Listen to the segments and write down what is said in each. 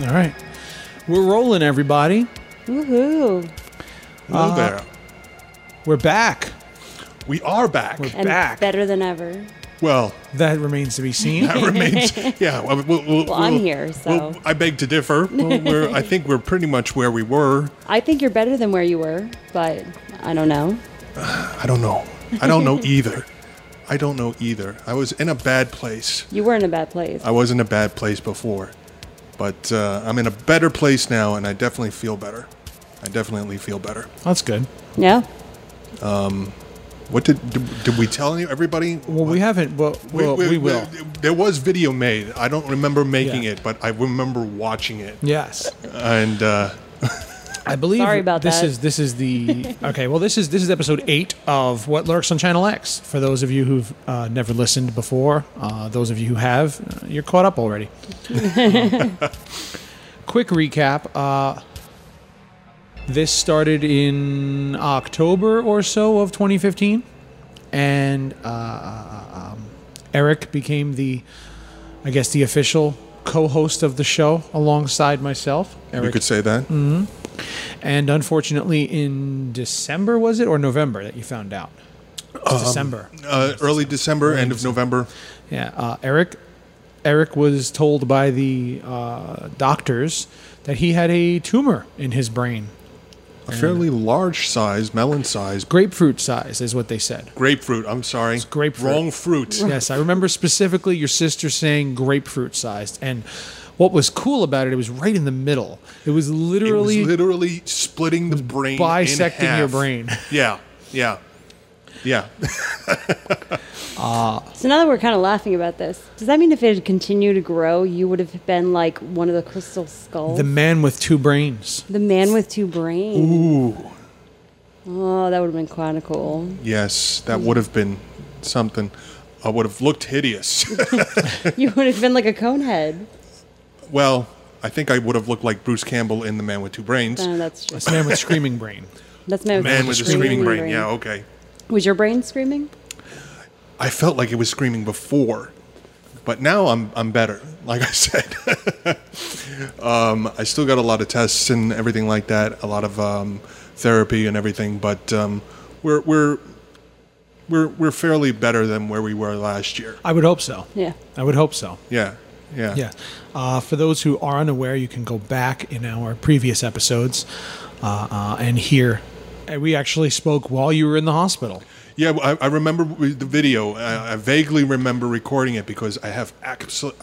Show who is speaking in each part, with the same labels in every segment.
Speaker 1: All right. We're rolling, everybody.
Speaker 2: Woohoo.
Speaker 1: Uh,
Speaker 3: Hello there.
Speaker 1: We're back.
Speaker 3: We are back.
Speaker 1: We're-
Speaker 2: And
Speaker 1: Back.
Speaker 2: better than ever.
Speaker 3: Well,
Speaker 1: That remains to be seen.
Speaker 3: that remains. Yeah. Well, we'll, we'll,
Speaker 2: Well, I'm
Speaker 3: we'll-
Speaker 2: here, so.
Speaker 3: I beg to differ. we're, I think we're pretty much where we were.
Speaker 2: I think you're better than where you were, but I don't know.
Speaker 3: I don't know. I don't know either. I don't know either. I was in a bad place.
Speaker 2: You were in a bad place.
Speaker 3: I was in a bad place before, but uh, I'm in a better place now, and I definitely feel better. I definitely feel better.
Speaker 1: That's good.
Speaker 2: yeah.
Speaker 3: What did did, did we tell any- everybody?
Speaker 1: Well, we haven't, but well, we, will.
Speaker 3: There was video made. I don't remember making
Speaker 1: Yeah.
Speaker 3: it, but I remember watching it.
Speaker 1: Yes.
Speaker 3: And uh,
Speaker 1: I believe
Speaker 2: Sorry about
Speaker 1: this
Speaker 2: that.
Speaker 1: is this is the okay. Well, this is this is episode eight of what lurks on Channel X. For those of you who've uh, never listened before, uh, those of you who have, uh, you're caught up already. Quick recap. Uh, this started in October or so of 2015, and uh, um, Eric became the, I guess, the official co-host of the show alongside myself.
Speaker 3: you
Speaker 1: Eric Mm.
Speaker 3: could say that.
Speaker 1: and unfortunately, in December was it or November that you found out? It was December.
Speaker 3: Uh, early December, end of November.
Speaker 1: Yeah, uh, Eric. Eric was told by the uh, doctors that he had a tumor in his brain,
Speaker 3: A fairly large size, melon size.
Speaker 1: grapefruit size, is what they said.
Speaker 3: Grapefruit. I'm sorry.
Speaker 1: grapefruit.
Speaker 3: Wrong fruit.
Speaker 1: Yes, I remember specifically your sister saying grapefruit sized, and what was cool about it, it was right in the middle. It was
Speaker 3: It was
Speaker 1: literally
Speaker 3: literally splitting the brain, in
Speaker 1: bisecting your
Speaker 3: half.
Speaker 1: brain.
Speaker 3: Yeah, yeah, yeah.
Speaker 2: So now that we're kind of laughing about this, does that mean if it had continued to grow, you would have been like one of the crystal skulls?
Speaker 1: the man with two brains.
Speaker 2: The man with two brains.
Speaker 3: Ooh,
Speaker 2: Oh, that would have been kind of cool.
Speaker 3: yes, that would have been something. I would have looked hideous.
Speaker 2: You would have been like a cone head.
Speaker 3: well, I think I would have looked like Bruce Campbell in The Man with Two Brains.
Speaker 2: No, Oh, that's true.
Speaker 1: That's the man with screaming brain.
Speaker 2: That's man,
Speaker 3: Man with the screaming brain. Yeah, okay.
Speaker 2: Was your brain screaming?
Speaker 3: I felt like it was screaming before, but now I'm I'm better. Like I said, um, I still got a lot of tests and everything like that, a lot of um, therapy and everything. But um, we're we're we're we're fairly better than where we were last year.
Speaker 1: I would hope so.
Speaker 2: Yeah.
Speaker 1: I would hope so.
Speaker 3: Yeah, yeah,
Speaker 1: Yeah. Uh, for those who are unaware, you can go back in our previous episodes uh, uh, and hear. and We actually spoke while you were in the hospital.
Speaker 3: yeah. I, I remember w- the video. I, I vaguely remember recording it because I have actually,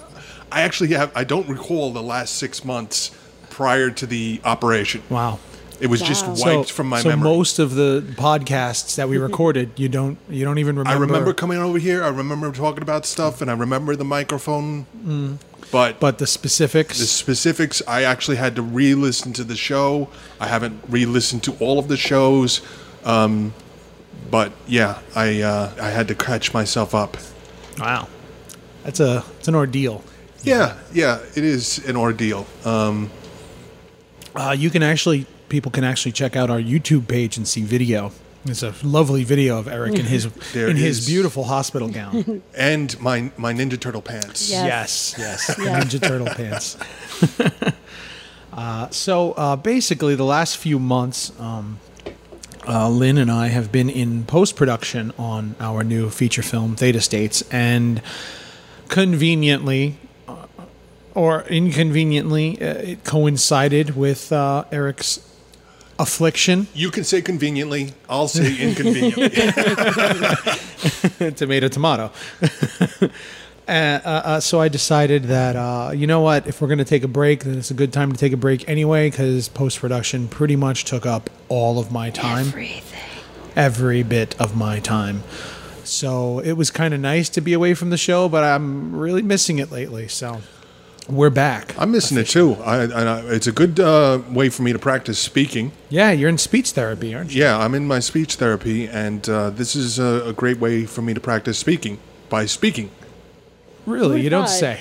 Speaker 3: I actually have. I don't recall the last six months prior to the operation.
Speaker 1: Wow.
Speaker 3: It was just
Speaker 2: Wow.
Speaker 3: wiped
Speaker 2: So-
Speaker 3: from my
Speaker 1: so
Speaker 3: memory.
Speaker 1: most of the podcasts that we recorded, you don't you don't even
Speaker 3: I
Speaker 1: remember.
Speaker 3: remember coming over here. I remember talking about stuff, and I remember the microphone. Mm. But,
Speaker 1: but the specifics.
Speaker 3: the specifics, I actually had to re-listen to the show. I haven't re-listened to all of the shows, um, but yeah, I uh, I had to catch myself up.
Speaker 1: wow. That's a it's an ordeal.
Speaker 3: Yeah, yeah, it is an ordeal. Uh,
Speaker 1: Uh, you can actually people can actually check out our YouTube page and see video. It's a lovely video of Eric in his
Speaker 3: There
Speaker 1: in
Speaker 3: is-
Speaker 1: his beautiful hospital gown.
Speaker 3: and my my Ninja Turtle pants.
Speaker 2: Yeah.
Speaker 1: Yes, yes, the
Speaker 2: Yes.
Speaker 1: Ninja Turtle pants. uh, so uh, basically, the last few months, um, uh, Lynn and I have been in post production on our new feature film, Theta States, and conveniently uh, or inconveniently, uh, it coincided with uh, Eric's affliction,
Speaker 3: You can say conveniently. I'll say inconveniently.
Speaker 1: tomato, tomato. uh, uh, so I decided that uh, you know what, if we're going to take a break, then it's a good time to take a break anyway, because post production pretty much took up all of my time, every, bit of my time. So it was kind of nice to be away from the show, but I'm really missing it lately. So we're back.
Speaker 3: I'm missing it too. I, and I, it's a good uh, way for me to practice speaking.
Speaker 1: yeah, you're in speech therapy, aren't you?
Speaker 3: Yeah, I'm in my speech therapy, and uh, this is a, a great way for me to practice speaking by speaking.
Speaker 1: Really?
Speaker 2: Who'd
Speaker 1: You don't
Speaker 2: I?
Speaker 1: say.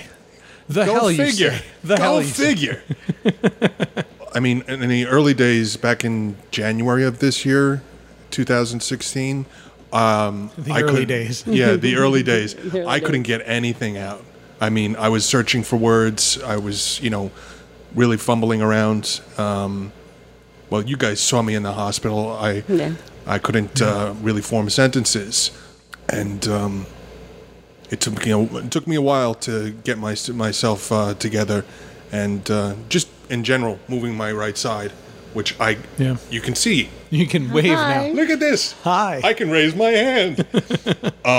Speaker 1: The
Speaker 3: Go
Speaker 1: hell
Speaker 3: figure.
Speaker 1: you say. The
Speaker 3: Go
Speaker 1: hell you say.
Speaker 3: figure. I mean, in the early days, back in January of this year, 2016, um,
Speaker 1: The
Speaker 3: I
Speaker 1: early
Speaker 3: could-
Speaker 1: days.
Speaker 3: Yeah, the early days.
Speaker 2: early
Speaker 3: I couldn't get anything out. I mean, I was searching for words. I was, you know, really fumbling around. Um, well, you guys saw me in the hospital. I
Speaker 2: Yeah.
Speaker 3: I couldn't uh, really form sentences, and um, it took you know it took me a while to get my, myself uh, together, and uh, just in general moving my right side, which I
Speaker 1: Yeah.
Speaker 3: you can see.
Speaker 1: You can wave
Speaker 2: Hi.
Speaker 1: now.
Speaker 3: Look at this.
Speaker 1: Hi.
Speaker 3: I can raise my hand. um,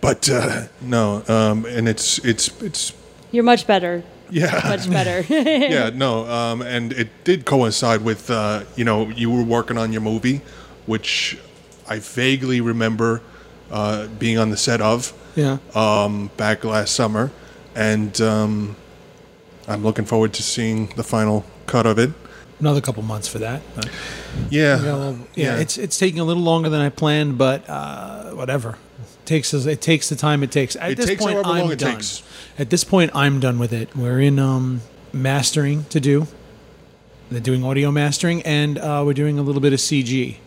Speaker 3: but uh, no, um, and it's it's it's
Speaker 2: You're much better.
Speaker 3: yeah.
Speaker 2: Much better.
Speaker 3: yeah, no, um, and it did coincide with uh, you know you were working on your movie, which I vaguely remember uh, being on the set of
Speaker 1: Yeah.
Speaker 3: um, back last summer, and um, I'm looking forward to seeing the final cut of it.
Speaker 1: Another couple months for that. but-
Speaker 3: Yeah,
Speaker 1: Yeah, well, yeah, it's it's taking a little longer than I planned, but uh, whatever. It takes us- it takes the time it takes. At
Speaker 3: It
Speaker 1: this
Speaker 3: takes
Speaker 1: point,
Speaker 3: however
Speaker 1: I'm
Speaker 3: long it
Speaker 1: done.
Speaker 3: takes.
Speaker 1: At this point, I'm done with it. We're in um, mastering to do. They're doing audio mastering, and uh, we're doing a little bit of CG.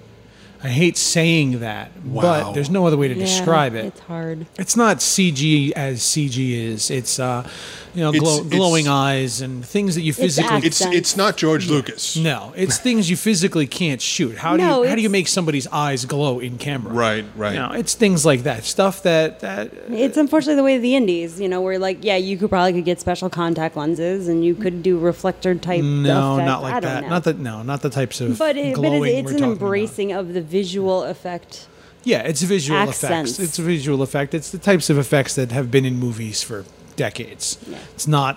Speaker 1: I hate saying that,
Speaker 3: Wow.
Speaker 1: but there's no other way to describe it.
Speaker 2: It's hard.
Speaker 1: It's not CG as CG is. It's uh, you know,
Speaker 3: It's-
Speaker 1: glow,
Speaker 3: it's-
Speaker 1: glowing eyes and things that you physically
Speaker 2: act-
Speaker 3: it's
Speaker 2: Sense.
Speaker 3: it's not George Lucas,
Speaker 1: no, it's things you physically can't shoot. How do
Speaker 2: No,
Speaker 1: you how do
Speaker 2: it's-
Speaker 1: you make somebody's eyes glow in camera?
Speaker 3: right? Right.
Speaker 1: No, it's things like that. Stuff that that
Speaker 2: It's unfortunately the way of the indies, you know, where like, yeah, you could probably could get special contact lenses and you could do reflector type.
Speaker 1: no,
Speaker 2: effect.
Speaker 1: not
Speaker 2: I
Speaker 1: like
Speaker 2: don't
Speaker 1: that.
Speaker 2: Know.
Speaker 1: Not that no, not the types of
Speaker 2: But, it, but
Speaker 1: glowing
Speaker 2: it, it's
Speaker 1: we're
Speaker 2: an
Speaker 1: talking
Speaker 2: embracing of the visual effect.
Speaker 1: about. Yeah, it's visual
Speaker 2: Accents.
Speaker 1: effects. It's a visual effect. It's the types of effects that have been in movies for decades. It's not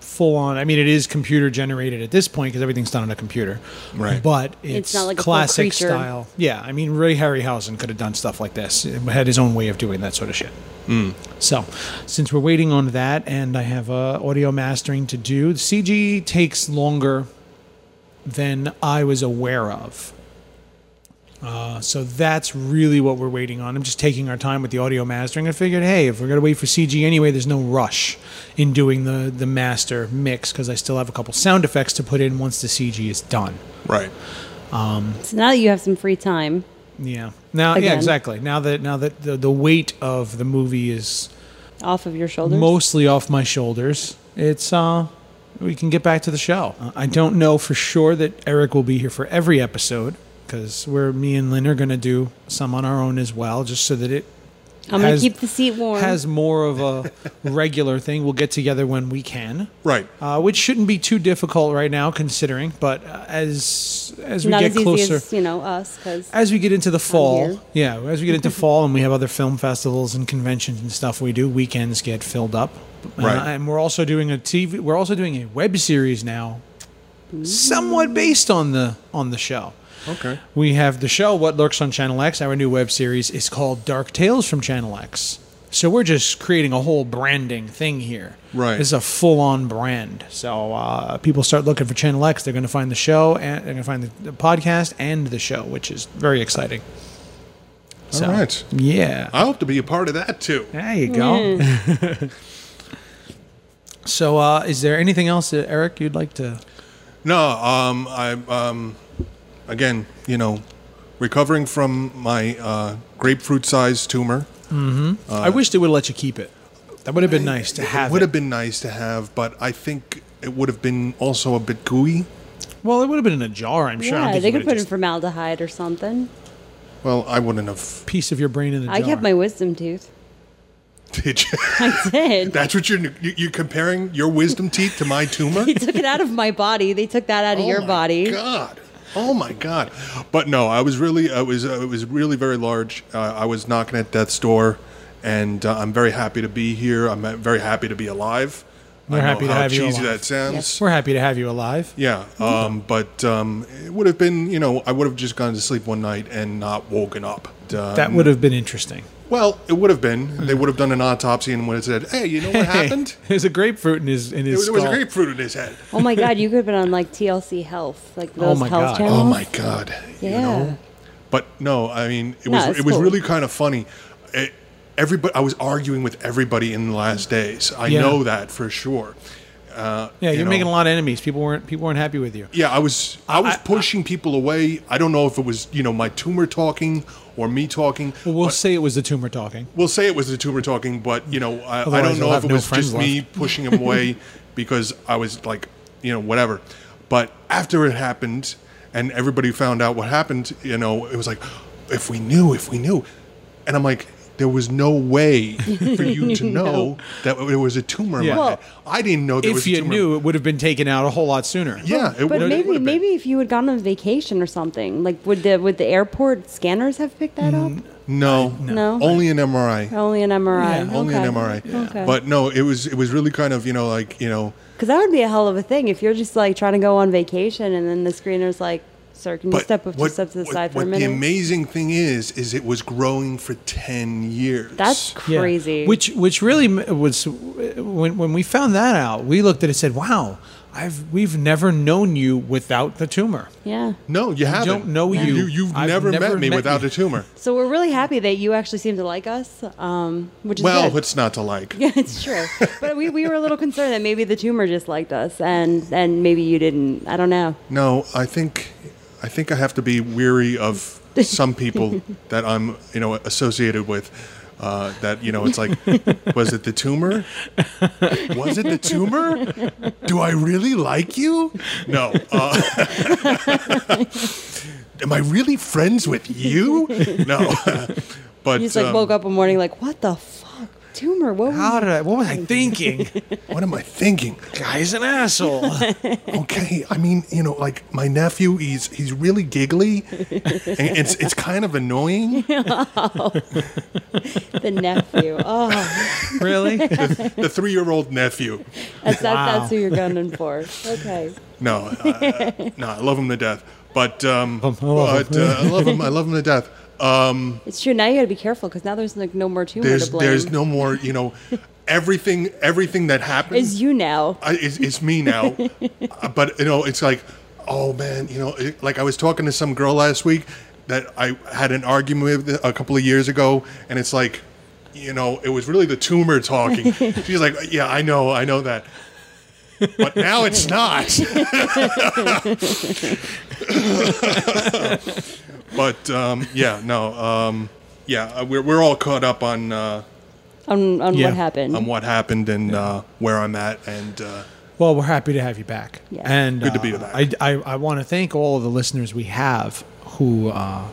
Speaker 1: full on. I mean, it is computer generated at this point because everything's done on a computer.
Speaker 3: Right.
Speaker 1: But it's,
Speaker 2: not like a full
Speaker 1: classic
Speaker 2: creature.
Speaker 1: style. Yeah, I mean, Ray Harryhausen could have done stuff like this. He had his own way of doing that sort of shit. So, since we're waiting on that, and I have uh, audio mastering to do, the CG takes longer than I was aware of. Uh, so that's really what we're waiting on. I'm just taking our time with the audio mastering. I figured, hey, if we're gonna wait for CG anyway, there's no rush in doing the the master mix because I still have a couple sound effects to put in once the CG is done.
Speaker 3: Right.
Speaker 2: So now that you have some free time,
Speaker 1: Yeah. Now, yeah,
Speaker 2: Again.
Speaker 1: exactly. Now that now that the, the weight of the movie is
Speaker 2: off of your shoulders.
Speaker 1: mostly off my shoulders. It's uh we can get back to the show. Uh, I don't know for sure that Eric will be here for every episode because we're me and Lynn are going to do some on our own as well, just so that it
Speaker 2: I'm going
Speaker 1: has-
Speaker 2: to keep the seat warm.
Speaker 1: has more of a regular thing. We'll get together when we can.
Speaker 3: Right.
Speaker 1: Uh, which shouldn't be too difficult right now, considering. But uh, as as we
Speaker 2: not
Speaker 1: get
Speaker 2: as
Speaker 1: closer,
Speaker 2: easy as, you know, us because
Speaker 1: as we get into the
Speaker 2: here.
Speaker 1: fall, yeah, as we get into fall and we have other film festivals and conventions and stuff we do, weekends get filled up. Uh,
Speaker 3: Right.
Speaker 1: and we're also doing a TV we're also doing a web series now somewhat based on the on the show.
Speaker 3: Okay.
Speaker 1: We have the show What Lurks on Channel X. Our new web series is called Dark Tales from Channel X. So we're just creating a whole branding thing here.
Speaker 3: Right.
Speaker 1: This is a full on brand. So uh, people start looking for Channel X, they're going to find the show and they're going to find the, the podcast and the show, which is very exciting. So,
Speaker 3: All right.
Speaker 1: Yeah.
Speaker 3: I hope to be a part of that too.
Speaker 1: There you go. so uh, is there anything else that Eric you'd like to
Speaker 3: No, um, I um, again, you know, recovering from my uh, grapefruit-sized tumor
Speaker 1: I wish they would let you keep it. That would have been nice to have.
Speaker 3: Uh, it would have been nice to have, but I think it would have been also a bit gooey.
Speaker 1: Well, it would have been in a jar, I'm sure. I don't
Speaker 2: yeah,
Speaker 1: think
Speaker 2: they
Speaker 1: you
Speaker 2: could
Speaker 1: would've
Speaker 2: put in
Speaker 1: just
Speaker 2: formaldehyde or something.
Speaker 3: Well, I wouldn't have.
Speaker 1: piece of your brain in a jar.
Speaker 2: I kept my wisdom tooth.
Speaker 3: Did you?
Speaker 2: I did.
Speaker 3: That's what you're you- you're comparing your wisdom teeth to my tumor.
Speaker 2: they took it out of my body. They took that out of
Speaker 3: Oh
Speaker 2: your
Speaker 3: my
Speaker 2: body.
Speaker 3: God. Oh my God. But no, I was really, I was, uh, it was really very large. Uh, I was knocking at death's door, and uh, I'm very happy to be here. I'm uh, very happy to be alive.
Speaker 1: We're
Speaker 3: I know
Speaker 1: happy to
Speaker 3: how
Speaker 1: have you
Speaker 3: cheesy
Speaker 1: alive.
Speaker 3: that sounds.
Speaker 1: We're happy to have you alive.
Speaker 3: Yeah, um, but um, it would have been, you know, I would have just gone to sleep one night and not woken up. Uh,
Speaker 1: That would have been interesting.
Speaker 3: Well, it would have
Speaker 1: Hmm.
Speaker 3: been. They would have done an autopsy and would have said, "Hey, you know what happened?
Speaker 1: There's a grapefruit in his in his
Speaker 3: There was a
Speaker 1: skull.
Speaker 3: grapefruit in his head."
Speaker 2: Oh my God, you could have been on like TLC Health, like
Speaker 1: Oh
Speaker 2: those
Speaker 1: my
Speaker 2: health
Speaker 1: God.
Speaker 2: channels.
Speaker 3: Oh my god! you
Speaker 2: Yeah.
Speaker 3: know? But no, I mean, it
Speaker 2: No,
Speaker 3: was
Speaker 2: it's
Speaker 3: it was
Speaker 2: cool.
Speaker 3: really kind of funny. It, everybody, I was arguing with everybody in the last days. I
Speaker 1: Yeah.
Speaker 3: know that for sure. Uh,
Speaker 1: yeah, you're
Speaker 3: you know.
Speaker 1: making a lot of enemies. People weren't people weren't happy with you.
Speaker 3: Yeah, I was I was
Speaker 1: I-
Speaker 3: pushing people away. I don't know if it was you know my tumor talking or me talking.
Speaker 1: Well, we'll
Speaker 3: but
Speaker 1: say it was the tumor talking.
Speaker 3: we'll say it was the tumor talking, but you know I, I
Speaker 1: Otherwise
Speaker 3: don't
Speaker 1: you'll
Speaker 3: know
Speaker 1: have
Speaker 3: if it
Speaker 1: no
Speaker 3: was
Speaker 1: friends
Speaker 3: just me pushing him away because I was like you know, whatever. But after it happened and everybody found out what happened, you know, it was like, if we knew, if we knew. And I'm like, there was no way for you to know that there was a tumor in
Speaker 1: Yeah.
Speaker 3: my
Speaker 1: Well,
Speaker 3: head. I didn't know there was
Speaker 1: If
Speaker 3: a
Speaker 1: you
Speaker 3: tumor.
Speaker 1: knew, it would have been taken out a whole lot sooner.
Speaker 3: yeah, it
Speaker 2: but
Speaker 3: would've- it
Speaker 2: maybe
Speaker 3: would've been.
Speaker 2: maybe if you had gone on vacation or something, like would the would the airport scanners have picked that up?
Speaker 3: Mm-hmm. No,
Speaker 2: No.
Speaker 3: only an MRI.
Speaker 2: Only an MRI.
Speaker 1: Yeah,
Speaker 3: Only
Speaker 2: Okay.
Speaker 3: an MRI.
Speaker 2: Okay.
Speaker 3: But no, it was it was really kind of you know like you know.
Speaker 2: Because that would be a hell of a thing if you're just like trying to go on vacation and then the screener's like, "Sir, can you
Speaker 3: But
Speaker 2: step up
Speaker 3: what-
Speaker 2: two steps to the
Speaker 3: what-
Speaker 2: side for
Speaker 3: what
Speaker 2: a minute?"
Speaker 3: the amazing thing is, is it was growing for ten years.
Speaker 2: That's
Speaker 1: Yeah.
Speaker 2: crazy.
Speaker 1: Which which really m- was when when we found that out, we looked at it and said, "Wow, I've we've never known you without the tumor."
Speaker 2: yeah.
Speaker 3: no, you haven't.
Speaker 1: don't know you.
Speaker 3: you have
Speaker 1: I've
Speaker 3: never,
Speaker 1: never
Speaker 3: met me
Speaker 1: met
Speaker 3: without
Speaker 1: you.
Speaker 3: a tumor.
Speaker 2: So we're really happy that you actually seem to like us, um, which is
Speaker 3: Well,
Speaker 2: good.
Speaker 3: what's not to like?
Speaker 2: yeah, it's true. But we, we were a little concerned that maybe the tumor just liked us and and maybe you didn't. I don't know.
Speaker 3: No, I think I think I have to be weary of some people that I'm you know associated with. Uh, that you know, it's like, was it the tumor? Was it the tumor? Do I really like you? No. Uh, am I really friends with you? No. but
Speaker 2: You just like
Speaker 3: um,
Speaker 2: woke up one morning like, "What the fuck, tumor? What?"
Speaker 1: How
Speaker 2: Were
Speaker 1: did I? What was I thinking?
Speaker 3: what am I thinking?
Speaker 1: Guy's an asshole.
Speaker 3: okay i mean you know like my nephew he's he's really giggly and it's it's kind of annoying
Speaker 2: you?" the nephew. Oh, that's
Speaker 1: really?
Speaker 3: the three-year-old nephew
Speaker 2: that's,
Speaker 1: Wow.
Speaker 2: that's who you're gunning for. Okay.
Speaker 3: no uh, no i love him to death but um
Speaker 1: I love him.
Speaker 3: but uh, i love him i love him to death um
Speaker 2: It's true. Now you got to be careful because now there's like no more tumor
Speaker 3: there's
Speaker 2: to blame.
Speaker 3: there's no more you know everything everything that happens
Speaker 2: Is you now?
Speaker 3: I, it's, it's me now. Uh, but you know, it's like, oh man, you know, it, like I was talking to some girl last week that I had an argument with a couple of years ago, and it's like, you know, it was really the tumor talking. She's like, yeah, I know, I know that. But now it's not. but um, yeah, no, um, yeah, uh, we're we're all caught up on uh,
Speaker 2: On on
Speaker 1: Yeah.
Speaker 2: what happened?
Speaker 3: on what happened and uh, where I'm at, and uh,
Speaker 1: Well, we're happy to have you back.
Speaker 2: Yes.
Speaker 1: And
Speaker 3: Good to
Speaker 1: uh,
Speaker 3: be back.
Speaker 1: I, I, I want to thank all of the listeners we have who uh,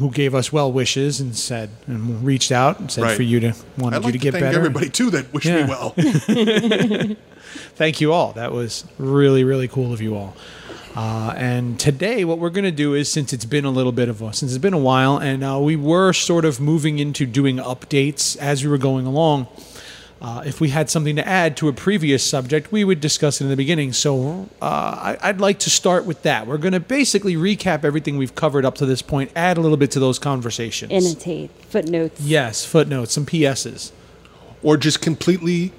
Speaker 1: who gave us well wishes and said and reached out and said
Speaker 3: Right.
Speaker 1: for you to wanted
Speaker 3: I'd
Speaker 1: you to
Speaker 3: like to,
Speaker 1: get
Speaker 3: thank
Speaker 1: better.
Speaker 3: everybody too that wished
Speaker 1: Yeah.
Speaker 3: me well.
Speaker 1: Thank you all. That was really really cool of you all. Uh, and today, what we're going to do is, since it's been a little bit of a, since it's been a while, and uh, we were sort of moving into doing updates as we were going along. Uh, if we had something to add to a previous subject, we would discuss it in the beginning. So uh, I, I'd like to start with that. We're going to basically recap everything we've covered up to this point, add a little bit to those conversations.
Speaker 2: Annotate footnotes.
Speaker 1: yes, footnotes, some PSs.
Speaker 3: or just completely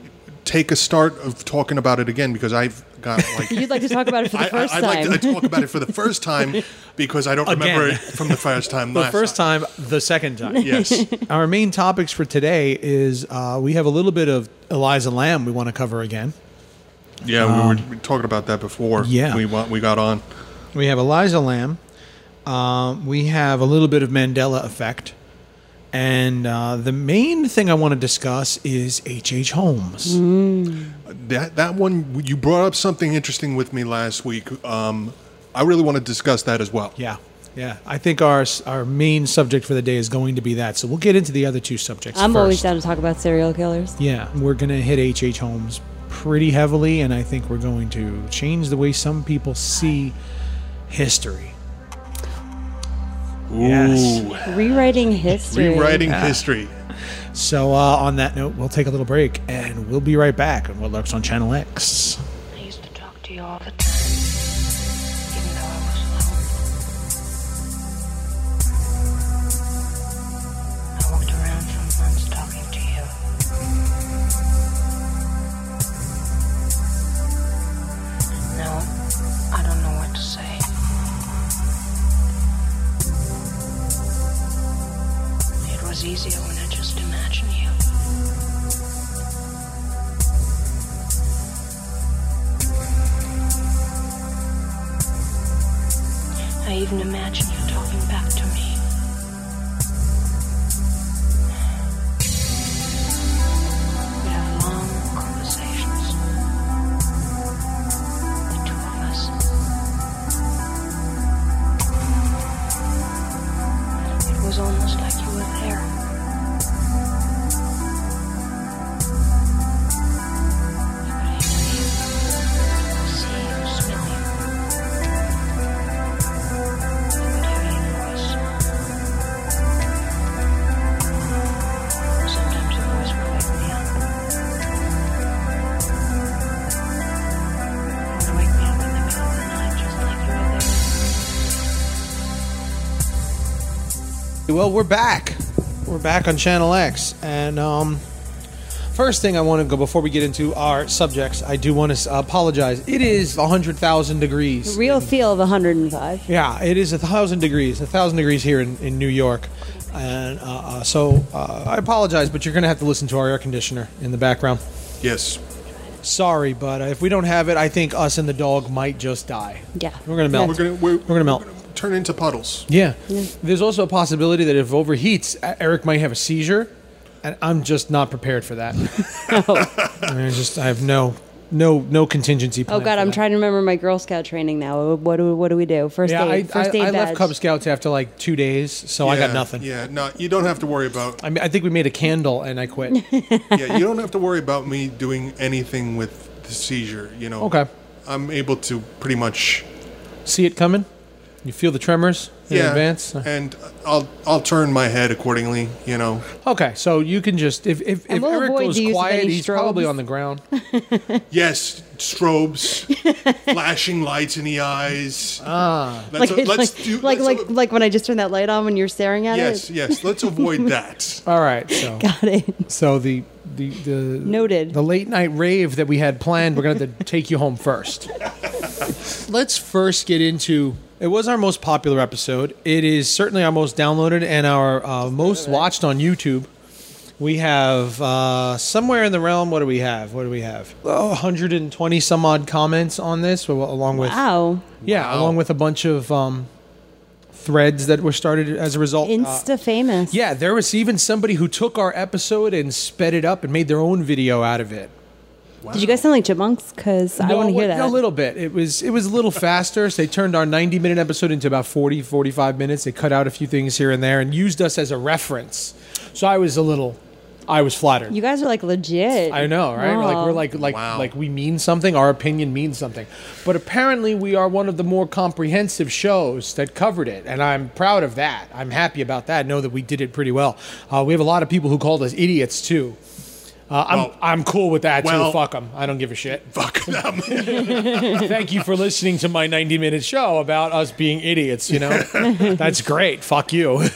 Speaker 3: take a start of talking about it again because I've got like
Speaker 2: You'd like to talk about it for the
Speaker 3: I,
Speaker 2: first
Speaker 3: would
Speaker 2: time.
Speaker 3: like to talk about it for the first time because I don't remember it
Speaker 1: Again.
Speaker 3: from the first time.
Speaker 1: The
Speaker 3: last
Speaker 1: first time, the second time.
Speaker 3: Yes.
Speaker 1: Our main topics for today is uh, we have a little bit of Eliza Lamb we want to cover again.
Speaker 3: Yeah, we were talking about that before.
Speaker 1: Um, Yeah.
Speaker 3: we wa- we got on.
Speaker 1: We have Eliza Lamb. Um, we have a little bit of Mandela effect. And uh, the main thing I want to discuss is H.H. H. Holmes.
Speaker 2: Mm-hmm.
Speaker 3: That that one you brought up something interesting with me last week. Um, I really want to discuss that as well.
Speaker 1: Yeah. Yeah. I think our our main subject for the day is going to be that. So we'll get into the other two subjects
Speaker 2: I'm
Speaker 1: first.
Speaker 2: always down to talk about serial killers.
Speaker 1: Yeah. We're going to hit H.H. H. Holmes pretty heavily. And I think we're going to change the way some people see history.
Speaker 3: Ooh,
Speaker 1: Yes.
Speaker 2: Rewriting history.
Speaker 3: rewriting history.
Speaker 1: So, uh, on that note, we'll take a little break and we'll be right back on What Lurks on Channel X.
Speaker 4: I used to talk to you all the time, even though I was alone. I walked around for months talking to you. No, I don't know what to say. It was easier when I just imagined you. I even imagine you talking back to me. We have long conversations. you were there. I could hear you, see you, smell you. I could hear your voice. Sometimes your voice would wake me up. It would wake me up in the middle of the night, just like you were there.
Speaker 1: Well, we're back. We're back on Channel X, and um, first thing I want to go before we get into our subjects, I do want to apologize. It is hundred thousand degrees.
Speaker 2: Real feel of 105.
Speaker 1: Yeah, it is a thousand degrees, a thousand degrees here in, in New York, and uh, uh, so uh, I apologize, but you're going to have to listen to our air conditioner in the background.
Speaker 3: Yes.
Speaker 1: Sorry, but uh, if we don't have it, I think us and the dog might just die.
Speaker 2: Yeah.
Speaker 1: We're gonna melt.
Speaker 3: We're gonna we're,
Speaker 1: We're gonna melt.
Speaker 3: gonna turn into puddles.
Speaker 1: Yeah. There's also a possibility that if it overheats, E- Eric might have a seizure, and I'm just not prepared for that. I mean, I just I have no no no contingency plan.
Speaker 2: Oh God,
Speaker 1: for
Speaker 2: I'm
Speaker 1: that.
Speaker 2: trying to remember my Girl Scout training now. What do what do we do? First
Speaker 1: Yeah,
Speaker 2: aid.
Speaker 1: I,
Speaker 2: first aid
Speaker 1: I, I left
Speaker 2: badge.
Speaker 1: Cub Scouts after like two days, so Oh, I got
Speaker 3: Yeah,
Speaker 1: nothing.
Speaker 3: Yeah, no, you don't have to worry about.
Speaker 1: I mean, I think we made a candle and I quit.
Speaker 3: Yeah, you don't have to worry about me doing anything with the seizure. You know.
Speaker 1: Okay.
Speaker 3: I'm able to pretty much.
Speaker 1: See it coming? You feel the tremors in
Speaker 3: yeah. Uh,
Speaker 1: advance?
Speaker 3: And I'll I'll turn my head accordingly. You know.
Speaker 1: Okay, so you can just if if,
Speaker 2: And
Speaker 1: if
Speaker 2: we'll
Speaker 1: Eric
Speaker 2: avoid
Speaker 1: goes
Speaker 2: the use of
Speaker 1: quiet,
Speaker 2: any
Speaker 1: he's probably
Speaker 2: strobes.
Speaker 1: on the ground.
Speaker 3: Yes, strobes, flashing lights in the eyes. Ah. Let's,
Speaker 2: Like it's like
Speaker 3: let's do
Speaker 2: like,
Speaker 3: let's-
Speaker 2: like like when I just turned that light on when you're staring at
Speaker 3: Yes,
Speaker 2: it.
Speaker 3: yes. Let's avoid that.
Speaker 1: All right, so
Speaker 2: Got it.
Speaker 1: so the the the
Speaker 2: Noted.
Speaker 1: the late night rave that we had planned. We're gonna have to take you home first. Let's first get into. It was our most popular episode. It is certainly our most downloaded and our uh, most watched on YouTube. We have uh, somewhere in the realm. What do we have? What do we have? Oh, 120 some odd comments on this, well, along with
Speaker 2: Wow.
Speaker 1: yeah,
Speaker 3: Wow.
Speaker 1: along with a bunch of um, threads that were started as a result. Uh,
Speaker 2: Insta famous.
Speaker 1: yeah, there was even somebody who took our episode and sped it up and made their own video out of it.
Speaker 2: Did you guys sound like chipmunks? Because I
Speaker 1: No,
Speaker 2: want to
Speaker 1: it
Speaker 2: hear
Speaker 1: wa-
Speaker 2: that.
Speaker 1: A little bit. It was it was a little faster. So they turned our 90 minute episode into about 40, 45 minutes. They cut out a few things here and there and used us as a reference. So I was a little, I was flattered.
Speaker 2: You guys are like legit.
Speaker 1: I know, right? We're like
Speaker 2: Wow.
Speaker 1: we're like like
Speaker 3: Wow.
Speaker 1: like we mean something. Our opinion means something. But apparently, we are one of the more comprehensive shows that covered it, and I'm proud of that. I'm happy about that. Know that we did it pretty well. Uh, we have a lot of people who called us idiots too. Uh, I'm
Speaker 3: Well-
Speaker 1: I'm cool with that
Speaker 3: well-
Speaker 1: too. Fuck them. I don't give a shit.
Speaker 3: Fuck them.
Speaker 1: Thank you for listening to my 90 minute show about us being idiots. You know, that's great. Fuck you.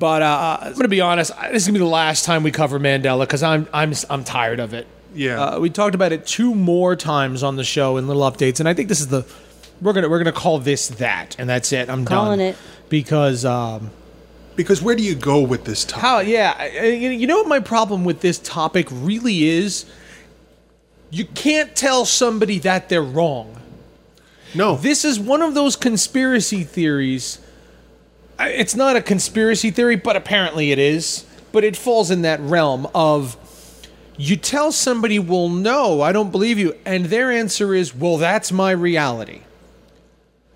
Speaker 1: But uh, I'm gonna be honest. I- This is gonna be the last time we cover Mandela because I'm I'm I'm tired of it.
Speaker 3: Yeah.
Speaker 1: Uh, we talked about it two more times on the show in little updates, and I think this is the we're gonna we're gonna call this that, and that's it. I'm
Speaker 2: Calling
Speaker 1: done.
Speaker 2: it.
Speaker 1: because um,
Speaker 3: because where do you go with this topic?
Speaker 1: how yeah, I- I- you know what my problem with this topic really is. You can't tell somebody that they're wrong.
Speaker 3: No.
Speaker 1: This is one of those conspiracy theories. I- It's not a conspiracy theory, but apparently it is. But it falls in that realm of you tell somebody, well, no, I don't believe you. And their answer is, well, that's my reality.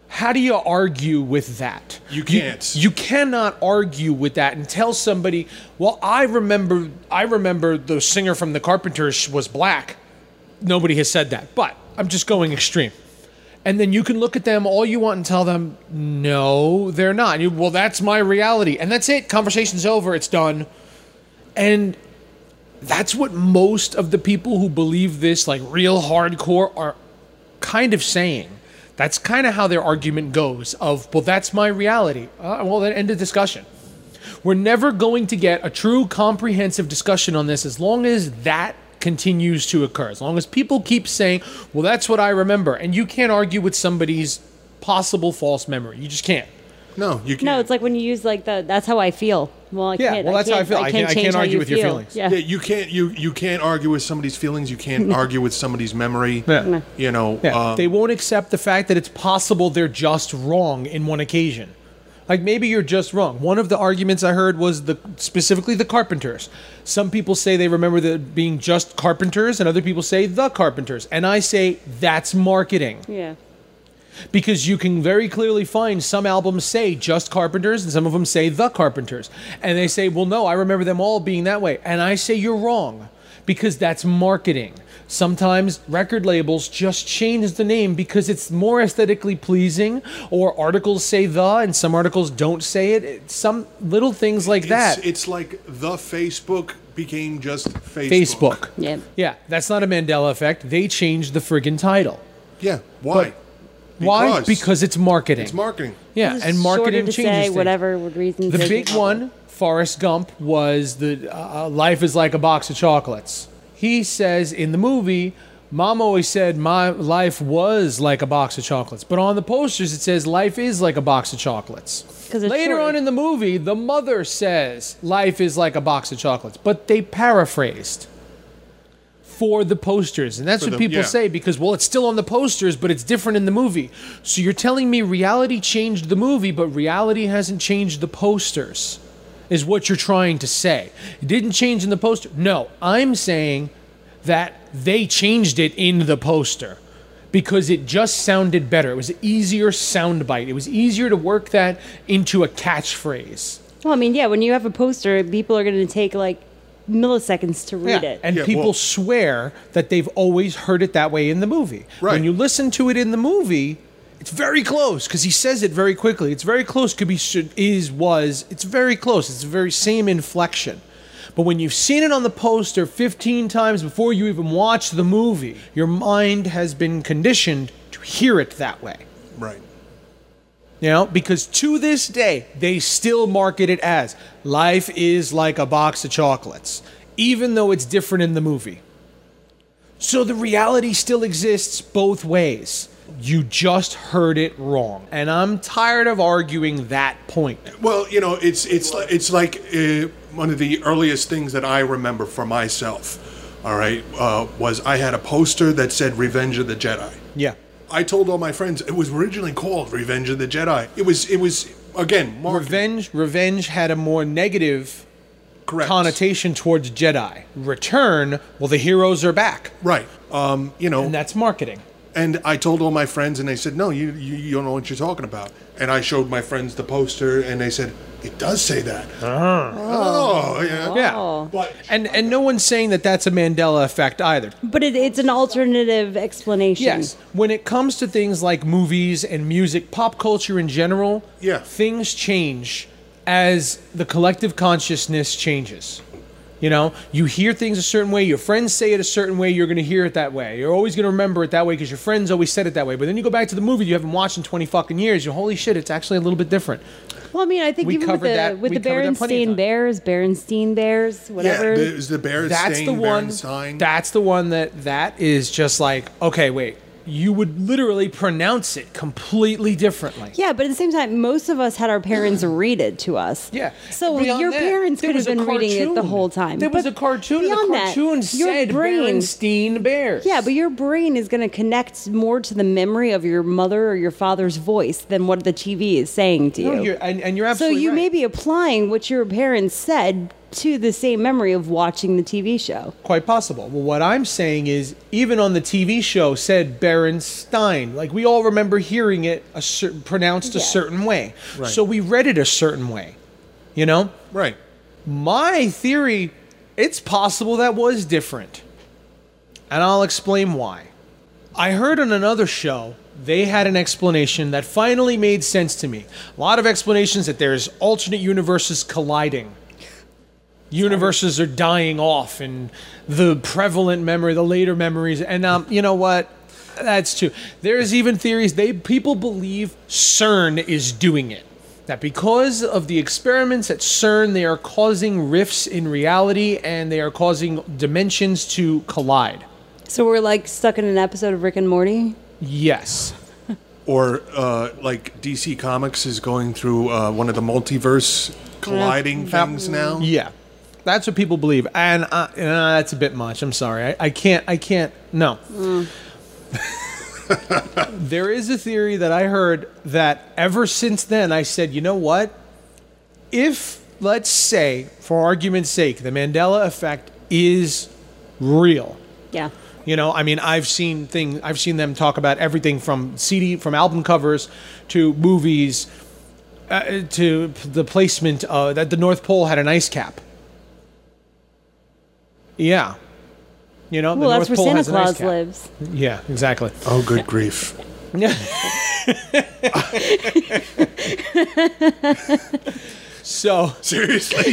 Speaker 1: How do you argue with that?
Speaker 3: You can't.
Speaker 1: You, cannot argue with that and tell somebody, well, I remember I remember the singer from the Carpenters was black. Nobody has said that. But I'm just going extreme. And then you can look at them all you want and tell them, no, they're not. And you, well, that's my reality. And that's it. Conversation's over. It's done. And that's what most of the people who believe this, like real hardcore, are kind of saying. That's kind of how their argument goes of, well, that's my reality. Uh, well, then end of discussion. We're never going to get a true comprehensive discussion on this as long as that continues to occur. As long as people keep saying, well, that's what I remember. And you can't argue with somebody's possible false memory. You just can't.
Speaker 3: no, you can't.
Speaker 2: No, it's like when you use like the. That's how I feel. Well, I
Speaker 1: Yeah,
Speaker 2: can't.
Speaker 1: well, that's how I
Speaker 2: can't,
Speaker 1: feel. I can't- I
Speaker 2: change
Speaker 1: can't
Speaker 2: how
Speaker 1: argue
Speaker 2: you
Speaker 1: with your
Speaker 2: feel.
Speaker 1: feelings.
Speaker 2: Yeah.
Speaker 3: yeah, you can't you you can't argue with somebody's feelings. You can't argue with somebody's memory.
Speaker 1: Yeah. No.
Speaker 3: You know.
Speaker 1: Yeah,
Speaker 3: um,
Speaker 1: they won't accept the fact that it's possible they're just wrong in one occasion. Like maybe you're just wrong. One of the arguments I heard was the specifically the carpenters. Some people say they remember the being just carpenters, and other people say the carpenters. And I say that's marketing.
Speaker 2: Yeah.
Speaker 1: because you can very clearly find some albums say just Carpenters and some of them say the Carpenters. And they say, well, no, I remember them all being that way. And I say, you're wrong because that's marketing. Sometimes record labels just change the name because it's more aesthetically pleasing, or articles say the and some articles don't say it. It- Some little things like that.
Speaker 3: It's, it's like the Facebook became just Facebook.
Speaker 1: Facebook.
Speaker 2: Yep.
Speaker 1: Yeah, that's not a Mandela effect. They changed the friggin' title.
Speaker 3: Yeah. Why?
Speaker 1: Why? Because it's marketing.
Speaker 3: it's marketing.
Speaker 1: yeah, and
Speaker 2: Shorter
Speaker 1: marketing
Speaker 2: to
Speaker 1: changes
Speaker 2: say
Speaker 1: things.
Speaker 2: whatever reasons.
Speaker 1: The
Speaker 2: they
Speaker 1: big
Speaker 2: give.
Speaker 1: one, Forrest Gump, was the uh, "Life is like a box of chocolates." He says in the movie, "Mom always said my life was like a box of chocolates," but on the posters it says "Life is like a box of chocolates."
Speaker 2: 'Cause it's
Speaker 1: Later
Speaker 2: short.
Speaker 1: on in the movie, the mother says, "Life is like a box of chocolates," but they paraphrased. For the posters, and that's
Speaker 3: For
Speaker 1: what
Speaker 3: the-
Speaker 1: people
Speaker 3: yeah.
Speaker 1: say because well, it's still on the posters, but it's different in the movie. So you're telling me reality changed the movie, but reality hasn't changed the posters, is what you're trying to say. It didn't change in the poster. No, I'm saying that they changed it in the poster because it just sounded better. It was an easier soundbite. It was easier to work that into a catchphrase.
Speaker 2: Well, I mean, yeah, when you have a poster, people are going to take like milliseconds to read it.
Speaker 1: And
Speaker 3: Yeah,
Speaker 1: people
Speaker 3: well-
Speaker 1: swear that they've always heard it that way in the movie.
Speaker 3: Right.
Speaker 1: When you listen to it in the movie, it's very close because he says it very quickly. It's very close. Could be should, is was. It's very close. It's the very same inflection. But when you've seen it on the poster 15 times before you even watch the movie, your mind has been conditioned to hear it that way.
Speaker 3: Right.
Speaker 1: You know, because to this day, they still market it as life is like a box of chocolates, even though it's different in the movie. So the reality still exists both ways. You just heard it wrong. And I'm tired of arguing that point.
Speaker 3: Well, you know, it's it's li- it's like uh, one of the earliest things that I remember for myself. All right, uh, was I had a poster that said "Revenge of the Jedi."
Speaker 1: Yeah.
Speaker 3: I told all my friends it was originally called "Revenge of the Jedi." It was it was again marketing,
Speaker 1: Revenge revenge had a more negative
Speaker 3: correct.
Speaker 1: connotation towards Jedi. Return, well the heroes are back.
Speaker 3: right? Um, you know,
Speaker 1: And
Speaker 3: and,
Speaker 1: that's marketing.
Speaker 3: I told all my friends, and they said, "No, you, you you don't know what you're talking about." And I showed my friends the poster, and they said, "It does say that." Oh, yeah.
Speaker 1: Yeah.
Speaker 2: Oh.
Speaker 3: But
Speaker 1: And and no one's saying that that's a Mandela effect either.
Speaker 2: But it, it's an alternative explanation.
Speaker 1: Yes. When it comes to things like movies and music, pop culture in general,
Speaker 3: Yeah.
Speaker 1: things change as the collective consciousness changes. You know, you hear things a certain way, your friends say it a certain way, you're going to hear it that way. You're always going to remember it that way because your friends always said it that way. But then you go back to the movie you haven't watched in 20 fucking years, you holy shit, it's actually a little bit different.
Speaker 2: Well, I mean, I think
Speaker 1: We
Speaker 2: even with the
Speaker 1: covered that-
Speaker 2: with
Speaker 1: we
Speaker 2: the
Speaker 1: covered that plenty of
Speaker 2: Berenstain
Speaker 1: times.
Speaker 2: Bears, Berenstain Bears,
Speaker 3: yeah,
Speaker 2: whatever.
Speaker 3: there's the bear
Speaker 1: that's the one that's the one that that is just like, okay, wait. You would literally pronounce it completely differently.
Speaker 2: Yeah, but at the same time, most of us had our parents read it to us.
Speaker 1: Yeah.
Speaker 2: So
Speaker 1: Beyond
Speaker 2: your
Speaker 1: that,
Speaker 2: parents
Speaker 1: there
Speaker 2: could
Speaker 1: was
Speaker 2: have
Speaker 1: a
Speaker 2: been reading it the
Speaker 1: cartoon.
Speaker 2: whole time.
Speaker 1: There was
Speaker 2: But
Speaker 1: a cartoon. and
Speaker 2: beyond
Speaker 1: the
Speaker 2: that,
Speaker 1: cartoon
Speaker 2: your
Speaker 1: said
Speaker 2: brain-
Speaker 1: Berenstein Bears.
Speaker 2: Yeah, but your brain is going to connect more to the memory of your mother or your father's voice than what the TV is saying to
Speaker 1: No,
Speaker 2: you.
Speaker 1: you're, and, and you're
Speaker 2: so
Speaker 1: absolutely
Speaker 2: you
Speaker 1: right.
Speaker 2: may be applying what your parents said to the same memory of watching the TV show.
Speaker 1: quite possible. Well, what I'm saying is, even on the TV show, said Berenstein. Like we all remember hearing it a cer- pronounced a
Speaker 2: Yeah.
Speaker 1: certain way. So we read it a certain way. You know,
Speaker 3: right.
Speaker 1: my theory, it's possible that was different. And I'll explain why. I heard on another show, they had an explanation that finally made sense to me. A lot of explanations that there's alternate universes colliding. Universes are dying off, and the prevalent memory, the later memories, and um, you know what? That's true. There's even theories they people believe CERN is doing it. That because of the experiments at CERN, they are causing rifts in reality and they are causing dimensions to collide.
Speaker 2: So we're like stuck in an episode of Rick and Morty.
Speaker 1: Yes.
Speaker 3: Or uh, like DC Comics is going through uh, one of the multiverse colliding things now.
Speaker 1: Yeah, Um, that's what people believe, and uh, uh, that's a bit much. I'm sorry, I, I can't. I can't. No. there is a theory that I heard that ever since then I said, you know what? If let's say, for argument's sake, the Mandela effect is real,
Speaker 2: Yeah.
Speaker 1: You know, I mean, I've seen thing, I've seen them talk about everything from CD, from album covers to movies, uh, to p- the placement uh, that the North Pole had an ice cap. Yeah, you know,
Speaker 2: Well,
Speaker 1: the North
Speaker 2: that's where
Speaker 1: Pole
Speaker 2: Santa
Speaker 1: has an ice
Speaker 2: Claus
Speaker 1: cap.
Speaker 2: lives.
Speaker 1: Yeah, exactly.
Speaker 3: Oh, good grief.
Speaker 1: so
Speaker 3: Seriously?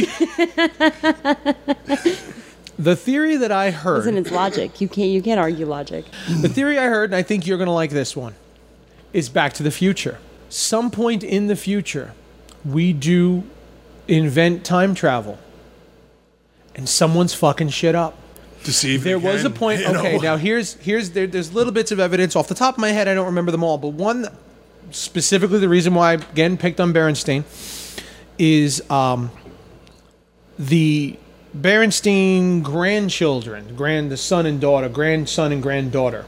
Speaker 1: the theory that I heard
Speaker 2: Isn't it's logic? You can't you can't argue logic.
Speaker 1: The theory I heard, and I think you're going to like this one, is Back to the Future. Some point in the future, we do invent time travel, and someone's fucking shit up.
Speaker 3: Deceived.
Speaker 1: There was a
Speaker 3: again,
Speaker 1: point.
Speaker 3: you know?
Speaker 1: Okay, now here's here's there, there's little bits of evidence off the top of my head. I don't remember them all, but one specifically the reason why I again picked on Berenstain is um, the Berenstain grandchildren, grand the son and daughter, grandson and granddaughter.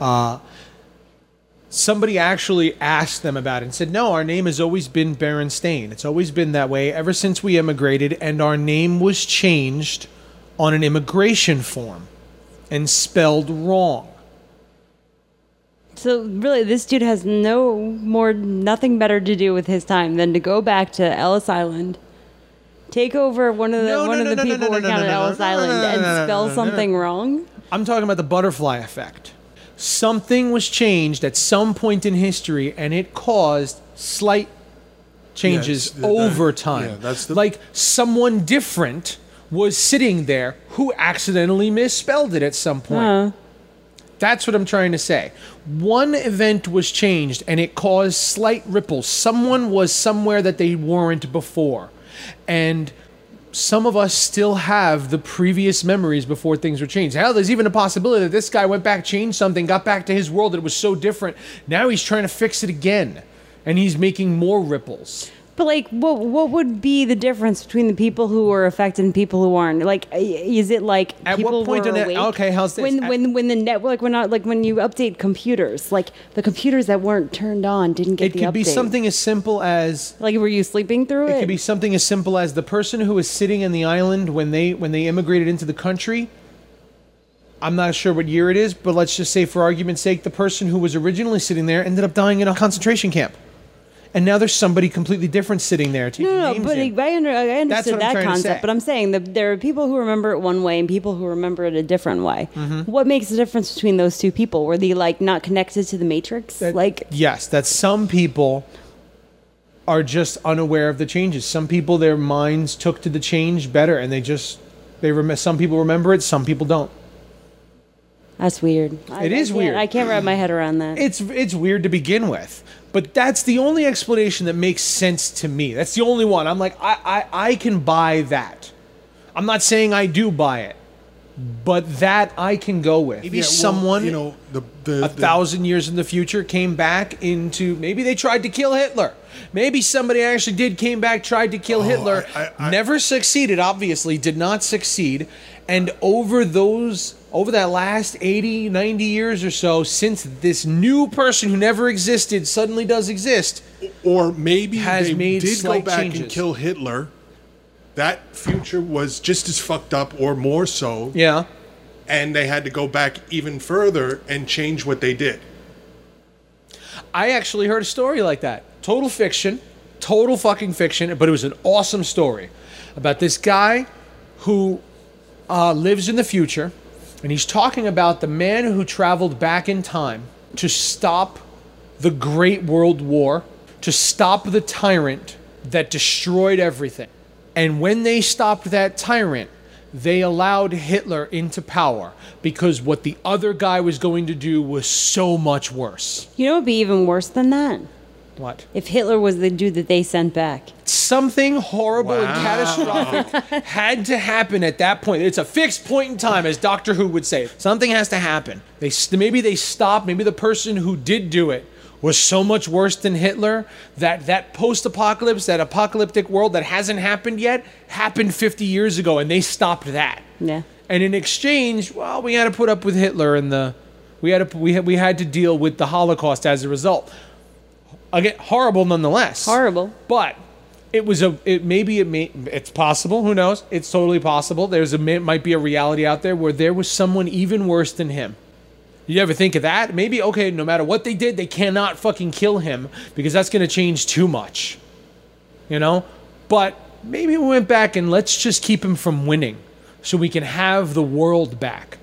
Speaker 1: Uh, somebody actually asked them about it and said, "No, our name has always been Berenstain. It's always been that way ever since we immigrated, and our name was changed on an immigration form and spelled wrong."
Speaker 2: So really, this dude has no more, nothing better to do with his time than to go back to Ellis Island, take over one of the
Speaker 1: No,
Speaker 2: one
Speaker 1: no,
Speaker 2: of the
Speaker 1: no, no,
Speaker 2: people
Speaker 1: no, no,
Speaker 2: working
Speaker 1: no,
Speaker 2: out
Speaker 1: no,
Speaker 2: at
Speaker 1: no,
Speaker 2: Ellis
Speaker 1: no, no,
Speaker 2: Island
Speaker 1: no,
Speaker 2: and
Speaker 1: no, no,
Speaker 2: spell
Speaker 1: no, no.
Speaker 2: something wrong.
Speaker 1: I'm talking about the butterfly effect. Something was changed at some point in history, and it caused slight changes
Speaker 3: Yeah, it's-
Speaker 1: over
Speaker 3: that-
Speaker 1: time.
Speaker 3: yeah, that's the-
Speaker 1: like someone different was sitting there who accidentally misspelled it at some point.
Speaker 2: Huh.
Speaker 1: That's what I'm trying to say. One event was changed and it caused slight ripples. Someone was somewhere that they weren't before. And some of us still have the previous memories before things were changed. Hell, there's even a possibility that this guy went back, changed something, got back to his world that was so different. Now he's trying to fix it again and he's making more ripples.
Speaker 2: But like, what what would be the difference between the people who are affected and people who aren't? Like, i- is it like
Speaker 1: At what
Speaker 2: people
Speaker 1: point
Speaker 2: were
Speaker 1: in it-
Speaker 2: awake?
Speaker 1: okay, how's this?
Speaker 2: When
Speaker 1: At-
Speaker 2: when when the network when not like when you update computers, like the computers that weren't turned on didn't get
Speaker 1: It
Speaker 2: the
Speaker 1: could be
Speaker 2: update.
Speaker 1: something as simple as
Speaker 2: Like, were you sleeping through it?
Speaker 1: It could be something as simple as the person who was sitting in the island when they when they immigrated into the country. I'm not sure what year it is, but let's just say for argument's sake, the person who was originally sitting there ended up dying in a concentration camp. And now there's somebody completely different sitting there taking
Speaker 2: No, no,
Speaker 1: names
Speaker 2: but
Speaker 1: in.
Speaker 2: I, under, I understood
Speaker 1: what I'm
Speaker 2: that
Speaker 1: trying to say.
Speaker 2: concept. But I'm saying that there are people who remember it one way and people who remember it a different way.
Speaker 1: Mm-hmm.
Speaker 2: What makes the difference between those two people? Were they like not connected to the matrix?
Speaker 1: That-
Speaker 2: like,
Speaker 1: yes, that some people are just unaware of the changes. Some people their minds took to the change better, and they just they rem- some people remember it, some people don't.
Speaker 2: that's weird. I,
Speaker 1: It
Speaker 2: I
Speaker 1: is
Speaker 2: can't-
Speaker 1: weird.
Speaker 2: I can't wrap my head around that.
Speaker 1: it's it's weird to begin with but that's the only explanation that makes sense to me that's the only one i'm like i i, I can buy that i'm not saying i do buy it but that i can go with maybe
Speaker 3: Yeah, well,
Speaker 1: someone
Speaker 3: you know, the, the,
Speaker 1: a
Speaker 3: the-
Speaker 1: thousand years in the future came back into maybe they tried to kill hitler maybe somebody actually did came back tried to kill hitler
Speaker 3: Oh, I- I- I-
Speaker 1: never succeeded obviously did not succeed and over those over that last 80 90 years or so since this new person who never existed suddenly does exist
Speaker 3: or maybe
Speaker 1: has
Speaker 3: they
Speaker 1: made
Speaker 3: did go
Speaker 1: slight
Speaker 3: back and
Speaker 1: changes.
Speaker 3: kill Hitler. That future was just as fucked up, or more so,
Speaker 1: yeah
Speaker 3: and they had to go back even further and change what they did.
Speaker 1: I actually heard a story like that. Total fiction, total fucking fiction, but it was an awesome story about this guy who uh, lives in the future, and he's talking about the man who traveled back in time to stop the Great World War, to stop the tyrant that destroyed everything. And when they stopped that tyrant, they allowed Hitler into power because what the other guy was going to do was so much worse.
Speaker 2: you know, it'd be even worse than that
Speaker 1: What?
Speaker 2: if Hitler was the dude that they sent back.
Speaker 1: Something horrible and
Speaker 3: Wow.
Speaker 1: catastrophic had to happen at that point. It's a fixed point in time, as Doctor Who would say. Something has to happen. They st- maybe they stopped. Maybe the person who did do it was so much worse than Hitler that that post-apocalypse, that apocalyptic world that hasn't happened yet, happened 50 years ago, and they stopped that.
Speaker 2: Yeah.
Speaker 1: And in exchange, well, we had to put up with Hitler and the we had to we had, we had to deal with the Holocaust as a result. Again, horrible nonetheless.
Speaker 2: Horrible.
Speaker 1: But it was a it maybe it may it's possible who knows it's totally possible there's a may- might be a reality out there where there was someone even worse than him you ever think of that maybe okay no matter what they did they cannot fucking kill him because that's going to change too much you know but maybe we went back and let's just keep him from winning so we can have the world back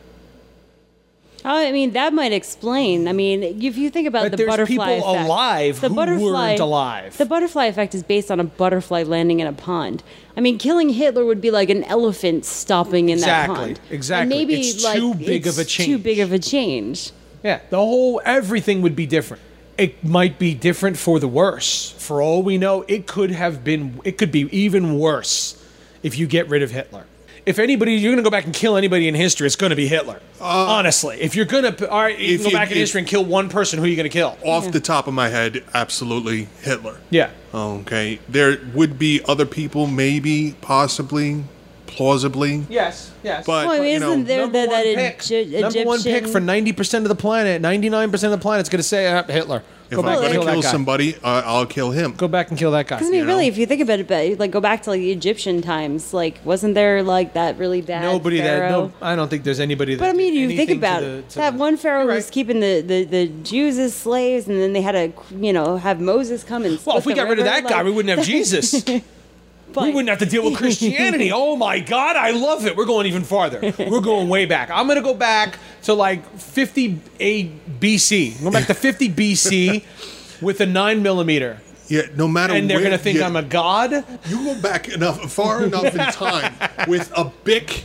Speaker 2: Oh, I mean, that might explain. I mean, if you think about
Speaker 1: But
Speaker 2: the
Speaker 1: there's
Speaker 2: butterfly
Speaker 1: people
Speaker 2: effect,
Speaker 1: alive
Speaker 2: the
Speaker 1: who
Speaker 2: butterfly,
Speaker 1: weren't alive.
Speaker 2: The butterfly effect is based on a butterfly landing in a pond. I mean, killing Hitler would be like an elephant stopping in
Speaker 1: Exactly,
Speaker 2: that pond. And
Speaker 1: exactly.
Speaker 2: maybe
Speaker 1: It's
Speaker 2: like
Speaker 1: too big of a
Speaker 2: it's Too big
Speaker 1: change.
Speaker 2: of a change.
Speaker 1: Yeah, the whole everything would be different. It might be different for the worse. For all we know, it could have been it could be even worse if you get rid of Hitler. If anybody you're going to go back and kill anybody in history, it's going to be Hitler. Honestly, if you're going to all right, you
Speaker 3: Uh, if
Speaker 1: can go
Speaker 3: you-
Speaker 1: back in
Speaker 3: if-
Speaker 1: history and kill one person, who are you going to kill?
Speaker 3: Off the top of my head, absolutely Hitler.
Speaker 1: Yeah.
Speaker 3: Okay. There would be other people, maybe, possibly, plausibly.
Speaker 1: Yes. Yes.
Speaker 3: But,
Speaker 2: Well, Oh, I mean,
Speaker 3: you know,
Speaker 2: isn't there
Speaker 1: number
Speaker 2: that, that
Speaker 1: one
Speaker 2: Egy-
Speaker 1: pick, number one pick
Speaker 2: Egyptian-
Speaker 1: for ninety percent of the planet, ninety nine percent of the planet's going to say uh, Hitler.
Speaker 3: if
Speaker 1: Go
Speaker 3: I'm
Speaker 1: back and
Speaker 3: going
Speaker 1: kill
Speaker 3: to kill
Speaker 1: that guy.
Speaker 3: somebody, uh, I'll kill him.
Speaker 1: Go back and kill that guy.
Speaker 2: Because I mean,
Speaker 3: know?
Speaker 2: really, if you think about it, but like go back to like the Egyptian times, like wasn't there like that really bad?
Speaker 1: Nobody that
Speaker 2: pharaoh?
Speaker 1: no, I don't think there's anybody that.
Speaker 2: But I mean,
Speaker 1: did
Speaker 2: you think
Speaker 1: anything to
Speaker 2: about
Speaker 1: the-
Speaker 2: it.
Speaker 1: to
Speaker 2: That
Speaker 1: the-
Speaker 2: one pharaoh
Speaker 1: You're
Speaker 2: was
Speaker 1: right.
Speaker 2: keeping the, the, the Jews as slaves, and then they had to, you know, have Moses come and.
Speaker 1: Well,
Speaker 2: split
Speaker 1: if we
Speaker 2: the
Speaker 1: got rid of
Speaker 2: river,
Speaker 1: that guy,
Speaker 2: like-
Speaker 1: we wouldn't have Jesus. we
Speaker 2: But-
Speaker 1: wouldn't have to deal with Christianity. oh my God, I love it. We're going even farther. We're going way back. I'm going to go back to like 58 BC. Go back to 50 BC with a nine millimeter,
Speaker 3: Yeah, no matter
Speaker 1: and they're
Speaker 3: where-
Speaker 1: going to think
Speaker 3: yeah,
Speaker 1: I'm a god.
Speaker 3: You go back enough, far enough in time with a bic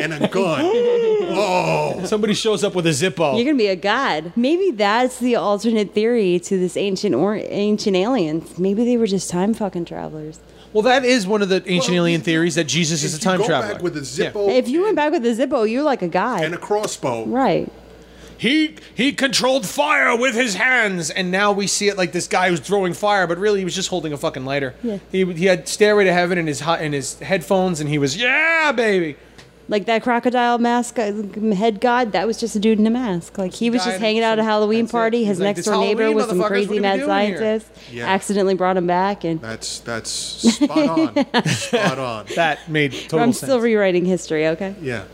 Speaker 3: and a gun. Oh,
Speaker 1: Somebody shows up with a Zippo.
Speaker 2: You're gonna be a god. Maybe that's the alternate theory to this ancient or ancient aliens. Maybe they were just time fucking travelers.
Speaker 1: well, that is one of the ancient
Speaker 3: Well,
Speaker 1: alien
Speaker 3: you-
Speaker 1: theories that Jesus is a
Speaker 3: if
Speaker 1: time
Speaker 3: you go
Speaker 1: traveler.
Speaker 3: Back with a
Speaker 1: Yeah.
Speaker 3: Zippo
Speaker 2: If you went back with a Zippo, you're like a god,
Speaker 3: and a crossbow.
Speaker 2: right?
Speaker 1: He he controlled fire with his hands, and now we see it like this guy who's throwing fire, but really he was just holding a fucking lighter.
Speaker 2: Yeah.
Speaker 1: He he had Stairway to Heaven in his hot in his headphones, and he was yeah baby.
Speaker 2: Like that crocodile mask uh, head god, that was just a dude in a mask. Like he was
Speaker 1: Died
Speaker 2: just hanging out at a
Speaker 1: from-
Speaker 2: Halloween
Speaker 1: that's it.
Speaker 2: party.
Speaker 1: He's
Speaker 2: His
Speaker 1: like,
Speaker 2: next
Speaker 1: "This
Speaker 2: door neighbor
Speaker 1: Halloween,
Speaker 2: was some
Speaker 1: motherfuckers,
Speaker 2: crazy
Speaker 1: what are we
Speaker 2: mad
Speaker 1: doing here?"
Speaker 2: scientist.
Speaker 3: Yeah.
Speaker 2: Accidentally brought him back, and
Speaker 3: That's that's spot on. spot on.
Speaker 1: That made total
Speaker 2: I'm
Speaker 1: sense.
Speaker 2: still rewriting history. Okay,
Speaker 3: Yeah.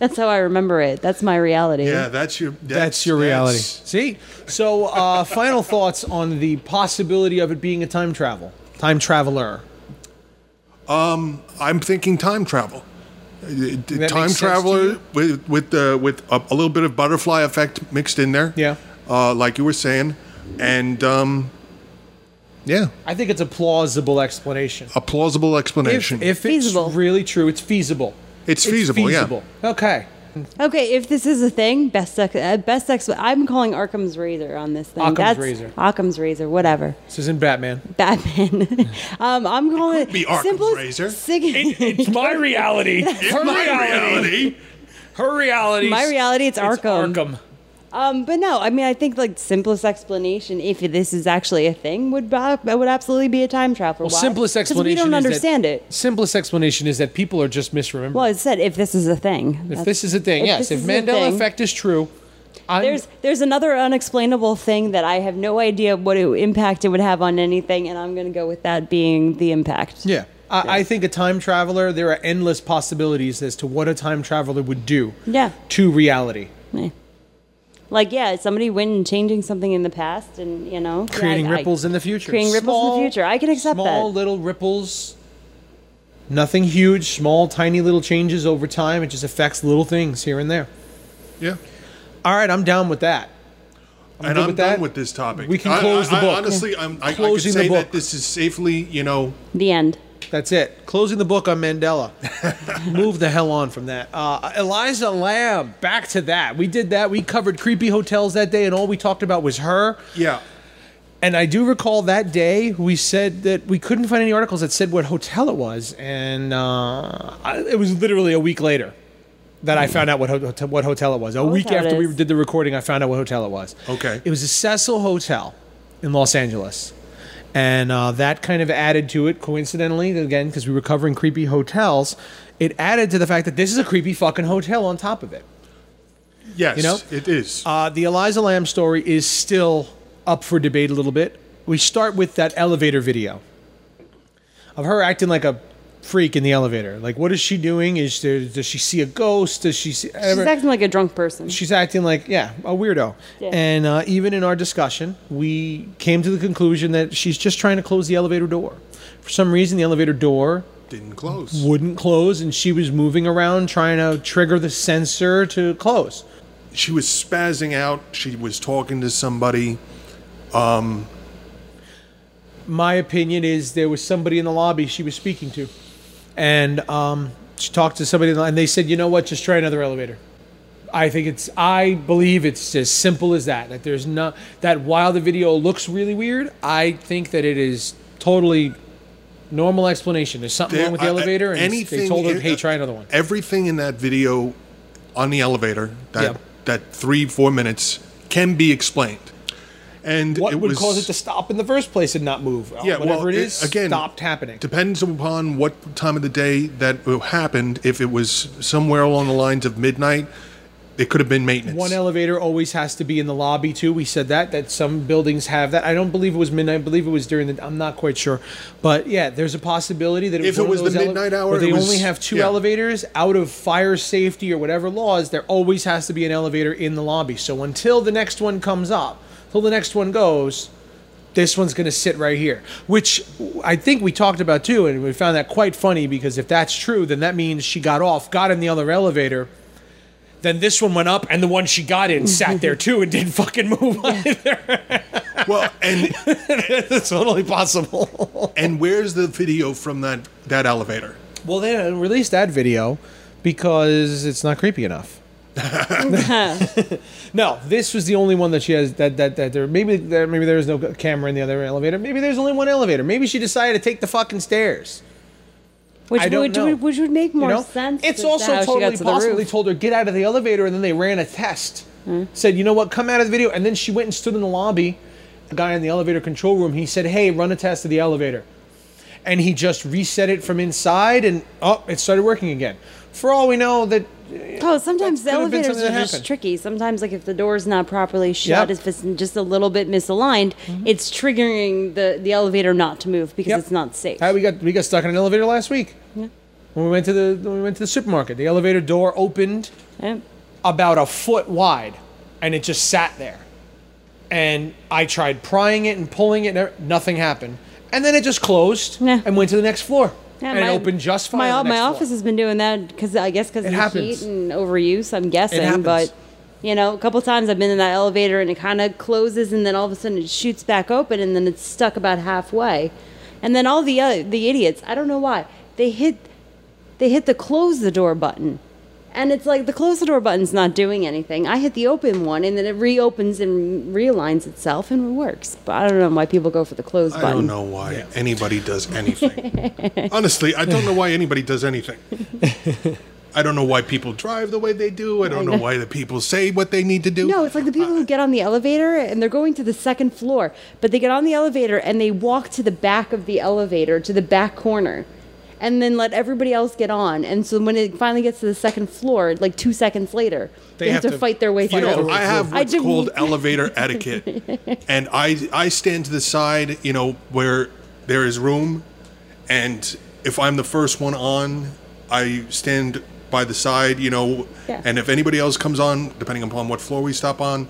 Speaker 2: that's how I remember it. That's my reality.
Speaker 3: Yeah, that's your that's,
Speaker 1: that's your reality.
Speaker 3: that's-
Speaker 1: See, so uh, final thoughts on the possibility of it being a time travel, time traveler.
Speaker 3: I'm thinking time travel. Uh, d-
Speaker 1: makes
Speaker 3: Time
Speaker 1: sense to
Speaker 3: traveler
Speaker 1: you?
Speaker 3: with with the with a, a little bit of butterfly effect mixed in there.
Speaker 1: Yeah.
Speaker 3: uh, like you were saying, and um, yeah,
Speaker 1: I think it's a plausible explanation.
Speaker 3: a plausible
Speaker 1: If,
Speaker 3: explanation.
Speaker 1: if it's
Speaker 2: Feasible.
Speaker 1: really true, it's feasible.
Speaker 3: It's feasible, yeah.
Speaker 1: Yeah. Okay.
Speaker 2: Okay, if this is a thing, best ex- uh, best ex- I'm calling Arkham's Razor on this thing.
Speaker 1: Occam's
Speaker 2: That's
Speaker 1: razor.
Speaker 2: Occam's Razor, whatever.
Speaker 1: This isn't Batman.
Speaker 2: Batman. um, I'm calling it,
Speaker 3: be Arkham's
Speaker 2: simplest-
Speaker 3: razor.
Speaker 2: sig-
Speaker 1: It's my reality. Her
Speaker 3: my reality.
Speaker 1: Her reality.
Speaker 2: My reality, it's Arkham.
Speaker 1: Arkham.
Speaker 2: um, but no, I mean, I think like simplest explanation, if this is actually a thing, would bo- would absolutely be a time travel.
Speaker 1: Well, simplest explanation.
Speaker 2: we don't
Speaker 1: is that-
Speaker 2: understand it.
Speaker 1: Simplest explanation is that people are just misremembering.
Speaker 2: Well, it said if this is a thing.
Speaker 1: if
Speaker 2: That's-
Speaker 1: this is a thing,
Speaker 2: if
Speaker 1: yes.
Speaker 2: this
Speaker 1: If
Speaker 2: is a
Speaker 1: Mandela
Speaker 2: thing-
Speaker 1: effect is true, I'm,
Speaker 2: There's there's another unexplainable thing that I have no idea what it, impact it would have on anything, and I'm going to go with that being the impact.
Speaker 1: yeah. I, I think a time traveler. There are endless possibilities as to what a time traveler would do
Speaker 2: Yeah.
Speaker 1: to reality,
Speaker 2: Yeah. Like yeah, somebody went and changing something in the past, and you know, yeah,
Speaker 1: creating
Speaker 2: I-
Speaker 1: ripples in the future,
Speaker 2: creating ripples in the future. I can accept
Speaker 1: small
Speaker 2: that.
Speaker 1: little ripples. Nothing huge, small, tiny little changes over time. It just affects little things here and there.
Speaker 3: yeah.
Speaker 1: All right, I'm down with that.
Speaker 3: and
Speaker 1: good
Speaker 3: I'm
Speaker 1: with
Speaker 3: done
Speaker 1: that?
Speaker 3: with this topic.
Speaker 1: We can
Speaker 3: I-
Speaker 1: close
Speaker 3: I-
Speaker 1: the
Speaker 3: I
Speaker 1: book.
Speaker 3: honestly, I'm I, I could
Speaker 1: Closing the
Speaker 3: say that
Speaker 1: book.
Speaker 3: this is safely, you know,
Speaker 2: the end.
Speaker 1: That's it. Closing the book on Mandela. Move the hell on from that. Uh, Eliza Lamb, back to that. We did that. We covered creepy hotels that day, and all we talked about was her.
Speaker 3: yeah.
Speaker 1: And I do recall that day we said that we couldn't find any articles that said what hotel it was, and uh, I, it was literally a week later that I found out what ho- hotel, what hotel it was. A week
Speaker 2: hotel it
Speaker 1: after we
Speaker 2: is.
Speaker 1: did the recording, I found out what hotel it was.
Speaker 3: Okay.
Speaker 1: it was a Cecil Hotel in Los Angeles, and uh, that kind of added to it. Coincidentally, again, because we were covering creepy hotels, it added to the fact that this is a creepy fucking hotel on top of it.
Speaker 3: Yes,
Speaker 1: You know?
Speaker 3: it is.
Speaker 1: Uh, the Eliza Lamb story is still up for debate a little bit. we start with that elevator video of her acting like a freak in the elevator. Like, what is she doing? Is there? Does she see a ghost? Does she see?
Speaker 2: She's acting like a drunk person.
Speaker 1: she's acting like yeah a weirdo
Speaker 2: Yeah.
Speaker 1: and uh, even in our discussion we came to the conclusion that she's just trying to close the elevator door for some reason the elevator door
Speaker 3: Didn't close.
Speaker 1: wouldn't close and she was moving around trying to trigger the sensor to close
Speaker 3: She was spazzing out. She was talking to somebody.
Speaker 1: my opinion is there was somebody in the lobby she was speaking to and um, she talked to somebody in the- and they said you know what just try another elevator I think it's. I believe it's as simple as that. That there's no. That while the video looks really weird, I think that it is totally normal explanation. There's something wrong with the
Speaker 3: I- I-
Speaker 1: elevator, and they told her,
Speaker 3: uh, in- uh,
Speaker 1: "Hey, try another one."
Speaker 3: Everything in that video on the elevator, that
Speaker 1: Yeah.
Speaker 3: that three four minutes, can be explained. And
Speaker 1: What
Speaker 3: it
Speaker 1: would
Speaker 3: was,
Speaker 1: cause it to stop in the first place and not move?
Speaker 3: Yeah,
Speaker 1: whatever
Speaker 3: well,
Speaker 1: it
Speaker 3: it-
Speaker 1: is,
Speaker 3: again,
Speaker 1: stopped happening.
Speaker 3: Depends upon what time of the day that happened. If it was somewhere along the lines of midnight, it could have been maintenance.
Speaker 1: One elevator always has to be in the lobby too. We said that that some buildings have that. I don't believe it was midnight. I believe it was during the. I'm not quite sure, but yeah, there's a possibility that it
Speaker 3: If
Speaker 1: was
Speaker 3: it
Speaker 1: one of
Speaker 3: was
Speaker 1: those
Speaker 3: the
Speaker 1: ele-
Speaker 3: midnight hour,
Speaker 1: where they
Speaker 3: it was-
Speaker 1: only have two
Speaker 3: yeah.
Speaker 1: elevators out of fire safety or whatever laws. There always has to be an elevator in the lobby. So until the next one comes up, till the next one goes, this one's going to sit right here, which I think we talked about too, and we found that quite funny because if that's true, then that means she got off, got in the other elevator, then this one went up, and the one she got in sat there too and didn't fucking move either.
Speaker 3: well, and
Speaker 1: it's totally possible.
Speaker 3: and where's the video from that that elevator?
Speaker 1: Well, they didn't release that video because it's not creepy enough. no, this was the only one that she has that that that there maybe there maybe there is no camera in the other elevator. Maybe there's only one elevator. Maybe she decided to take the fucking stairs.
Speaker 2: which
Speaker 1: I don't
Speaker 2: would
Speaker 1: know.
Speaker 2: Which, would make
Speaker 1: you
Speaker 2: more
Speaker 1: know?
Speaker 2: sense.
Speaker 1: It's
Speaker 2: as to how
Speaker 1: also
Speaker 2: she got
Speaker 1: totally
Speaker 2: to the
Speaker 1: possible they
Speaker 2: roof. Hmm.
Speaker 1: told her get out of the elevator, and then they ran a test. Said, you know what, come out of the video, and then she went and stood in the lobby. The guy in the elevator control room, he said, hey, run a test of the elevator, and he just reset it from inside, and oh, it started working again. For all we know, that
Speaker 2: Oh, sometimes
Speaker 1: That
Speaker 2: the
Speaker 1: could have been
Speaker 2: elevators
Speaker 1: something
Speaker 2: are
Speaker 1: that
Speaker 2: just
Speaker 1: happened.
Speaker 2: tricky. Sometimes, like if the door's not properly shut,
Speaker 1: Yep. Mm-hmm.
Speaker 2: if it's just a little bit misaligned, it's triggering the, the elevator not to move because
Speaker 1: Yep.
Speaker 2: it's not safe.
Speaker 1: Hey, uh, we got we got stuck in an elevator last week. When we went to the when we went to the supermarket, the elevator door opened
Speaker 2: Yep.
Speaker 1: about a foot wide, and it just sat there. And I tried prying it and pulling it, and e- nothing happened. And then it just closed
Speaker 2: Yeah.
Speaker 1: and went to the next floor.
Speaker 2: Yeah,
Speaker 1: and it opened just fine.
Speaker 2: My,
Speaker 1: on the
Speaker 2: my
Speaker 1: next floor.
Speaker 2: office has been doing that because I guess because
Speaker 1: It
Speaker 2: of the heat
Speaker 1: happens.
Speaker 2: and overuse. I'm guessing,
Speaker 1: happens.
Speaker 2: but you know, a couple times I've been in that elevator and it kind of closes and then all of a sudden it shoots back open and then it's stuck about halfway, and then all the other, the idiots. I don't know why they hit they hit the close the door button. And it's like the close the door button's not doing anything. I hit the open one, and then it reopens and realigns itself, and it works. But I don't know why people go for the close
Speaker 3: I
Speaker 2: button.
Speaker 3: don't know why anybody does anything. Honestly, I don't know why anybody does anything. I don't know why people drive the way they do. I don't know why the people say what they need to do.
Speaker 2: No, it's like the people who get on the elevator and they're going to the second floor, but they get on the elevator and they walk to the back of the elevator, to the back corner, and then let everybody else get on. And so when it finally gets to the second floor, like two seconds later, they, have, to, fight their way
Speaker 1: You
Speaker 2: through.
Speaker 1: know,
Speaker 3: I have
Speaker 2: I
Speaker 3: what's
Speaker 2: do-
Speaker 3: called elevator etiquette, and I I stand to the side, you know, where there is room, and if I'm the first one on, I stand by the side, you know,
Speaker 2: Yeah.
Speaker 3: and if anybody else comes on, depending upon what floor we stop on,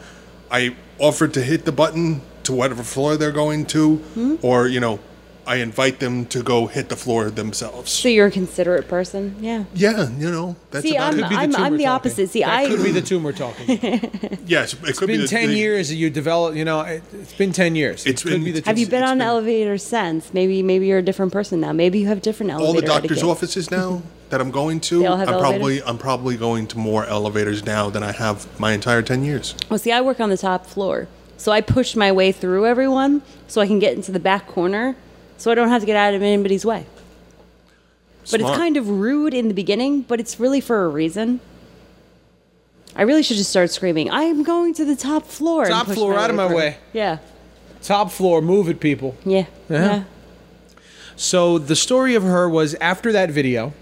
Speaker 3: I offer to hit the button to whatever floor they're going to,
Speaker 2: Hmm?
Speaker 3: or you know, I invite them to go hit the floor themselves.
Speaker 2: so you're a considerate person, yeah.
Speaker 3: yeah, you know, that's
Speaker 2: See,
Speaker 3: about
Speaker 2: I'm
Speaker 3: it.
Speaker 1: Could be the
Speaker 2: I'm,
Speaker 1: tumor
Speaker 2: I'm the
Speaker 1: talking.
Speaker 2: opposite. See,
Speaker 1: That
Speaker 2: I
Speaker 1: could be the tumor talking. It's
Speaker 3: yes, it could be
Speaker 1: been
Speaker 3: the-
Speaker 1: ten
Speaker 3: the-
Speaker 1: years that you develop. You know, it, it's been ten years.
Speaker 3: It's
Speaker 1: it could
Speaker 3: been-
Speaker 1: be the
Speaker 2: have you
Speaker 1: tumor.
Speaker 2: been
Speaker 3: it's
Speaker 2: on
Speaker 3: been-
Speaker 2: elevators since? Maybe maybe you're a different person now. Maybe you have different elevator
Speaker 3: all the doctor's
Speaker 2: etiquette.
Speaker 3: offices now that I'm going to.
Speaker 2: They all have
Speaker 3: I'm
Speaker 2: elevators?
Speaker 3: probably I'm probably going to more elevators now than I have my entire ten years.
Speaker 2: Well, see, I work on the top floor, so I push my way through everyone so I can get into the back corner, so I don't have to get out of anybody's way. But it's kind of rude in the beginning, but it's really for a reason. I really should just start screaming. I am going to the top floor. and
Speaker 1: Top
Speaker 2: push
Speaker 1: floor, out of my
Speaker 2: through."
Speaker 1: way.
Speaker 2: Yeah,
Speaker 1: Top floor, move it, people.
Speaker 2: yeah,
Speaker 1: Yeah.
Speaker 2: yeah.
Speaker 1: So the story of her was after that video,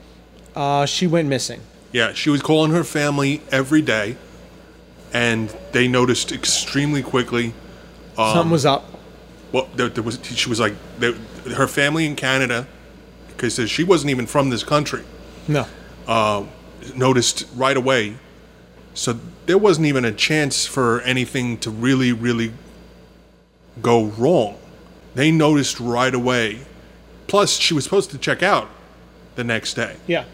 Speaker 1: uh, she went missing.
Speaker 3: yeah. She was calling her family every day, and they noticed extremely quickly.
Speaker 1: Something was up.
Speaker 3: well, there, there was she was like there, her family in Canada because she wasn't even from this country
Speaker 1: No.
Speaker 3: uh, noticed right away. So there wasn't even a chance for anything to really, really go wrong. They noticed right away. Plus, she was supposed to check out the next day.
Speaker 1: Yeah.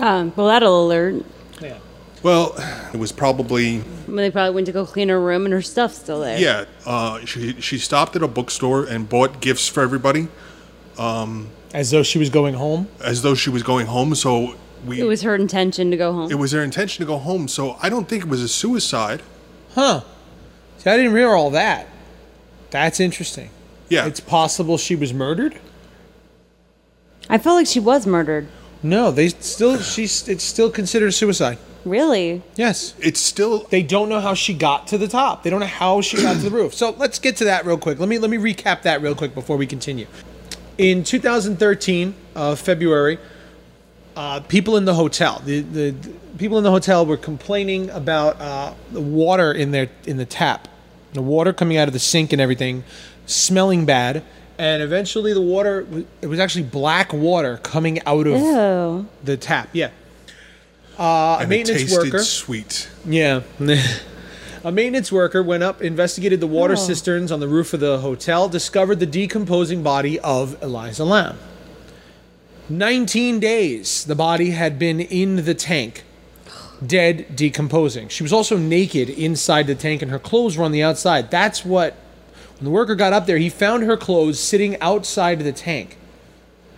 Speaker 2: Um, well, that'll alert.
Speaker 1: Yeah.
Speaker 3: Well, it was probably
Speaker 2: Well, they probably went to go clean her room, and her stuff's still there.
Speaker 3: yeah. Uh, she she stopped at a bookstore and bought gifts for everybody,
Speaker 1: As though she was going home.
Speaker 3: as though she was going home. So we
Speaker 2: It was her intention to go home.
Speaker 3: it was their intention to go home. So I don't think it was a suicide.
Speaker 1: Huh. See, I didn't hear all that. That's interesting.
Speaker 3: Yeah,
Speaker 1: It's possible she was murdered.
Speaker 2: I felt like she was murdered.
Speaker 1: No, they still she's it's still considered suicide.
Speaker 2: Really?
Speaker 1: Yes.
Speaker 3: it's still
Speaker 1: They don't know how she got to the top. They don't know how she got to the roof. So let's get to that real quick. Let me let me recap that real quick before we continue. In 2013, uh, February, uh, people in the hotel, the, the, the people in the hotel were complaining about uh, the water in their in the tap, the water coming out of the sink and everything, smelling bad. And eventually, the water w- it was actually black water coming out of
Speaker 2: Ew.
Speaker 1: the tap. Yeah,
Speaker 3: and it
Speaker 1: maintenance
Speaker 3: tasted
Speaker 1: worker.
Speaker 3: sweet.
Speaker 1: yeah. a maintenance worker went up, investigated the water
Speaker 2: Oh.
Speaker 1: cisterns on the roof of the hotel, discovered the decomposing body of Eliza Lamb. 19 days the body had been in the tank, dead, decomposing. She was also naked inside the tank, and her clothes were on the outside. That's what. When the worker got up there, he found her clothes sitting outside the tank.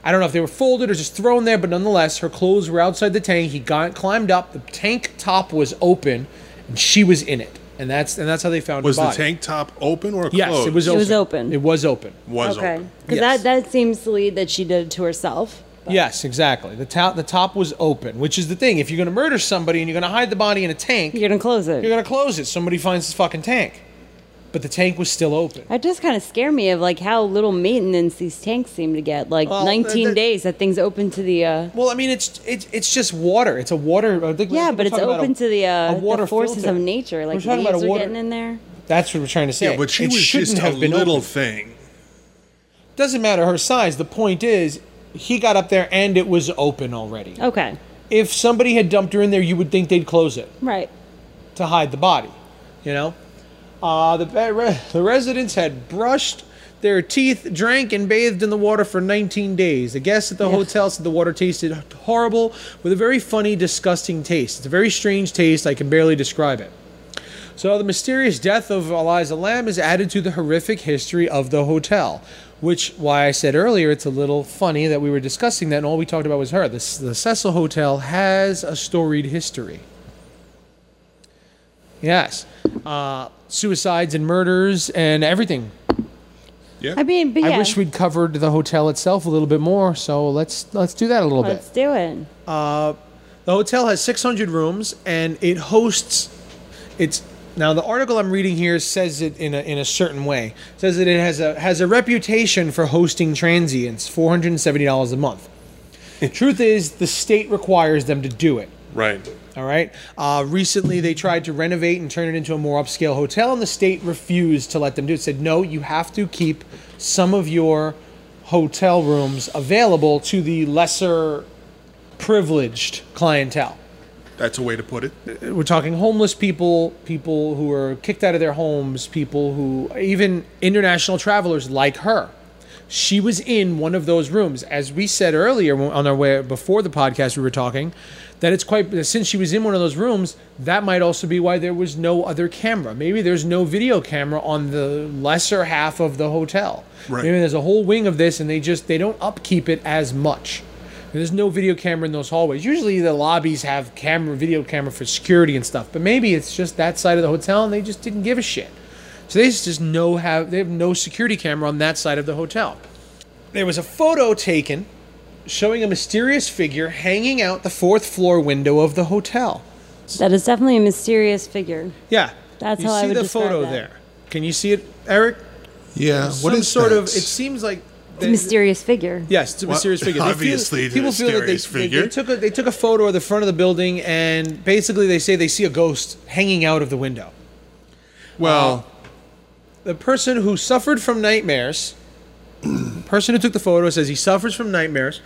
Speaker 1: I don't know if they were folded or just thrown there, but nonetheless, her clothes were outside the tank. He got, climbed up. The tank top was open, and she was in it. And that's and that's how they found
Speaker 3: Was
Speaker 1: her
Speaker 3: the
Speaker 1: body.
Speaker 3: tank top open or closed?
Speaker 1: Yes, it was
Speaker 2: It
Speaker 1: open.
Speaker 2: was open.
Speaker 1: It was open.
Speaker 3: Was
Speaker 2: okay.
Speaker 3: open.
Speaker 2: Because
Speaker 1: Yes.
Speaker 2: that, that seems to lead that she did it to herself.
Speaker 1: Yes, exactly. The top the top was open, which is the thing. If you're going to murder somebody and you're going to hide the body in a tank,
Speaker 2: You're going to close it.
Speaker 1: you're going to close it. Somebody finds this fucking tank, but the tank was still open.
Speaker 2: that does kind of scare me of like how little maintenance these tanks seem to get. Like
Speaker 1: Well,
Speaker 2: 19
Speaker 1: that-
Speaker 2: days that thing's open to the uh
Speaker 1: Well, I mean, it's it's it's just water. It's a water. I think we're- I
Speaker 2: Yeah,
Speaker 1: think
Speaker 2: but
Speaker 1: we're
Speaker 2: it's
Speaker 1: talking about
Speaker 2: open
Speaker 1: a-
Speaker 2: to the
Speaker 1: a
Speaker 2: uh
Speaker 1: water
Speaker 2: the forces
Speaker 1: filter.
Speaker 2: of nature. Like
Speaker 1: we're talking
Speaker 2: leaves
Speaker 1: about a
Speaker 2: are
Speaker 1: water.
Speaker 2: getting in there.
Speaker 1: That's what we're trying to say.
Speaker 3: Yeah, but she
Speaker 1: It
Speaker 3: was
Speaker 1: shouldn't
Speaker 3: just a
Speaker 1: have been
Speaker 3: little
Speaker 1: open.
Speaker 3: thing.
Speaker 1: Doesn't matter her size. The point is, he got up there and it was open already.
Speaker 2: Okay.
Speaker 1: If somebody had dumped her in there, you would think they'd close it.
Speaker 2: Right.
Speaker 1: to hide the body. You know, uh, the be- re- the residents had brushed their teeth, drank, and bathed in the water for 19 days. The guests at the hotel said the water tasted horrible, with a very funny, disgusting taste. It's a very strange taste. I can barely describe it. So the mysterious death of Eliza Lamb is added to the horrific history of the hotel, which why I said earlier it's a little funny that we were discussing that and all we talked about was her. The, S- the Cecil Hotel has a storied history. Yes, uh, suicides and murders and everything.
Speaker 3: Yeah.
Speaker 2: I mean, but yeah.
Speaker 1: I wish we'd covered the hotel itself a little bit more. So let's let's do that a little bit.
Speaker 2: Let's do it.
Speaker 1: The hotel has 600 rooms and it hosts. It's now the article I'm reading here says it in a, in a certain way. It says that it has a has a reputation for hosting transients, 470 dollars a month. Truth is, the state requires them to do it.
Speaker 3: Right.
Speaker 1: All right. Uh, recently, they tried to renovate and turn it into a more upscale hotel, and the state refused to let them do it. Said, no, you have to keep some of your hotel rooms available to the lesser privileged clientele.
Speaker 3: That's a way to put it.
Speaker 1: We're talking homeless people, people who are kicked out of their homes, people who, even international travelers like her. She was in one of those rooms. As we said earlier when- on our way before the podcast, we were talking that it's quite, that since she was in one of those rooms, that might also be why there was no other camera. Maybe there's no video camera on the lesser half of the hotel.
Speaker 3: Right.
Speaker 1: Maybe there's a whole wing of this and they just, they don't upkeep it as much. There's no video camera in those hallways. Usually the lobbies have camera, video camera for security and stuff. But maybe it's just that side of the hotel, and they just didn't give a shit. So they just no have they have no security camera on that side of the hotel. There was a photo taken showing a mysterious figure hanging out the fourth floor window of the hotel.
Speaker 2: That is definitely a mysterious figure.
Speaker 1: Yeah,
Speaker 2: That's
Speaker 1: you
Speaker 2: how I
Speaker 1: see
Speaker 2: would
Speaker 1: the
Speaker 2: describe
Speaker 1: photo
Speaker 2: that.
Speaker 1: there. Can you see it, Eric?
Speaker 3: Yeah.
Speaker 1: Some sort of? It seems like
Speaker 2: It's a mysterious figure.
Speaker 1: Yes, it's a
Speaker 3: Well,
Speaker 1: mysterious figure. They feel-
Speaker 3: obviously it's a
Speaker 1: people feel that they,
Speaker 3: mysterious
Speaker 1: they, they
Speaker 3: figure.
Speaker 1: took a, they took a photo of the front of the building, and Um, basically they say they see a ghost hanging out of the window.
Speaker 3: well,
Speaker 1: the person who suffered from nightmares, person who took the photo says he suffers from nightmares.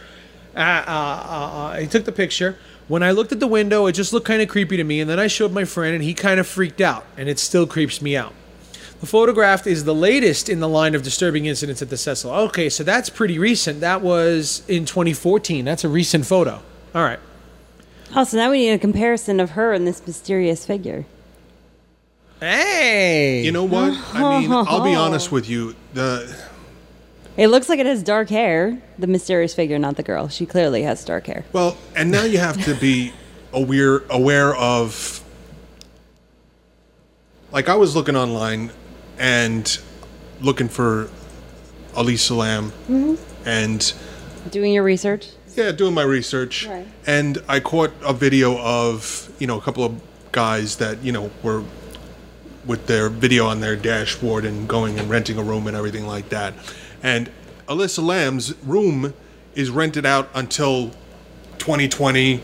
Speaker 1: Uh, uh, uh, uh, he took the picture. When I looked at the window, it just looked kind of creepy to me, and then I showed my friend, and he kind of freaked out, and it still creeps me out. The photograph is the latest in the line of disturbing incidents at the Cecil. Okay, so that's pretty recent. That was in 2014. That's a recent photo. All right.
Speaker 2: Also, now we need a comparison of her and this mysterious figure.
Speaker 1: Hey.
Speaker 3: You know what? I mean, I'll be honest with you. The
Speaker 2: It looks like it has dark hair. The mysterious figure, not the girl. She clearly has dark hair.
Speaker 3: Well, and now you have to be aware aware of like I was looking online and looking for Elisa Lam
Speaker 1: Mm-hmm.
Speaker 3: and
Speaker 2: Doing your research.
Speaker 3: yeah, doing my research
Speaker 2: Right.
Speaker 3: and I caught a video of, you know, a couple of guys that, you know, were with their video on their dashboard and going and renting a room and everything like that. And Alyssa Lamb's room is rented out until 2020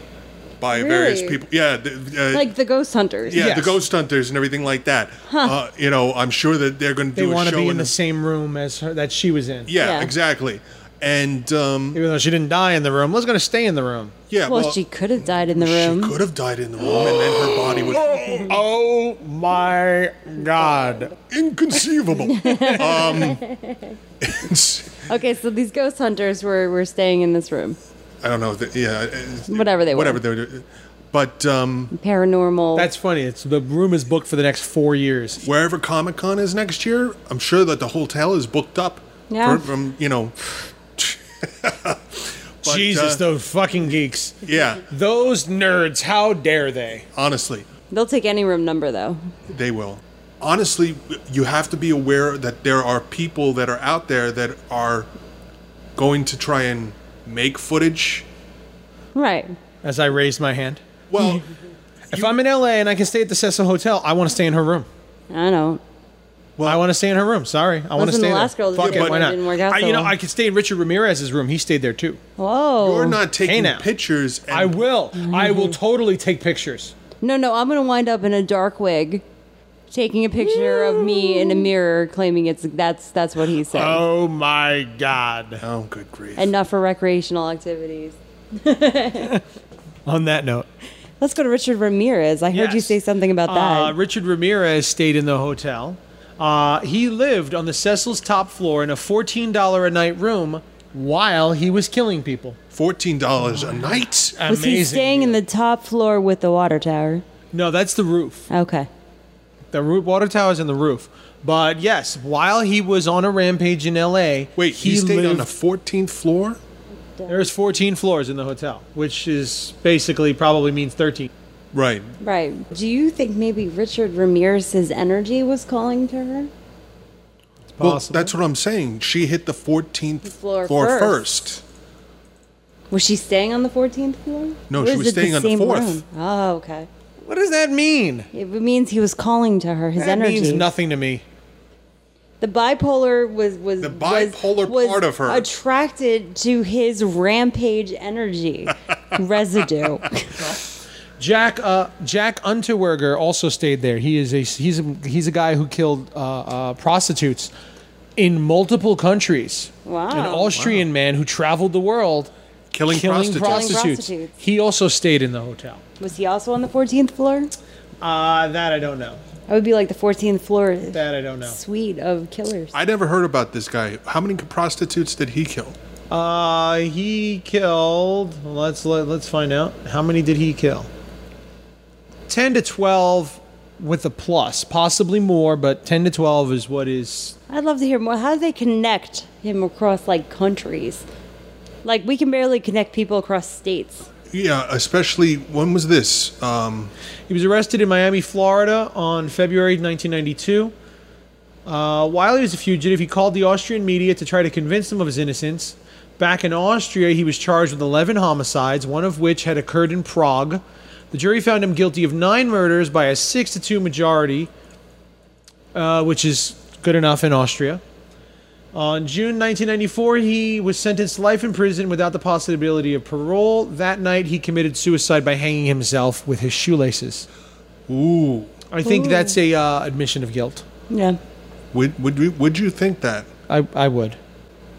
Speaker 3: by various
Speaker 2: Really?
Speaker 3: people. Yeah, the, uh,
Speaker 2: Like the ghost hunters.
Speaker 3: yeah, the
Speaker 1: Yes.
Speaker 3: ghost hunters and everything like that. Uh, you know, I'm sure that they're going to
Speaker 1: they
Speaker 3: do a
Speaker 1: want to
Speaker 3: show
Speaker 1: be
Speaker 3: in
Speaker 1: in the same room as her that she was in.
Speaker 3: yeah,
Speaker 2: Yeah.
Speaker 3: exactly. And um,
Speaker 1: Even though she didn't die in the room, let's gonna stay in the room.
Speaker 3: yeah,
Speaker 2: Well, she could have died in the room.
Speaker 3: She could have died in the room, and then her body was
Speaker 1: Oh my god.
Speaker 3: inconceivable. um, it's-
Speaker 2: Okay, so these ghost hunters were, were staying in this room.
Speaker 3: I don't know. if the- yeah, it's-
Speaker 2: Whatever they were.
Speaker 3: whatever they were. uh, But um,
Speaker 2: Paranormal.
Speaker 1: That's funny. It's the room is booked for the next four years.
Speaker 3: wherever Comic Con is next year, I'm sure that the hotel is booked up.
Speaker 2: Yeah.
Speaker 3: for- from you know. But,
Speaker 1: Jesus,
Speaker 3: uh,
Speaker 1: those fucking geeks.
Speaker 3: Yeah,
Speaker 1: Those nerds, how dare they?
Speaker 3: honestly,
Speaker 2: They'll take any room number though.
Speaker 3: they will. Honestly, you have to be aware that there are people that are out there that are going to try and make footage.
Speaker 2: Right.
Speaker 1: As I raised my hand.
Speaker 3: Well,
Speaker 1: If I'm in LA and I can stay at the Cecil Hotel, I want to stay in her room.
Speaker 2: I don't.
Speaker 1: Well, I want to stay in her room. Sorry, I want to
Speaker 2: Wasn't
Speaker 1: stay
Speaker 2: the
Speaker 1: there.
Speaker 2: last girl that
Speaker 1: Fuck
Speaker 2: did
Speaker 1: it,
Speaker 2: it
Speaker 1: why not?
Speaker 2: didn't work out
Speaker 1: I,
Speaker 2: so
Speaker 1: you know,
Speaker 2: well.
Speaker 1: I could stay in Richard Ramirez's room. He stayed there too.
Speaker 2: Whoa.
Speaker 3: you're not taking
Speaker 1: now.
Speaker 3: pictures. And
Speaker 1: I will. I
Speaker 2: Mm-hmm.
Speaker 1: will totally take pictures.
Speaker 2: No, no, I'm gonna wind up in a dark wig, taking a picture of me in a mirror, claiming it's that's that's what he said.
Speaker 1: Oh my god.
Speaker 3: Oh, good grief.
Speaker 2: Enough for recreational activities.
Speaker 1: On that note,
Speaker 2: Let's go to Richard Ramirez. I heard you
Speaker 1: Yes.
Speaker 2: say something about
Speaker 1: uh,
Speaker 2: that.
Speaker 1: Richard Ramirez stayed in the hotel. Uh, he lived on the Cecil's top floor in a $14 a night room while he was killing people.
Speaker 3: Fourteen dollars a night.
Speaker 2: Was he staying in the top floor with the water tower?
Speaker 1: No, that's the roof.
Speaker 2: Okay.
Speaker 1: The root water tower's in the roof. But yes, while he was on a rampage in LA,
Speaker 3: Wait, he, stayed on
Speaker 1: lived,
Speaker 3: the fourteenth floor.
Speaker 1: there's 14 floors in the hotel, which is basically probably means 13.
Speaker 3: Right.
Speaker 2: Right. Do you think maybe Richard Ramirez's energy was calling to her?
Speaker 1: It's
Speaker 3: Well,
Speaker 1: possible.
Speaker 3: that's what I'm saying. She hit the fourteenth
Speaker 2: floor
Speaker 3: floor,
Speaker 2: first.
Speaker 3: first.
Speaker 2: Was she staying on the 14th floor?
Speaker 3: No,
Speaker 2: Or
Speaker 3: she
Speaker 2: is
Speaker 3: was
Speaker 2: it
Speaker 3: staying on the
Speaker 2: same
Speaker 3: fourth.
Speaker 2: room? Oh, okay.
Speaker 1: what does that mean?
Speaker 2: It means he was calling to her. His
Speaker 1: That
Speaker 2: energy.
Speaker 1: means nothing to me.
Speaker 2: The bipolar was was
Speaker 3: The
Speaker 2: was-
Speaker 3: bipolar
Speaker 2: was
Speaker 3: part of her.
Speaker 2: attracted to his rampage energy residue.
Speaker 1: Jack uh, Jack Unterweger also stayed there. He is a he's a, he's a guy who killed uh, uh, prostitutes in multiple countries.
Speaker 2: Wow.
Speaker 1: An Austrian man who traveled the world
Speaker 3: Killing,
Speaker 1: killing
Speaker 3: prostitutes.
Speaker 1: prostitutes.
Speaker 2: prostitutes.
Speaker 1: He also stayed in the hotel.
Speaker 2: Was he also on the 14th floor?
Speaker 1: Uh, that I don't know.
Speaker 2: That would be like the 14th floor
Speaker 1: That I don't know.
Speaker 2: suite of killers.
Speaker 3: I never heard about this guy. How many prostitutes did he kill?
Speaker 1: Uh, he killed. Let's let, let's find out. How many did he kill? Ten to twelve, with a plus, possibly more, but ten to twelve is what is
Speaker 2: I'd love to hear more. How do they connect him across like countries? Like we can barely connect people across states.
Speaker 3: Yeah, especially when was this? Um,
Speaker 1: He was arrested in Miami, Florida on February 1992. Uh, while he was a fugitive, he called the Austrian media to try to convince them of his innocence. Back in Austria, he was charged with 11 homicides, one of which had occurred in Prague. The jury found him guilty of nine murders by a 6 to 2 majority, uh, which is good enough in Austria. On June 1994, he was sentenced to life in prison without the possibility of parole. That night, he committed suicide by hanging himself with his shoelaces.
Speaker 3: ooh,
Speaker 1: I think that's a uh, admission of guilt.
Speaker 2: Yeah.
Speaker 3: Would would you would you think that
Speaker 1: I, I would.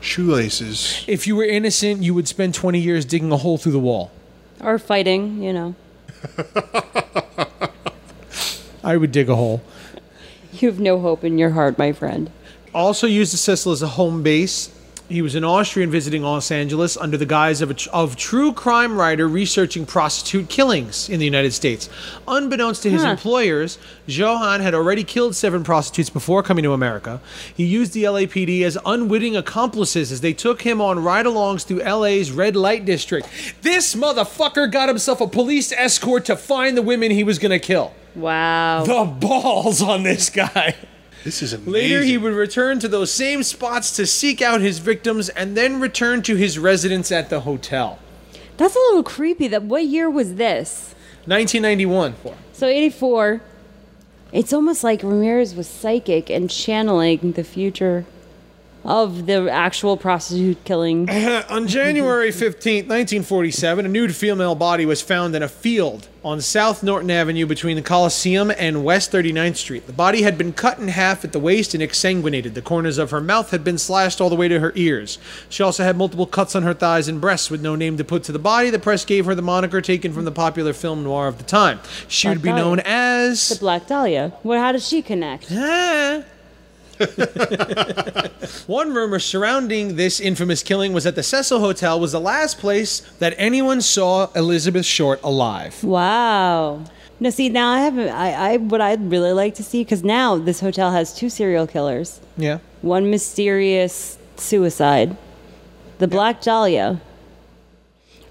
Speaker 3: shoelaces?
Speaker 1: If you were innocent, you would spend 20 years digging a hole through the wall.
Speaker 2: Or fighting, you know.
Speaker 1: I would dig a hole.
Speaker 2: You have no hope in your heart, my friend.
Speaker 1: also used the Sicil as a home base. He was an Austrian visiting Los Angeles under the guise of a tr- of true crime writer researching prostitute killings in the United States. Unbeknownst to his
Speaker 2: Huh.
Speaker 1: employers, Johann had already killed seven prostitutes before coming to America. He used the LAPD as unwitting accomplices as they took him on ride-alongs through LA's red light district. This motherfucker got himself a police escort to find the women he was going to kill.
Speaker 2: Wow.
Speaker 1: The balls on this guy.
Speaker 3: This is amazing.
Speaker 1: Later, he would return to those same spots to seek out his victims and then return to his residence at the hotel.
Speaker 2: That's a little creepy. That what year was this?
Speaker 1: 1991.
Speaker 2: So 84. It's almost like Ramirez was psychic and channeling the future of the actual prostitute killing.
Speaker 1: On January 15, 1947, a nude female body was found in a field on South Norton Avenue between the Coliseum and West 39th Street. The body had been cut in half at the waist and exsanguinated. The corners of her mouth had been slashed all the way to her ears. She also had multiple cuts on her thighs and breasts with no name to put to the body. The press gave her the moniker taken from the popular film noir of the time. She would be
Speaker 2: Black Dahlia.
Speaker 1: known as.
Speaker 2: The Black Dahlia. What? How does she connect?
Speaker 1: Ah. One rumor surrounding this infamous killing was that the Cecil Hotel was the last place that anyone saw Elizabeth Short alive.
Speaker 2: Wow. No, see, now I haven't. I, I what I'd really like to see because now this hotel has two serial killers,
Speaker 1: Yeah.
Speaker 2: one mysterious suicide, the Black Dahlia.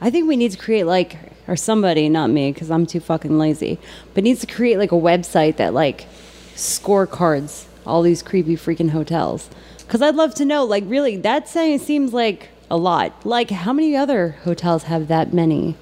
Speaker 2: I think we need to create like, or somebody, not me, because I'm too fucking lazy, but needs to create like a website that like scorecards all these creepy freaking hotels. Because I'd love to know, like, really, that saying seems like a lot. Like, how many other hotels have that many?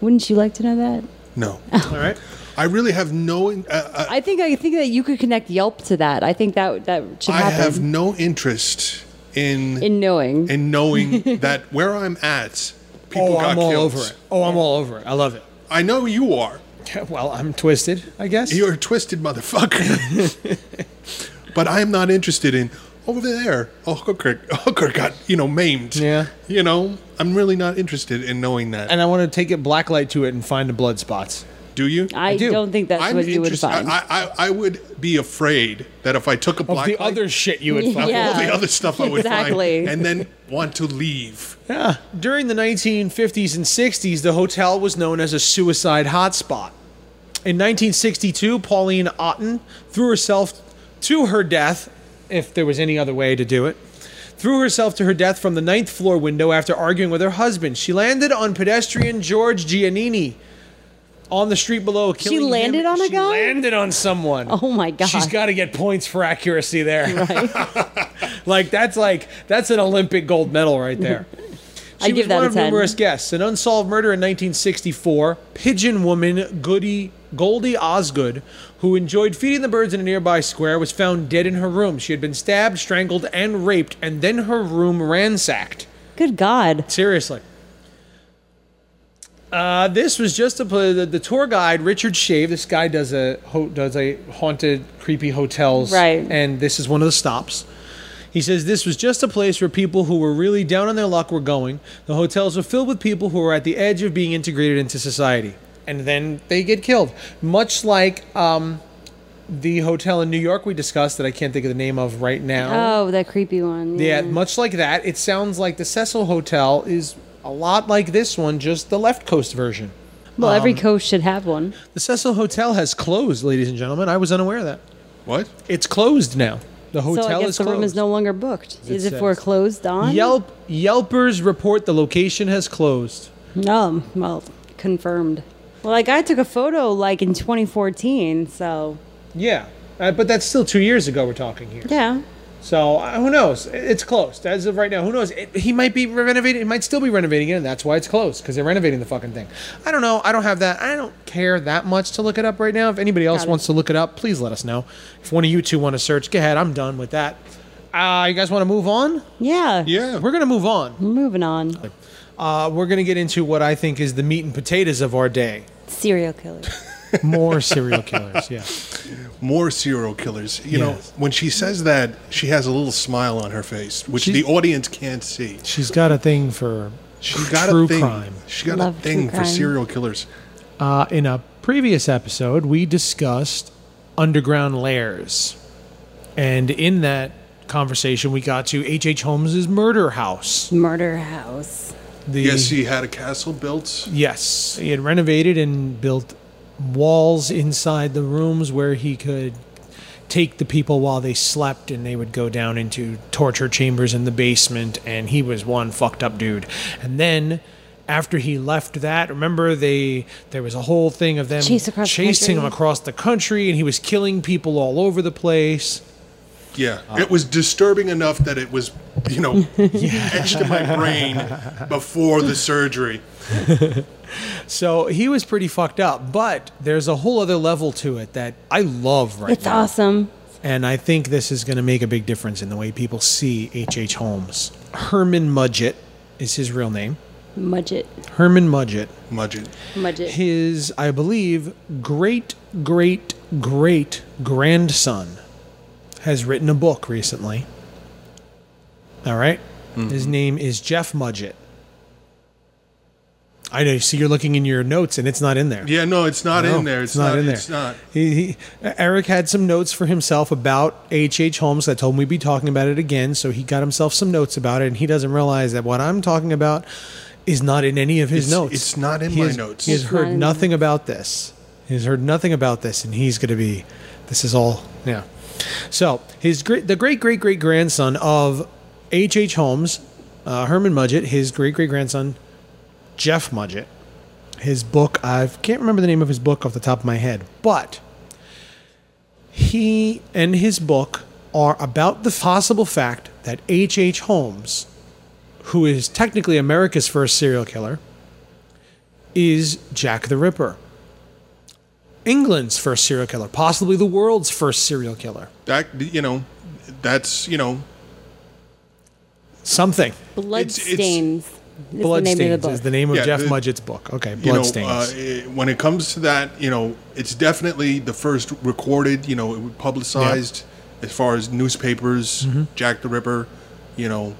Speaker 2: Wouldn't you like to know that?
Speaker 3: no.
Speaker 1: All right.
Speaker 3: I really have no. in- Uh, uh,
Speaker 2: I think I think that you could connect Yelp to that. I think that that should
Speaker 3: I
Speaker 2: happen.
Speaker 3: have no interest in in,
Speaker 2: in knowing.
Speaker 3: knowing that where I'm at, people
Speaker 1: oh,
Speaker 3: got
Speaker 1: I'm all
Speaker 3: killed.
Speaker 1: over it. Oh, I'm all over it. I love it.
Speaker 3: I know you are.
Speaker 1: Yeah, well, I'm twisted, I guess.
Speaker 3: You're a twisted motherfucker. but I'm not interested in over there. Oh, Hooker, Hooker got you know maimed.
Speaker 1: Yeah.
Speaker 3: You know, I'm really not interested in knowing that.
Speaker 1: and I want to take it blacklight to it and find the blood spots.
Speaker 3: Do you?
Speaker 2: I,
Speaker 1: do.
Speaker 2: do. not think that's
Speaker 3: I'm
Speaker 2: what you would
Speaker 3: interested-
Speaker 2: find.
Speaker 3: I, I I would be afraid that if I took a
Speaker 1: Of
Speaker 3: black
Speaker 1: the other shit you would find.
Speaker 2: Yeah.
Speaker 3: all the other stuff I would
Speaker 2: Exactly.
Speaker 3: find, and then want to leave.
Speaker 1: Yeah. During the 1950s and 60s, the hotel was known as a suicide hotspot. In 1962, Pauline Otten threw herself to her death, if there was any other way to do it, threw herself to her death from the ninth floor window after arguing with her husband. She landed on pedestrian George Giannini on the street below. Killing him-
Speaker 2: landed on a
Speaker 1: she
Speaker 2: guy?
Speaker 1: landed on someone.
Speaker 2: Oh my God.
Speaker 1: She's got to get points for accuracy there.
Speaker 2: right?
Speaker 1: Like that's like that's an Olympic gold medal right there. She
Speaker 2: I give
Speaker 1: was
Speaker 2: that
Speaker 1: one
Speaker 2: a
Speaker 1: of
Speaker 2: 10.
Speaker 1: numerous guests. An unsolved murder in 1964. Pigeon woman Goody Goldie Osgood, who enjoyed feeding the birds in a nearby square, was found dead in her room. She had been stabbed, strangled, and raped, and then her room ransacked.
Speaker 2: Good God.
Speaker 1: Seriously. Uh, this was just a pl- the, the tour guide Richard Shave. This guy does a ho- does a haunted, creepy hotels,
Speaker 2: Right.
Speaker 1: And this is one of the stops. He says this was just a place where people who were really down on their luck were going. The hotels were filled with people who were at the edge of being integrated into society, and then they get killed, much like um, the hotel in New York we discussed that I can't think of the name of right now.
Speaker 2: Oh, that creepy one.
Speaker 1: Yeah, much like that, it sounds like the Cecil Hotel is a lot like this one, just the left coast version.
Speaker 2: Well, every
Speaker 1: um,
Speaker 2: coast should have one.
Speaker 1: The Cecil Hotel has closed, ladies and gentlemen. I was unaware of that.
Speaker 3: What?
Speaker 1: It's closed now. The hotel
Speaker 2: so I guess
Speaker 1: is
Speaker 2: the
Speaker 1: closed.
Speaker 2: room is no longer booked. Is
Speaker 1: says.
Speaker 2: it foreclosed on?
Speaker 1: Yelp Yelpers report the location has closed.
Speaker 2: No. Well, confirmed. Well, like I took a photo like in 2014, so
Speaker 1: Yeah. Uh, but that's still two years ago. We're talking here,
Speaker 2: yeah.
Speaker 1: so uh, who knows? It- It's closed as of right now. Who knows? It, he might be renovating. He might still be renovating it, and that's why it's closed because they're renovating the fucking thing. I don't know. I don't have that. I don't care that much to look it up right now. If anybody else
Speaker 2: Got it.
Speaker 1: wants to look it up, please let us know. If one of you two want to search, go ahead. I'm done with that. Uh, you guys want to move on?
Speaker 2: Yeah.
Speaker 3: Yeah.
Speaker 1: We're gonna move on.
Speaker 2: Moving on.
Speaker 1: Uh, we're gonna get into what I think is the meat and potatoes of our day.
Speaker 2: Serial killer.
Speaker 1: More serial killers. Yeah.
Speaker 3: more serial killers. You
Speaker 5: Yes.
Speaker 3: know, when she says that, she has a little smile on her face, which
Speaker 1: She-
Speaker 3: the audience can't see.
Speaker 1: She's got a thing for
Speaker 3: She got
Speaker 1: true
Speaker 3: a thing.
Speaker 1: crime.
Speaker 3: She got
Speaker 2: Love
Speaker 3: a
Speaker 2: true
Speaker 3: thing for
Speaker 2: crime.
Speaker 3: serial killers.
Speaker 1: Uh, in a previous episode, we discussed underground lairs. And in that conversation, we got to H.H. H. Holmes's murder house.
Speaker 2: Murder house.
Speaker 1: The,
Speaker 3: Yes, he had a castle built.
Speaker 1: Yes, he had renovated and built walls inside the rooms where he could take the people while they slept and they would go down into torture chambers in the basement and he was one fucked up dude. And then after he left that, remember they there was a whole thing of them
Speaker 2: Chase across the
Speaker 1: chasing him
Speaker 2: country.
Speaker 1: across the country and he was killing people all over the place.
Speaker 3: Yeah, it was disturbing enough that it was, you know, etched in my brain before the surgery.
Speaker 1: So he was pretty fucked up, but there's a whole other level to it that I love right
Speaker 2: It's
Speaker 1: now.
Speaker 2: awesome.
Speaker 1: And I think this is going to make a big difference in the way people see H.H. H. Holmes. Herman Mudgett is his real name.
Speaker 2: Mudget.
Speaker 1: Herman Mudgett.
Speaker 3: Mudgeon.
Speaker 2: Mudget.
Speaker 1: His, I believe, great, great, great grandson has written a book recently. All right? His name is Jeff Mudgett. I know. See, you're looking in your notes and it's not in there.
Speaker 3: Yeah, no, it's not
Speaker 1: No,
Speaker 3: in there. It's, not, in there. It's not.
Speaker 1: He, he, Eric had some notes for himself about H.H. H. Holmes. I told him we'd be talking about it again, so he got himself some notes about it, and he doesn't realize that what I'm talking about is not in any of his
Speaker 3: It's-
Speaker 1: notes.
Speaker 3: it's not in
Speaker 1: He
Speaker 3: my
Speaker 1: has-
Speaker 3: notes.
Speaker 1: He has
Speaker 2: It's not
Speaker 1: heard
Speaker 2: in-
Speaker 1: nothing about this. He has heard nothing about this, and he's going to be. This is all. Yeah. So his great, the great great great grandson of H.H. H. Holmes, uh, Herman Mudgett, his great great grandson, Jeff Mudgett his book. I can't remember the name of his book off the top of my head, but he and his book are about the possible fact that H.H. H. Holmes, who is technically America's first serial killer, is Jack the Ripper. England's first serial killer, possibly the world's first serial killer.
Speaker 3: That you know, that's you know,
Speaker 1: Something.
Speaker 3: it's-
Speaker 2: Bloodstains. is the name of
Speaker 1: Bloodstains
Speaker 2: the
Speaker 1: is
Speaker 2: book.
Speaker 1: the name of
Speaker 3: Yeah,
Speaker 1: Jeff
Speaker 3: the-
Speaker 1: Mudgett's book. Okay,
Speaker 3: you know,
Speaker 1: Bloodstains.
Speaker 3: uh, it- when it comes to that, you know, it's definitely the first recorded, you know, publicized as far as newspapers, Jack the Ripper, you know,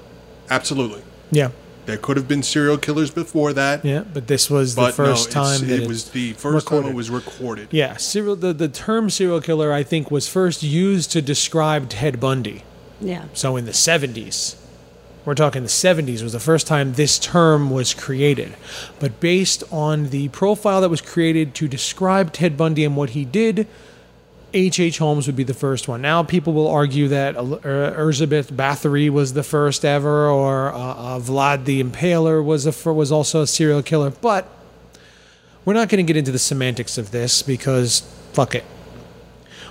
Speaker 3: absolutely.
Speaker 1: yeah,
Speaker 3: There could have been serial killers before that,
Speaker 1: yeah, but this was
Speaker 3: but
Speaker 1: the first
Speaker 3: no, it's-
Speaker 1: time that
Speaker 3: it
Speaker 1: it-
Speaker 3: was the first time
Speaker 1: recorded.
Speaker 3: it was recorded.
Speaker 1: Yeah, serial. The, the term serial killer, I think, was first used to describe Ted Bundy.
Speaker 2: Yeah.
Speaker 1: So in the seventies, we're talking the seventies was the first time this term was created. But based on the profile that was created to describe Ted Bundy and what he did, H. H. Holmes would be the first one. Now people will argue that El- er, Elizabeth Bathory was the first ever, or uh, uh, Vlad the Impaler was a fir- was also a serial killer, but we're not going to get into the semantics of this because fuck it.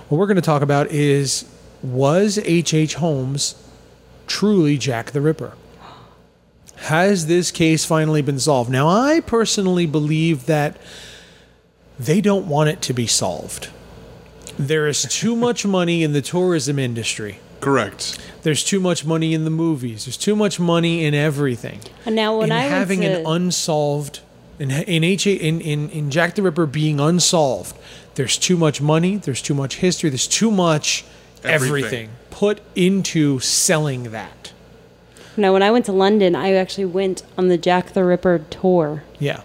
Speaker 1: What we're going to talk about is was H.H. H. Holmes truly Jack the Ripper? Has this case finally been solved? Now, I personally believe that they don't want it to be solved. There is too much money in the tourism industry.
Speaker 3: Correct.
Speaker 1: There's too much money in the movies. There's too much money in everything
Speaker 2: And now when
Speaker 1: in
Speaker 2: I went
Speaker 1: having
Speaker 2: to,
Speaker 1: an unsolved in in, H- in in in Jack the Ripper being unsolved, there's too much money, there's too much history, there's too much everything,
Speaker 3: Everything.
Speaker 1: put into selling that.
Speaker 2: now when I went to London, I actually went on the Jack the Ripper tour.
Speaker 1: Yeah.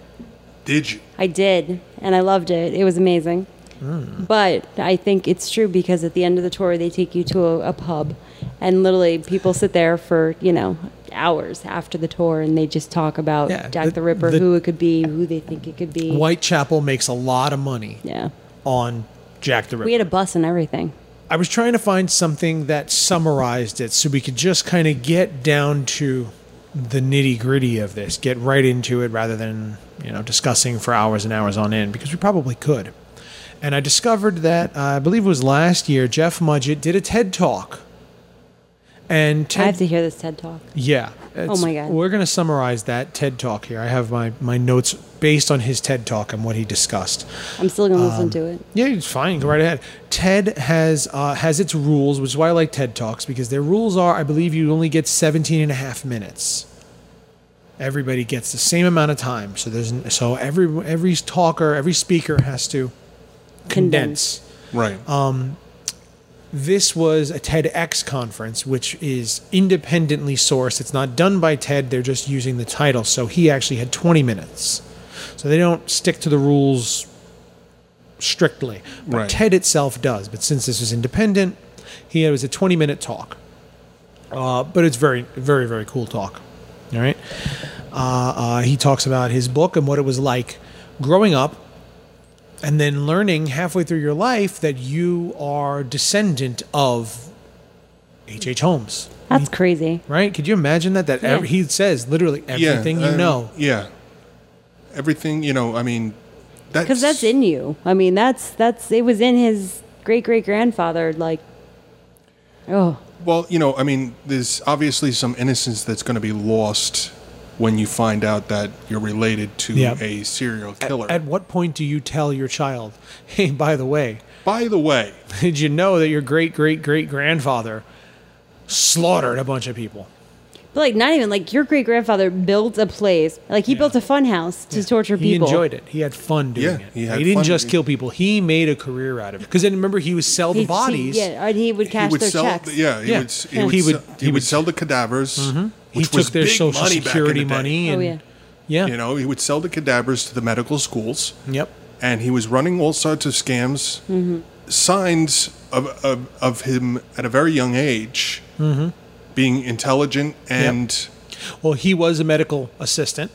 Speaker 3: Did you?
Speaker 2: I did, and I loved it. It was amazing.
Speaker 1: Hmm.
Speaker 2: But I think it's true because at the end of the tour, they take you to a, a pub, and literally people sit there for you know hours after the tour, and they just talk about
Speaker 1: Yeah,
Speaker 2: Jack
Speaker 1: the-
Speaker 2: the, Ripper,
Speaker 1: the-
Speaker 2: who it could be, who they think it could be.
Speaker 1: Whitechapel makes a lot of money
Speaker 2: Yeah,
Speaker 1: on Jack the Ripper.
Speaker 2: we had a bus and everything.
Speaker 1: I was trying to find something that summarized it so we could just kind of get down to the nitty gritty of this, get right into it rather than, you know, discussing for hours and hours on end because we probably could. And I discovered that uh, I believe it was last year, Jeff Mudgett did a TED talk. And
Speaker 2: I
Speaker 1: TED,
Speaker 2: have to hear this TED talk.
Speaker 1: yeah. it's-
Speaker 2: Oh my God.
Speaker 1: We're going to summarize that TED talk here. I have my, my notes based on his TED talk and what he discussed.
Speaker 2: I'm still gonna
Speaker 1: Um,
Speaker 2: listen to it.
Speaker 1: Yeah, it's fine. Go right ahead. TED has uh, has its rules, which is why I like TED Talks because their rules are, I believe, you only get 17 and a half minutes. Everybody gets the same amount of time, so there's n- so every every talker, every speaker has to condense
Speaker 3: Right.
Speaker 1: Um, This was a TEDx conference, which is independently sourced. It's not done by TED, they're just using the title. So he actually had 20 minutes. So they don't stick to the rules strictly. But
Speaker 3: Right.
Speaker 1: TED itself does. But since this is independent, he it was a 20 minute talk. Uh, but it's very, very, very cool talk. All right. Uh, uh, he talks about his book and what it was like growing up and then learning halfway through your life that you are descendant of H.H. H. Holmes.
Speaker 2: That's crazy.
Speaker 1: Right? Could you imagine that? That ev-
Speaker 2: Yeah.
Speaker 1: he says literally everything you
Speaker 3: um,
Speaker 1: know.
Speaker 3: Yeah. Everything you know. I mean, that's
Speaker 2: Because that's in you. I mean, that's that's it was in his great great grandfather. Like, oh,
Speaker 3: Well, you know, I mean, there's obviously some innocence that's going to be lost when you find out that you're related to
Speaker 1: Yeah.
Speaker 3: a serial killer.
Speaker 1: At what point do you tell your child, hey, by the way,
Speaker 3: By the way,
Speaker 1: did you know that your great great great grandfather slaughtered a bunch of people?
Speaker 2: but like not even like your great grandfather built a place. Like he built a fun house to torture
Speaker 1: He
Speaker 2: people.
Speaker 1: enjoyed it. He had fun doing
Speaker 3: Yeah,
Speaker 1: it.
Speaker 3: he
Speaker 1: He,
Speaker 3: had
Speaker 1: didn't
Speaker 3: fun.
Speaker 1: just kill people. He made a career out of it. Because then remember, he would sell the
Speaker 2: He- he-
Speaker 1: bodies.
Speaker 2: yeah, and he would
Speaker 3: he
Speaker 2: cash
Speaker 3: would
Speaker 2: their
Speaker 3: sell.
Speaker 2: checks.
Speaker 3: Yeah, he
Speaker 1: Yeah.
Speaker 3: would. s- He
Speaker 1: Yeah.
Speaker 3: would.
Speaker 1: He
Speaker 3: He would,
Speaker 1: would-
Speaker 3: he
Speaker 1: he
Speaker 3: would
Speaker 1: would- Mm-hmm.
Speaker 3: sell the cadavers,
Speaker 1: he
Speaker 3: which
Speaker 1: took
Speaker 3: was
Speaker 1: their
Speaker 3: big
Speaker 1: social
Speaker 3: money back in
Speaker 1: security
Speaker 3: the day.
Speaker 1: money.
Speaker 2: Oh,
Speaker 1: And,
Speaker 2: yeah.
Speaker 1: Yeah.
Speaker 3: You know, he would sell the cadavers to the medical schools,
Speaker 1: Yep.
Speaker 3: and he was running all sorts of scams. Signs of, of of him at a very young age, being intelligent and
Speaker 1: Well, he was a medical assistant.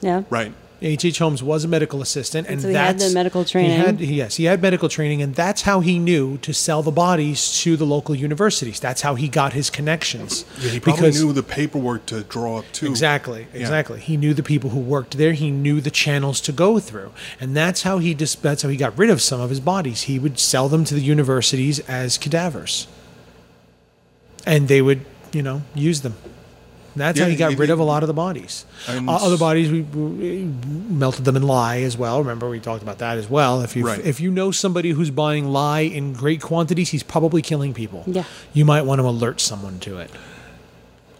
Speaker 2: Yeah.
Speaker 3: right.
Speaker 1: H.H. H. Holmes was a medical assistant, and
Speaker 2: so he had
Speaker 1: that's
Speaker 2: the medical
Speaker 1: He had,
Speaker 2: training.
Speaker 1: yes, he had medical training, and that's how he knew to sell the bodies to the local universities. That's how he got his connections.
Speaker 3: Yeah, he probably knew the paperwork to draw up too.
Speaker 1: Exactly, exactly. He knew the people who worked there. He knew the channels to go through, and that's how he dis- that's how he got rid of some of his bodies. He would sell them to the universities as cadavers, and they would, you know, use them. That's
Speaker 3: Yeah,
Speaker 1: how he got
Speaker 3: you-
Speaker 1: rid of a
Speaker 3: you-
Speaker 1: lot of the bodies.
Speaker 3: And-
Speaker 1: Uh, other bodies, we, we melted them in lye as well. Remember, we talked about that as well. If you
Speaker 3: Right.
Speaker 1: if you know somebody who's buying lye in great quantities, he's probably killing people.
Speaker 2: Yeah.
Speaker 1: you might want to alert someone to it.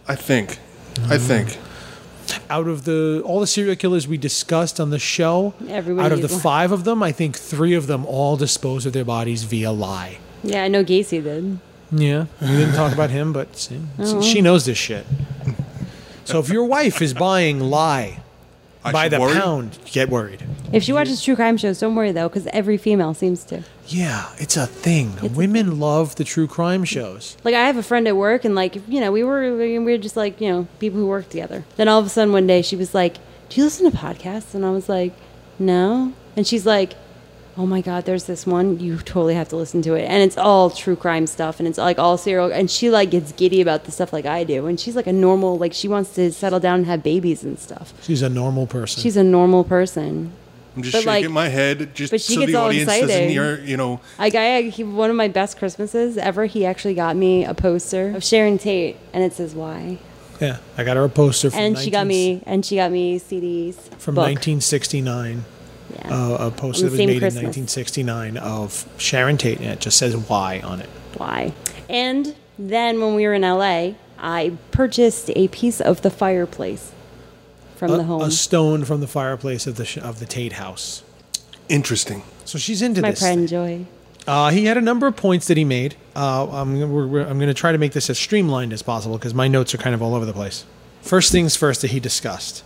Speaker 3: I think. I
Speaker 1: Mm-hmm.
Speaker 3: think.
Speaker 1: out of the all the serial killers we discussed on the show,
Speaker 2: Everybody
Speaker 1: out of the
Speaker 2: used-
Speaker 1: five of them, I think three of them all dispose of their bodies via lie.
Speaker 2: Yeah, I know Gacy did.
Speaker 1: Yeah, we didn't talk about him, but see,
Speaker 2: Oh,
Speaker 1: she knows this shit. So if your wife is buying lie
Speaker 3: I
Speaker 1: by
Speaker 3: should
Speaker 1: the
Speaker 3: worry.
Speaker 1: pound, get worried.
Speaker 2: If she watches true crime shows, don't worry though, because every female seems to.
Speaker 1: Yeah, it's a thing. Women love the true crime shows.
Speaker 2: Like I have a friend at work, and like you know, we were we were just like you know people who work together. Then all of a sudden one day she was like, "Do you listen to podcasts?" And I was like, "No." And she's like, "Oh my god, there's this one you totally have to listen to it, and it's all true crime stuff, and it's like all serial." And she like gets giddy about the stuff like I do, and she's like a normal like she wants to settle down and have babies and stuff.
Speaker 1: She's a normal person.
Speaker 2: She's a normal person.
Speaker 3: I'm just
Speaker 2: But,
Speaker 3: shaking
Speaker 2: like-
Speaker 3: my head just
Speaker 2: but she
Speaker 3: so
Speaker 2: gets
Speaker 3: the
Speaker 2: all
Speaker 3: audience doesn't
Speaker 2: excited.
Speaker 3: hear, you know.
Speaker 2: Like I, he, one of my best Christmases ever. He actually got me a poster of Sharon Tate, and it says "Why."
Speaker 1: yeah, I got her a poster from
Speaker 2: and she got
Speaker 1: 19
Speaker 2: me and she got me CDs
Speaker 1: from
Speaker 2: book.
Speaker 1: 1969.
Speaker 2: Yeah.
Speaker 1: Uh, a poster that was
Speaker 2: On the same
Speaker 1: made
Speaker 2: Christmas.
Speaker 1: in 1969 of Sharon Tate, and it just says "Y" on it.
Speaker 2: Why? And then when we were in LA, I purchased a piece of the fireplace from
Speaker 1: a,
Speaker 2: the home.
Speaker 1: a stone from the fireplace of the sh- of the Tate house.
Speaker 3: Interesting.
Speaker 1: So she's into
Speaker 2: my
Speaker 1: this.
Speaker 2: pride
Speaker 1: thing.
Speaker 2: and joy.
Speaker 1: Uh, he had a number of points that he made. Uh, I'm gonna- we're, we're- I'm going to try to make this as streamlined as possible because my notes are kind of all over the place. First things first that he discussed.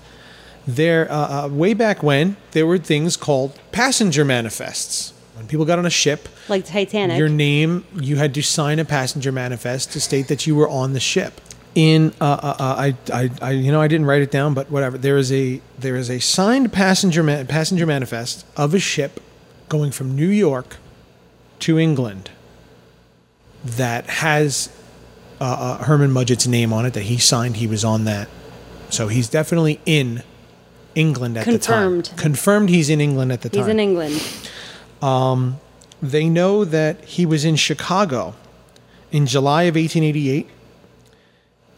Speaker 1: There, uh, uh, way back when, there were things called passenger manifests. When people got on a ship,
Speaker 2: Like Titanic.
Speaker 1: Your name, you had to sign a passenger manifest to state that you were on the ship. In uh, uh, uh, I, I, I, you know, I didn't write it down, but whatever. There is a there is a signed passenger ma- passenger manifest of a ship going from New York to England that has uh, uh, Herman Mudgett's name on it that he signed. He was on that, so he's definitely in England at the
Speaker 2: Confirmed.
Speaker 1: time. Confirmed, he's in England at the time
Speaker 2: He's in England.
Speaker 1: they know that he was in Chicago in July of 1888,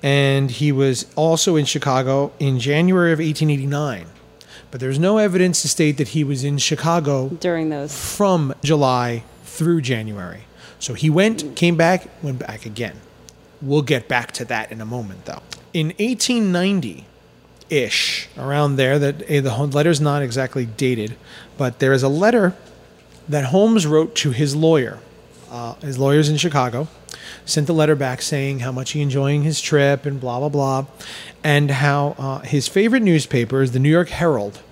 Speaker 1: and he was also in Chicago in January of 1889. But there's no evidence to state that he was in Chicago
Speaker 2: During those,
Speaker 1: from July through January. So he went, came back, went back again. We'll get back to that in a moment, though. In 1890 ish, around there, that eh, the letter is not exactly dated, but there is a letter that Holmes wrote to his lawyer. Uh, his lawyer's in Chicago. Sent a letter back saying how much he enjoying his trip and blah blah blah, and how uh, his favorite newspaper is the New York Herald,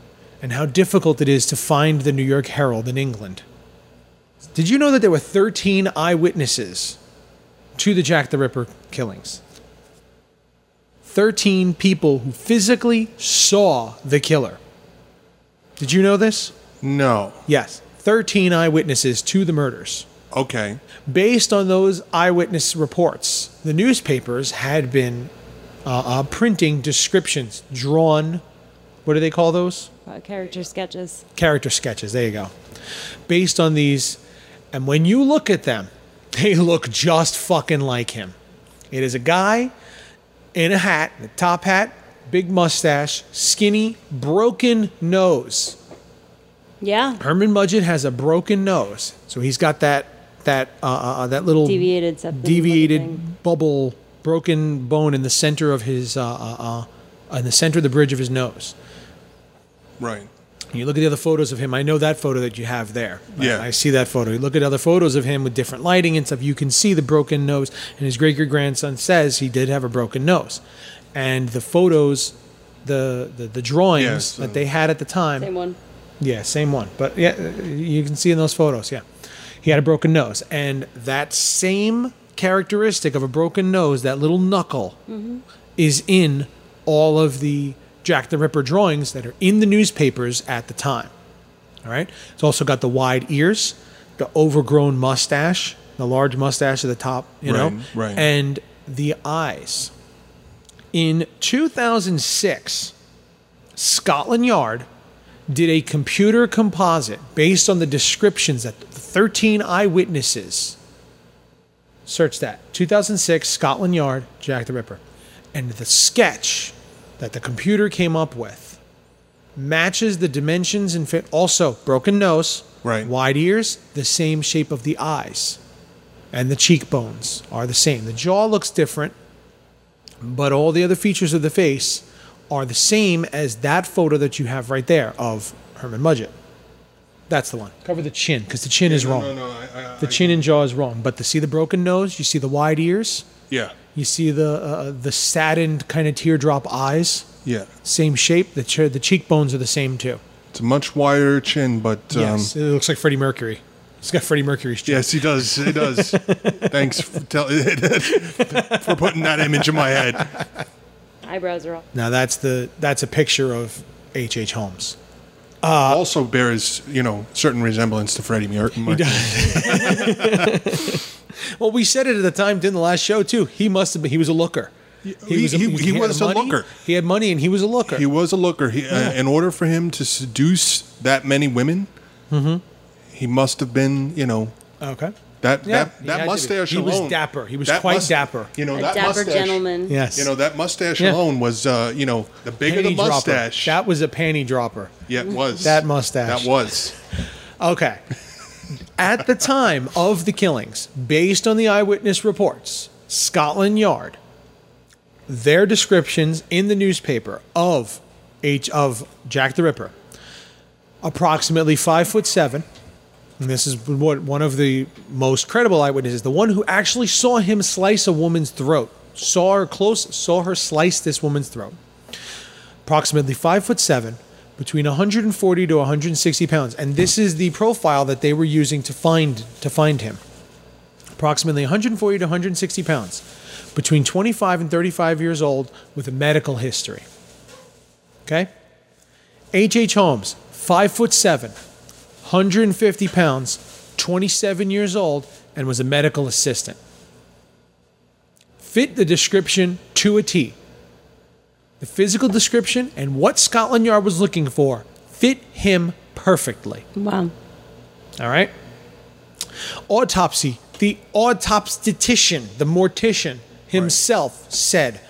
Speaker 1: and how difficult it is to find the New York Herald in England. Did you know that there were 13 eyewitnesses to the Jack the Ripper killings? 13 people who physically saw the killer. Did you know this?
Speaker 3: No.
Speaker 1: Yes, 13 eyewitnesses to the murders.
Speaker 3: Okay.
Speaker 1: Based on those eyewitness reports, the newspapers had been uh, uh, printing descriptions drawn. What do they call those?
Speaker 2: Uh, character sketches.
Speaker 1: character sketches. There you go. Based on these, and when you look at them, they look just fucking like him. It is a guy in a hat, a top hat, big mustache, skinny, broken nose.
Speaker 2: Yeah.
Speaker 1: Herman Mudgett has a broken nose, so he's got that that uh, uh, uh, that little
Speaker 2: Deviated septum
Speaker 1: deviated
Speaker 2: looking thing.
Speaker 1: bubble, broken bone in the center of his uh, uh, uh, in the center of the bridge of his nose.
Speaker 3: Right.
Speaker 1: And you look at the other photos of him. I know that photo that you have there.
Speaker 3: Yeah.
Speaker 1: I, I see that photo. You look at other photos of him with different lighting and stuff. You can see the broken nose. And his great great grandson says he did have a broken nose. And the photos, the the, the drawings
Speaker 3: Yes, uh,
Speaker 1: that they had at the time.
Speaker 2: Same one.
Speaker 1: Yeah, same one. But yeah, uh, you can see in those photos. Yeah, he had a broken nose, and that same characteristic of a broken nose, that little knuckle,
Speaker 3: Mm-hmm.
Speaker 1: is in all of the Jack the Ripper drawings that are in the newspapers at the time. All right. It's also got the wide ears, the overgrown mustache, the large mustache at the top. You know,
Speaker 3: Right, right.
Speaker 1: and the eyes. In 2006, Scotland Yard did a computer composite based on the descriptions that the 13 eyewitnesses search that 2006 Scotland Yard Jack the Ripper and the sketch that the computer came up with matches the dimensions and fit also broken nose
Speaker 3: Right.
Speaker 1: wide ears the same shape of the eyes and the cheekbones are the same the jaw looks different but all the other features of the face are the same as that photo that you have right there of Herman Mudgett. That's the one. Cover the chin because the chin is
Speaker 3: no,
Speaker 1: wrong.
Speaker 3: no, no, I- I-
Speaker 1: the
Speaker 3: I-
Speaker 1: chin and jaw is wrong. But to see the broken nose, you see the wide ears,
Speaker 3: Yeah.
Speaker 1: you see the uh, the saddened kind of teardrop eyes.
Speaker 3: Yeah.
Speaker 1: Same shape. The che- the cheekbones are the same too.
Speaker 3: It's a much wider chin, but um,
Speaker 1: yes, it looks like Freddie Mercury. It's got Freddie Mercury's chin.
Speaker 3: Yes, he does. He does. Thanks for, tell, for putting that image in my head.
Speaker 1: Uh,
Speaker 2: Eyebrows are all.
Speaker 1: Now that's the that's a picture of H. H. Holmes.
Speaker 3: also bears, you know, certain resemblance to Freddie Mercury.
Speaker 1: Well, we said it at the time, didn't the last show too? He must have been. He was a looker.
Speaker 3: he- he- he
Speaker 1: had
Speaker 3: was a
Speaker 1: money-
Speaker 3: looker.
Speaker 1: He had money, and he was a looker.
Speaker 3: He was a looker. He, uh, in order for him to seduce that many women,
Speaker 1: Mm-hmm.
Speaker 3: he must have been, you know,
Speaker 1: okay.
Speaker 3: that
Speaker 1: Yeah,
Speaker 3: that,
Speaker 1: he had to
Speaker 3: that
Speaker 1: be.
Speaker 3: mustache
Speaker 1: He was
Speaker 3: alone.
Speaker 1: dapper. He was quite dapper.
Speaker 3: You know,
Speaker 2: A
Speaker 3: that
Speaker 2: dapper
Speaker 3: mustache,
Speaker 2: gentleman.
Speaker 1: Yes.
Speaker 3: You know that mustache
Speaker 1: Yeah.
Speaker 3: alone was, uh, you know, the bigger the
Speaker 1: Panty dropper.
Speaker 3: mustache.
Speaker 1: That was a panty dropper.
Speaker 3: yeah, it was
Speaker 1: that mustache.
Speaker 3: That was
Speaker 1: Okay. At the time of the killings, based on the eyewitness reports, Scotland Yard, their descriptions in the newspaper of H of Jack the Ripper, approximately five foot seven. And this is what one of the most credible eyewitnesses, the one who actually saw him slice a woman's throat, saw her close, saw her slice this woman's throat approximately five foot seven, between 140 to 160 pounds, and this is the profile that they were using to find to find him. Approximately 140 to 160 pounds, between 25 and 35 years old, with a medical history. Okay, H. H. Holmes, five foot seven, 150 pounds, 27 years old, and was a medical assistant. Fit the description to a T the physical description and what Scotland Yard was looking for fit him perfectly.
Speaker 2: Wow.
Speaker 1: All right. Autopsy. The autopsistician, the mortician himself said,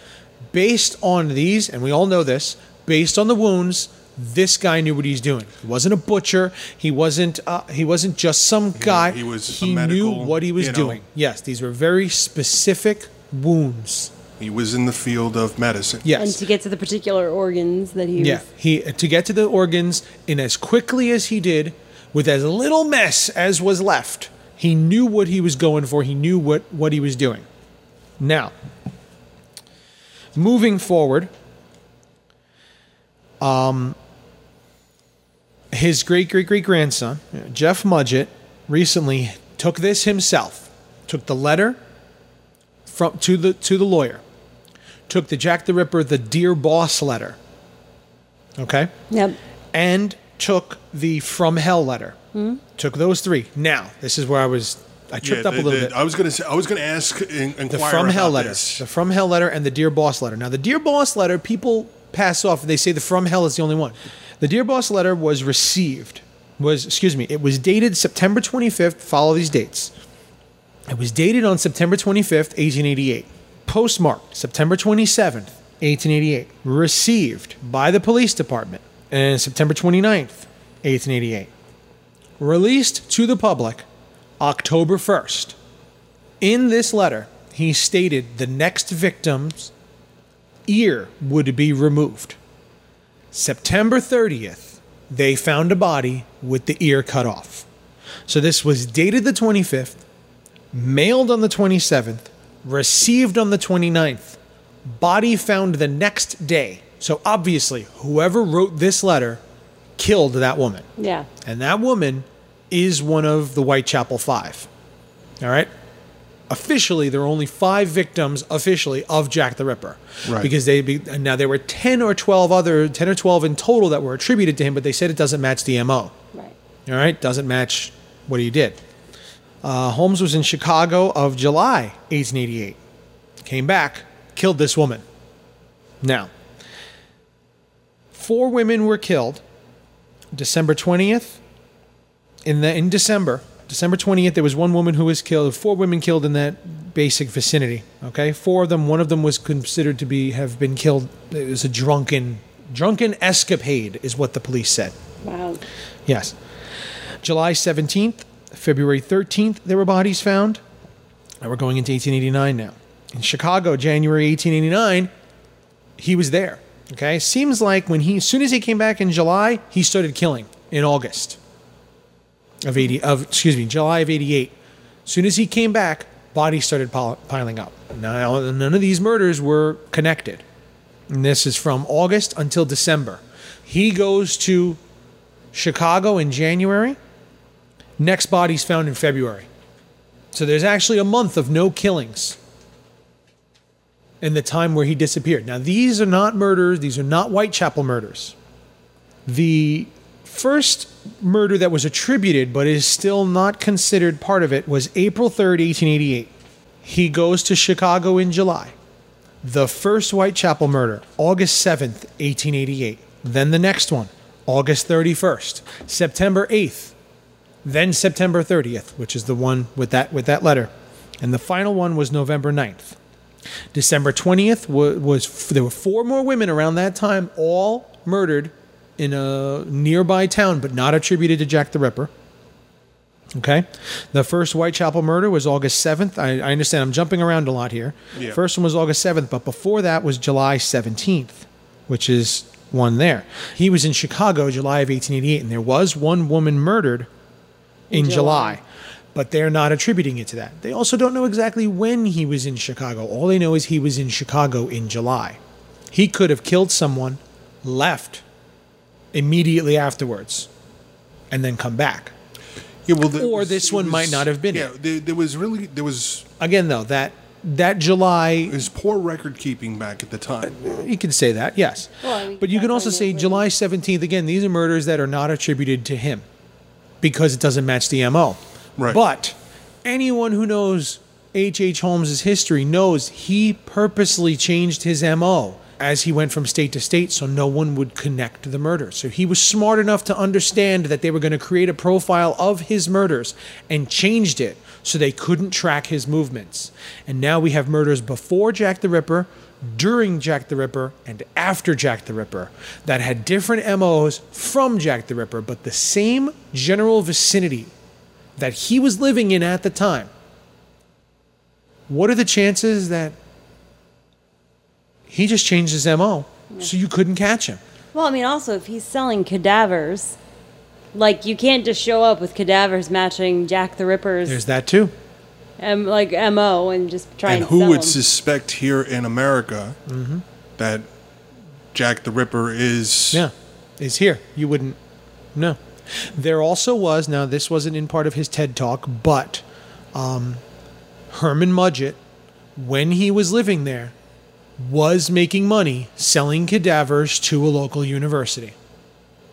Speaker 1: based on these, and we all know this, based on the wounds, this guy knew what he's doing. He wasn't a butcher. He wasn't. Uh, he wasn't just some guy.
Speaker 3: he was a
Speaker 1: He knew
Speaker 3: medical,
Speaker 1: what he was
Speaker 3: you know.
Speaker 1: doing. Yes, these were very specific wounds.
Speaker 3: he was in the field of medicine.
Speaker 1: Yes.
Speaker 2: And to get to the particular organs that he
Speaker 1: Yeah,
Speaker 2: was.
Speaker 1: he to get to the organs in as quickly as he did with as little mess as was left. He knew what he was going for, he knew what, what he was doing. Now, moving forward, um, his great great great grandson, Jeff Mudgett, recently took this himself, took the letter from to the to the lawyer, took the Jack the Ripper, the dear boss letter. Okay
Speaker 2: Yep.
Speaker 1: and took the From Hell letter. Took those three. Now, this is where I was I tripped up a
Speaker 3: the-
Speaker 1: little
Speaker 3: the-
Speaker 1: bit.
Speaker 3: I was gonna say, I was gonna ask uh, in,
Speaker 1: the
Speaker 3: inquire
Speaker 1: From
Speaker 3: about
Speaker 1: Hell letter,
Speaker 3: this.
Speaker 1: the From Hell letter, and the Dear Boss letter. Now, the Dear Boss letter, people pass off. They say the From Hell is the only one. The Dear Boss letter was received. Was excuse me. It was dated September 25th. Follow these dates. It was dated on September 25th, 1888. Postmarked September 27th, 1888. Received by the police department and September 29th, 1888. Released to the public October 1st. In this letter, he stated the next victim's ear would be removed. September 30th, they found a body with the ear cut off. So this was dated the 25th, mailed on the 27th, received on the 29th, body found the next day. So obviously, whoever wrote this letter killed that woman.
Speaker 2: Yeah.
Speaker 1: And that woman is one of the Whitechapel Five. All right? Officially, there are only five victims officially of Jack the Ripper.
Speaker 3: Right.
Speaker 1: Because they be, and now there were 10 or 12 other 10 or 12 in total that were attributed to him, but they said it doesn't match the MO.
Speaker 2: Right.
Speaker 1: All right, doesn't match what he did. Uh, Holmes was in Chicago of July 1888. Came back, killed this woman. Now, four women were killed. December 20th. In the in December, December 20th, there was one woman who was killed. Four women killed in that basic vicinity. Okay, four of them. One of them was considered to be have been killed. It was a drunken drunken escapade, is what the police said.
Speaker 2: Wow.
Speaker 1: Yes. July 17th, February 13th, there were bodies found. Now we're going into 1889 now. In Chicago, January 1889, he was there. Okay. Seems like when he, as soon as he came back in July, he started killing in August of 80, of, excuse me, July of 88. As soon as he came back, bodies started pil- piling up. Now, none of these murders were connected. And this is from August until December. He goes to Chicago in January. Next body's found in February. So there's actually a month of no killings in the time where he disappeared. Now, these are not murders, these are not Whitechapel murders. The first murder that was attributed but is still not considered part of it was April 3rd, 1888. He goes to Chicago in July. The first Whitechapel murder, August 7th, 1888. Then the next one, August 31st, September 8th, then September 30th, which is the one with that with that letter. And the final one was November 9th. December 20th was, was there were four more women around that time all murdered in a nearby town but not attributed to Jack the Ripper. Okay. The first Whitechapel murder was August 7th. I, I understand I'm jumping around a lot here.
Speaker 3: Yeah.
Speaker 1: First one was August 7th, but before that was July 17th, which is one there. He was in Chicago, July of 1888, and there was one woman murdered in July.
Speaker 2: July.
Speaker 1: but they're not attributing it to that. They also don't know exactly when he was in Chicago. All they know is he was in Chicago in July. He could have killed someone, left immediately afterwards, and then come back.
Speaker 3: Yeah, well, there
Speaker 1: Or
Speaker 3: was-
Speaker 1: this
Speaker 3: it
Speaker 1: one
Speaker 3: was-
Speaker 1: might not have been
Speaker 3: Yeah,
Speaker 1: it.
Speaker 3: there, there was really there was
Speaker 1: Again, though, that that July
Speaker 3: it was poor record keeping back at the time.
Speaker 1: you can say that, yes.
Speaker 2: Well, I mean,
Speaker 1: but you can
Speaker 2: that's
Speaker 1: also
Speaker 2: why
Speaker 1: say
Speaker 2: they-
Speaker 1: July 17th. Again, these are murders that are not attributed to him because it doesn't match the MO.
Speaker 3: Right.
Speaker 1: But anyone who knows H.H. H. Holmes' history knows he purposely changed his MO as he went from state to state so no one would connect the murder. So he was smart enough to understand that they were going to create a profile of his murders and changed it so they couldn't track his movements. And now we have murders before Jack the Ripper, during Jack the Ripper, and after Jack the Ripper that had different MOs from Jack the Ripper, but the same general vicinity that he was living in at the time, what are the chances that he just changed his MO so you couldn't catch him?
Speaker 2: Well, I mean, also if he's selling cadavers, Like you can't just show up with cadavers matching Jack the
Speaker 1: There's
Speaker 2: Ripper's
Speaker 1: that too.
Speaker 2: um, like mo and just try
Speaker 3: and
Speaker 2: and,
Speaker 3: who
Speaker 2: sell
Speaker 3: would
Speaker 2: 'em.
Speaker 3: suspect here in America
Speaker 1: Mm-hmm.
Speaker 3: that Jack the Ripper is
Speaker 1: Yeah, is here. You wouldn't. No. There also was, now this wasn't in part of his TED talk, but um, Herman Mudgett, when he was living there, was making money selling cadavers to a local university.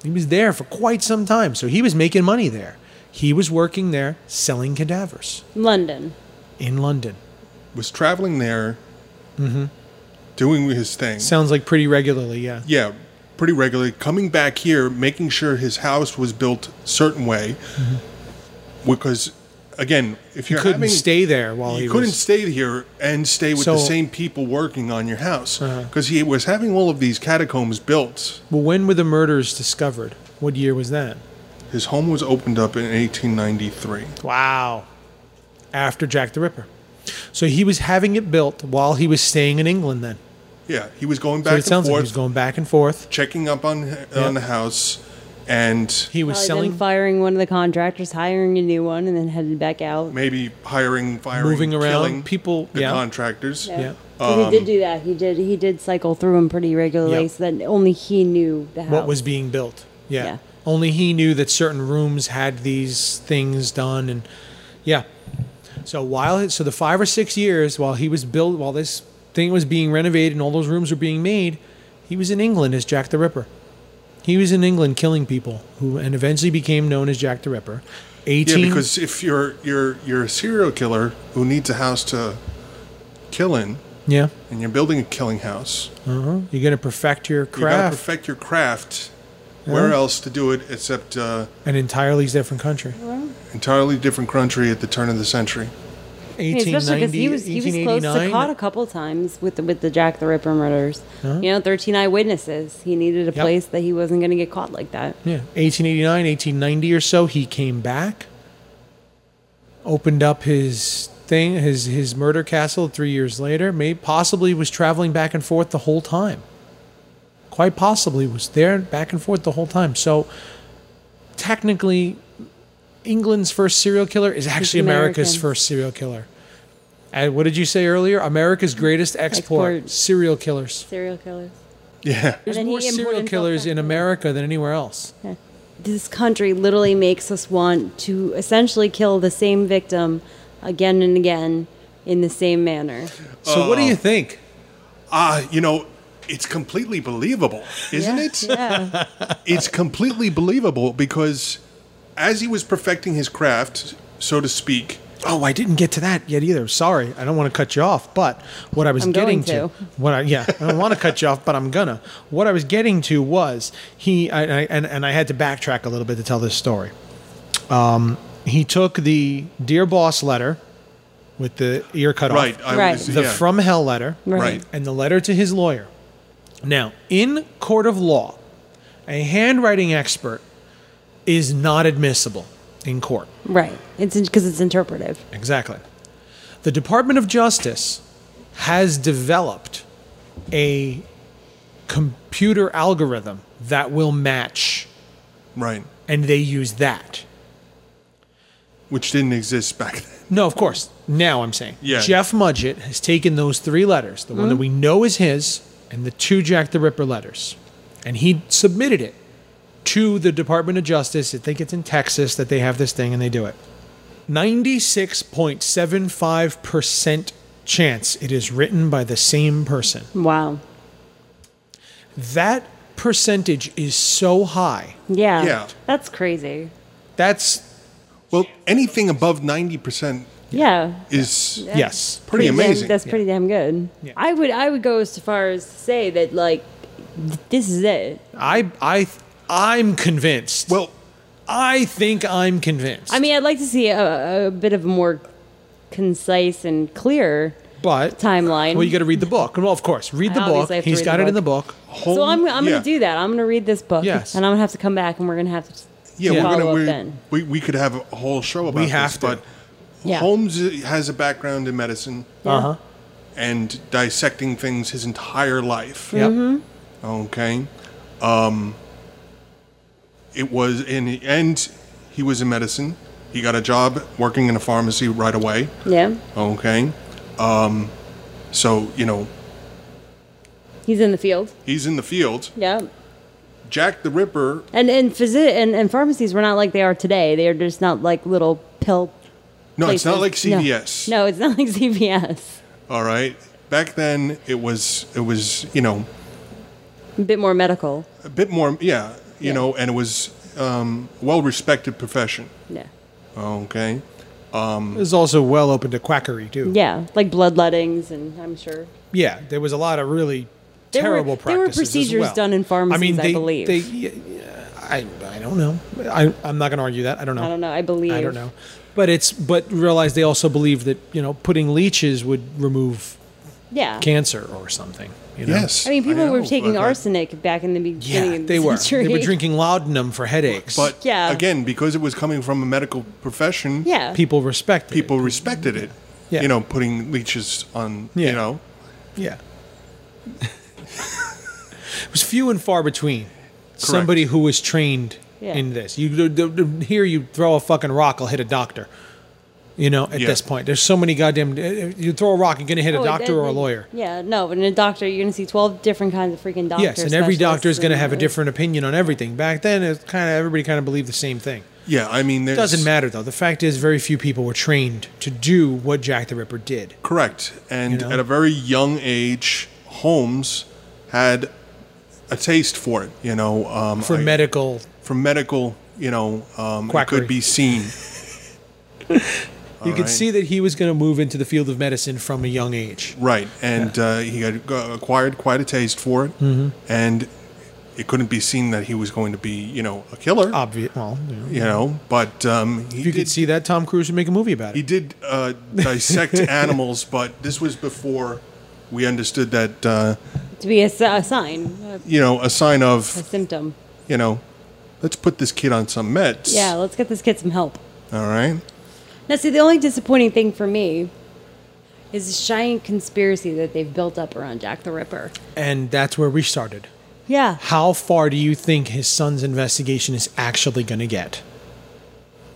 Speaker 1: He was there for quite some time, so he was making money there. He was working there selling cadavers
Speaker 2: London.
Speaker 1: in London.
Speaker 3: was traveling there,
Speaker 1: Mm-hmm.
Speaker 3: doing his thing?
Speaker 1: Sounds like pretty regularly, yeah.
Speaker 3: yeah, pretty regularly. Coming back here, making sure his house was built certain way, because again,
Speaker 1: Mm-hmm.
Speaker 3: if
Speaker 1: He
Speaker 3: you're
Speaker 1: couldn't
Speaker 3: having,
Speaker 1: stay there while he
Speaker 3: you couldn't
Speaker 1: was.
Speaker 3: stay here and stay with
Speaker 1: So- Uh-huh.
Speaker 3: the same people working on your house because he was having all of these catacombs built.
Speaker 1: well, when were the murders discovered? What year was that?
Speaker 3: His home was opened up in 1893.
Speaker 1: Wow. After Jack the Ripper. So he was having it built while he was staying in England then.
Speaker 3: Yeah, he was going
Speaker 1: So
Speaker 3: back
Speaker 1: it sounds like he
Speaker 3: and forth,
Speaker 1: was going back and forth.
Speaker 3: checking up on on the house, and
Speaker 1: Oh, He was
Speaker 2: Probably
Speaker 1: selling
Speaker 2: then firing one of the contractors, hiring a new one, and then headed back out.
Speaker 3: maybe hiring, firing,
Speaker 1: Moving around,
Speaker 3: killing
Speaker 1: people-
Speaker 3: the
Speaker 1: yeah.
Speaker 3: contractors.
Speaker 1: Yeah.
Speaker 2: 'Cause
Speaker 3: Um,
Speaker 2: he did do that. He did. He did cycle through them pretty regularly,
Speaker 1: Yep.
Speaker 2: so that only he knew the house.
Speaker 1: what was being built. Yeah.
Speaker 2: Yeah.
Speaker 1: Only he knew that certain rooms had these things done and yeah. So while so the 5 or 6 years while he was built while this thing was being renovated and all those rooms were being made, he was in England as Jack the Ripper. He was in England killing people who and eventually became known as Jack the Ripper. 18
Speaker 3: Yeah, because if you're you're you're a serial killer who needs a house to kill in,
Speaker 1: Yeah.
Speaker 3: and you're building a killing house,
Speaker 1: You're gonna perfect your
Speaker 3: you gotta
Speaker 1: craft.
Speaker 3: perfect your craft. Where else to do it except uh,
Speaker 1: An entirely different country.
Speaker 3: entirely different country at the turn of the century?
Speaker 2: I mean, especially because he was he was close to
Speaker 1: 1889.
Speaker 2: caught a couple times with the, with the Jack the Ripper murders. You know, thirteen eyewitnesses. He needed a
Speaker 1: Yep.
Speaker 2: place that he wasn't going to get caught like that.
Speaker 1: Yeah, 1889, 1890 or so, he came back, opened up his thing, his his murder castle. Three years later, maybe possibly was traveling back and forth the whole time. Quite possibly was there back and forth the whole time. So technically, England's first serial killer is actually America's
Speaker 2: American.
Speaker 1: first serial killer. And what did you say earlier? America's greatest export.
Speaker 2: Export.
Speaker 1: serial killers.
Speaker 2: Serial killers.
Speaker 3: Yeah,
Speaker 1: There's
Speaker 2: then
Speaker 1: more
Speaker 2: he
Speaker 1: serial
Speaker 2: imported
Speaker 1: killers
Speaker 2: himself
Speaker 1: in
Speaker 2: back.
Speaker 1: America than anywhere else.
Speaker 2: This country literally makes us want to essentially kill the same victim again and again in the same manner.
Speaker 1: So what do you think?
Speaker 3: ah, you know, it's completely believable, isn't
Speaker 2: Yeah,
Speaker 3: it?
Speaker 2: Yeah.
Speaker 3: It's completely believable because as he was perfecting his craft, so to speak,
Speaker 1: Oh, I didn't get to that yet either. Sorry, I don't want to cut you off, but what I was
Speaker 2: I'm
Speaker 1: getting
Speaker 2: going
Speaker 1: to,
Speaker 2: to.
Speaker 1: what I yeah, I don't want to cut you off, but I'm gonna. What I was getting to was he, I, I, and and I had to backtrack a little bit to tell this story. Um, he took the dear boss letter with the ear cut
Speaker 3: right?
Speaker 1: off,
Speaker 3: I
Speaker 2: Right.
Speaker 3: was-
Speaker 1: the
Speaker 3: yeah,
Speaker 1: from hell letter,
Speaker 3: right.
Speaker 1: and the letter to his lawyer. Now, in court of law, a handwriting expert is not admissible in court.
Speaker 2: Right. It's because it's interpretive.
Speaker 1: Exactly. The Department of Justice has developed a computer algorithm that will match,
Speaker 3: right,
Speaker 1: and they use that.
Speaker 3: which didn't exist back then.
Speaker 1: No, of course. Now I'm saying.
Speaker 3: Yeah.
Speaker 1: Jeff Mudgett has taken those three letters, the one that we know is his, and the two Jack the Ripper letters, and he submitted it to the Department of Justice. I think it's in Texas that they have this thing and they do it. 96.75% chance it is written by the same person.
Speaker 2: Wow.
Speaker 1: That percentage is so high.
Speaker 2: Yeah.
Speaker 3: Yeah.
Speaker 2: That's crazy.
Speaker 1: That's,
Speaker 3: Well, anything above ninety percent
Speaker 2: Yeah.
Speaker 3: is
Speaker 1: yes.
Speaker 3: pretty
Speaker 2: damn-
Speaker 3: amazing.
Speaker 2: that's pretty damn good.
Speaker 1: Yeah.
Speaker 2: I would I would go as far as to say that like th- this is it.
Speaker 1: I, I, I'm convinced.
Speaker 3: Well,
Speaker 1: I think I'm convinced.
Speaker 2: I mean, I'd like to see a, a bit of a more concise and clear
Speaker 1: but
Speaker 2: timeline.
Speaker 1: Well, you got to read the book. Well, of course, read the
Speaker 2: I
Speaker 1: book.
Speaker 2: obviously have to
Speaker 1: He's
Speaker 2: read
Speaker 1: got
Speaker 2: the
Speaker 1: it in the
Speaker 2: book.
Speaker 1: book.
Speaker 3: whole,
Speaker 2: so I'm I'm
Speaker 3: yeah.
Speaker 2: gonna do that. I'm gonna read this book.
Speaker 1: Yes.
Speaker 2: And I'm gonna have to come back and we're gonna have to.
Speaker 1: Yeah.
Speaker 3: Yeah, we're
Speaker 2: Follow up
Speaker 3: gonna
Speaker 2: then.
Speaker 3: we, we we could have a whole show about
Speaker 1: We have
Speaker 3: this,
Speaker 1: to.
Speaker 3: but
Speaker 2: Yeah.
Speaker 3: Holmes has a background in medicine
Speaker 1: Uh huh.
Speaker 3: and dissecting things his
Speaker 2: Mm-hmm.
Speaker 3: entire life.
Speaker 1: Yep.
Speaker 3: Okay. Um it was in the end he was in medicine. He got a job working in a pharmacy right away.
Speaker 2: Yeah.
Speaker 3: Okay, um, so you know
Speaker 2: He's in the field.
Speaker 3: he's in the field.
Speaker 2: Yeah.
Speaker 3: Jack the Ripper
Speaker 2: And and, physi- and and pharmacies were not like they are today. They are just not like little pill.
Speaker 3: No, it's not like
Speaker 2: places. No.
Speaker 3: CVS.
Speaker 2: No, it's not like CVS.
Speaker 3: All right. Back then, it was it was you know
Speaker 2: A bit more medical.
Speaker 3: a bit more yeah you
Speaker 2: Yeah.
Speaker 3: know and it was um, well respected profession.
Speaker 2: Yeah.
Speaker 3: Okay.
Speaker 1: This is also well open to quackery too.
Speaker 2: Yeah, like bloodlettings, and I'm sure.
Speaker 1: Yeah, there was a lot of really
Speaker 2: There were-
Speaker 1: terrible
Speaker 2: there
Speaker 1: practices.
Speaker 2: were
Speaker 1: as
Speaker 2: procedures
Speaker 1: well.
Speaker 2: done in
Speaker 1: I mean,
Speaker 2: pharmacies, I
Speaker 1: they,
Speaker 2: believe.
Speaker 1: They, yeah, I, I don't know. I, I'm not going to argue that. I don't know.
Speaker 2: I don't know. I believe.
Speaker 1: I don't know. But it's but realize they also believe that you know putting leeches would remove
Speaker 2: Yeah.
Speaker 1: cancer or something. You know?
Speaker 3: Yes.
Speaker 2: I mean, people
Speaker 3: know,
Speaker 2: were taking
Speaker 3: but-
Speaker 2: arsenic back in the beginning
Speaker 1: Yeah,
Speaker 2: of the
Speaker 1: they were.
Speaker 2: century.
Speaker 1: They were drinking laudanum for headaches.
Speaker 3: But
Speaker 2: Yeah.
Speaker 3: again, because it was coming from a medical profession,
Speaker 2: Yeah.
Speaker 1: people respected. it.
Speaker 3: people respected it.
Speaker 1: Yeah.
Speaker 3: You know, putting leeches on.
Speaker 1: Yeah.
Speaker 3: You know,
Speaker 1: Yeah. it was few and far between. Somebody who was trained
Speaker 2: Yeah.
Speaker 1: in this. You d- d- d- here you throw a fucking rock, I'll hit a doctor. You know, at
Speaker 3: Yeah.
Speaker 1: this point, there's so many goddamn. eh, You throw a rock, you're gonna hit a
Speaker 2: Oh,
Speaker 1: doctor
Speaker 2: and
Speaker 1: or a
Speaker 2: then-
Speaker 1: lawyer.
Speaker 2: Yeah, no, but in a doctor, you're going to see 12 different kinds of freaking doctors.
Speaker 1: Yes, and every doctor is gonna have a different opinion on everything. Back then, it's kind of everybody kind of believed the same thing.
Speaker 3: yeah. I mean, there's,
Speaker 1: Doesn't matter though. The fact is, very few people were trained to do what Jack the Ripper did.
Speaker 3: Correct. And
Speaker 1: know?
Speaker 3: at a very young age, Holmes had a taste for it. You know, um,
Speaker 1: for
Speaker 3: I-
Speaker 1: medical.
Speaker 3: for medical. You know, um, it
Speaker 1: Quackery.
Speaker 3: could be seen.
Speaker 1: You could
Speaker 3: right.
Speaker 1: see that he was going to move into the field of medicine from a young age.
Speaker 3: Right, and uh, he had g- acquired quite a taste for it,
Speaker 1: Mm-hmm.
Speaker 3: and it couldn't be seen that he was going to be, you know, a killer.
Speaker 1: Obvious. Well, you know,
Speaker 3: you know, but um, he
Speaker 1: Uh, if you
Speaker 3: did,
Speaker 1: could see that, Tom Cruise would make a movie about
Speaker 3: he
Speaker 1: it.
Speaker 3: did uh, dissect animals, but this was before we understood that, uh,
Speaker 2: To be a, si- a sign, a,
Speaker 3: you know, a sign
Speaker 2: a
Speaker 3: of,
Speaker 2: symptom.
Speaker 3: you know, let's put this kid on some meds.
Speaker 2: Yeah, let's get this kid some help.
Speaker 3: All right.
Speaker 2: Now, see, the only disappointing thing for me is this giant conspiracy that they've built up around Jack the Ripper.
Speaker 1: And that's where we started.
Speaker 2: Yeah.
Speaker 1: How far do you think his son's investigation is actually going to get?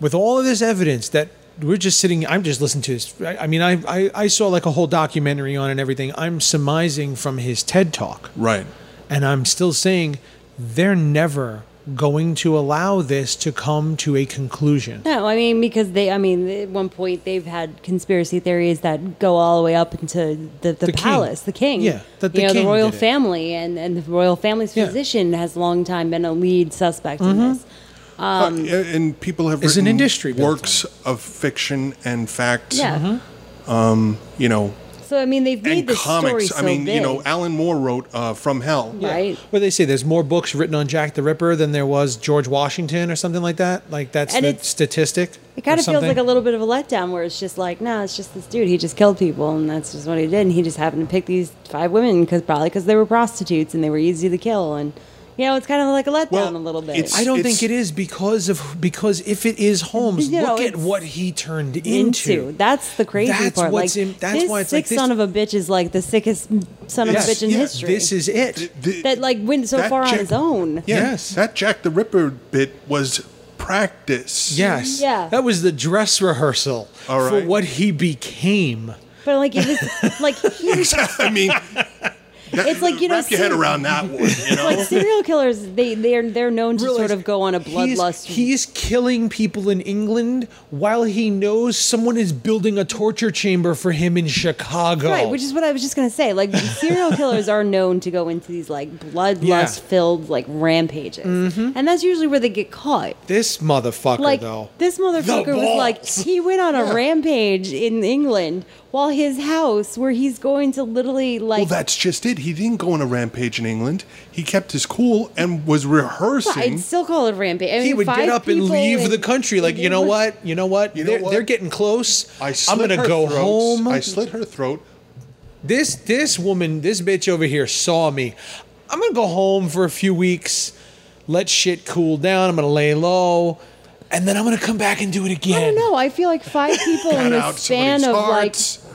Speaker 1: With all of this evidence that we're just sitting, I'm just listening to this. I, I mean, I, I, I saw like a whole documentary on it and everything. I'm surmising from his TED talk.
Speaker 3: Right.
Speaker 1: And I'm still saying they're never going to allow this to come to a conclusion.
Speaker 2: No, I mean, because they, I mean, at one point they've had conspiracy theories that go all the way up into the, the,
Speaker 1: The king.
Speaker 2: palace, the king.
Speaker 1: Yeah, that the
Speaker 2: you know,
Speaker 1: king
Speaker 2: the royal
Speaker 1: did it.
Speaker 2: family, and, and the royal family's
Speaker 1: Yeah. Mm-hmm.
Speaker 2: physician has long time been a lead suspect in this.
Speaker 3: Uh,
Speaker 2: Um,
Speaker 3: and- and people have
Speaker 1: It's an
Speaker 3: written
Speaker 1: industry built
Speaker 3: works of fiction and fact.
Speaker 2: Yeah.
Speaker 1: Mm-hmm.
Speaker 3: You know,
Speaker 2: So, I mean, they've made
Speaker 3: and
Speaker 2: this story
Speaker 3: comics.
Speaker 2: so
Speaker 3: I mean,
Speaker 2: big.
Speaker 3: you know, Alan Moore wrote uh, From Hell.
Speaker 2: right?
Speaker 1: What they say? There's more books written on Jack the Ripper than there was George Washington or something like that. Like that's
Speaker 2: And
Speaker 1: the
Speaker 2: it's-
Speaker 1: statistic.
Speaker 2: It kind
Speaker 1: or
Speaker 2: of feels
Speaker 1: something?
Speaker 2: like a little bit of a letdown where it's just like, nah, it's just this dude. He just killed people, and that's just what he did. And he just happened to pick these five women because probably because they were prostitutes and they were easy to kill. And, you know, it's kind of like a letdown
Speaker 3: Well,
Speaker 2: a little bit.
Speaker 3: it's-
Speaker 1: I don't
Speaker 3: It's-
Speaker 1: think it is because of because if it is Holmes,
Speaker 2: You know,
Speaker 1: look at
Speaker 2: it's
Speaker 1: what he turned into.
Speaker 2: into. That's the crazy
Speaker 1: That's
Speaker 2: part.
Speaker 1: what's
Speaker 2: like
Speaker 1: in- that's
Speaker 2: this
Speaker 1: why it's
Speaker 2: sick
Speaker 1: like this-
Speaker 2: son of a bitch is like the sickest son
Speaker 1: Yes.
Speaker 2: of a bitch in
Speaker 3: Yeah,
Speaker 2: history.
Speaker 1: This is it.
Speaker 3: The-
Speaker 2: that like went so
Speaker 3: that
Speaker 2: far on
Speaker 3: Jack-
Speaker 2: his own.
Speaker 3: Yeah,
Speaker 1: Yes.
Speaker 3: That Jack the Ripper bit was practice.
Speaker 1: Yes.
Speaker 2: Yeah.
Speaker 1: That was the dress rehearsal
Speaker 3: All
Speaker 1: for
Speaker 3: right.
Speaker 1: what he became.
Speaker 2: But like it was like he was
Speaker 3: I mean,
Speaker 2: it's like you know
Speaker 3: wrap your head
Speaker 2: ser-
Speaker 3: around that one. You know,
Speaker 2: like serial killers they they're they're known to
Speaker 1: realize
Speaker 2: sort of go on a bloodlust.
Speaker 1: He's, he's killing people in England while he knows someone is building a torture chamber for him in Chicago.
Speaker 2: Right, which is what I was just gonna say. Like serial killers are known to go into these like bloodlust filled like rampages, and that's usually where they get caught.
Speaker 1: this motherfucker
Speaker 2: like
Speaker 1: Mm-hmm. though.
Speaker 2: this motherfucker was like
Speaker 1: balls.
Speaker 2: he went on a rampage in England while his house where he's going to literally
Speaker 3: well,
Speaker 2: like
Speaker 3: that's just it. He didn't go on a rampage in England. He kept his cool and was rehearsing.
Speaker 2: I'd still call it a rampage. I
Speaker 1: he
Speaker 2: mean,
Speaker 1: would get
Speaker 2: five
Speaker 1: up and
Speaker 2: people
Speaker 1: leave
Speaker 2: in-
Speaker 1: the country like
Speaker 2: in
Speaker 1: you know
Speaker 2: England-
Speaker 1: what you know what,
Speaker 3: know
Speaker 1: they're,
Speaker 3: what?
Speaker 1: they're getting close
Speaker 3: I
Speaker 1: i'm
Speaker 3: slit
Speaker 1: gonna
Speaker 3: her
Speaker 1: go
Speaker 3: throat.
Speaker 1: home
Speaker 3: I slit her throat.
Speaker 1: this this woman this bitch over here saw me i'm gonna go home for a few weeks let shit cool down i'm gonna lay low and then i'm gonna come back and do it again
Speaker 2: Oh, I don't know. I feel like five people in
Speaker 3: Got
Speaker 2: the
Speaker 3: out
Speaker 2: span
Speaker 3: somebody's
Speaker 2: of like
Speaker 3: hearts.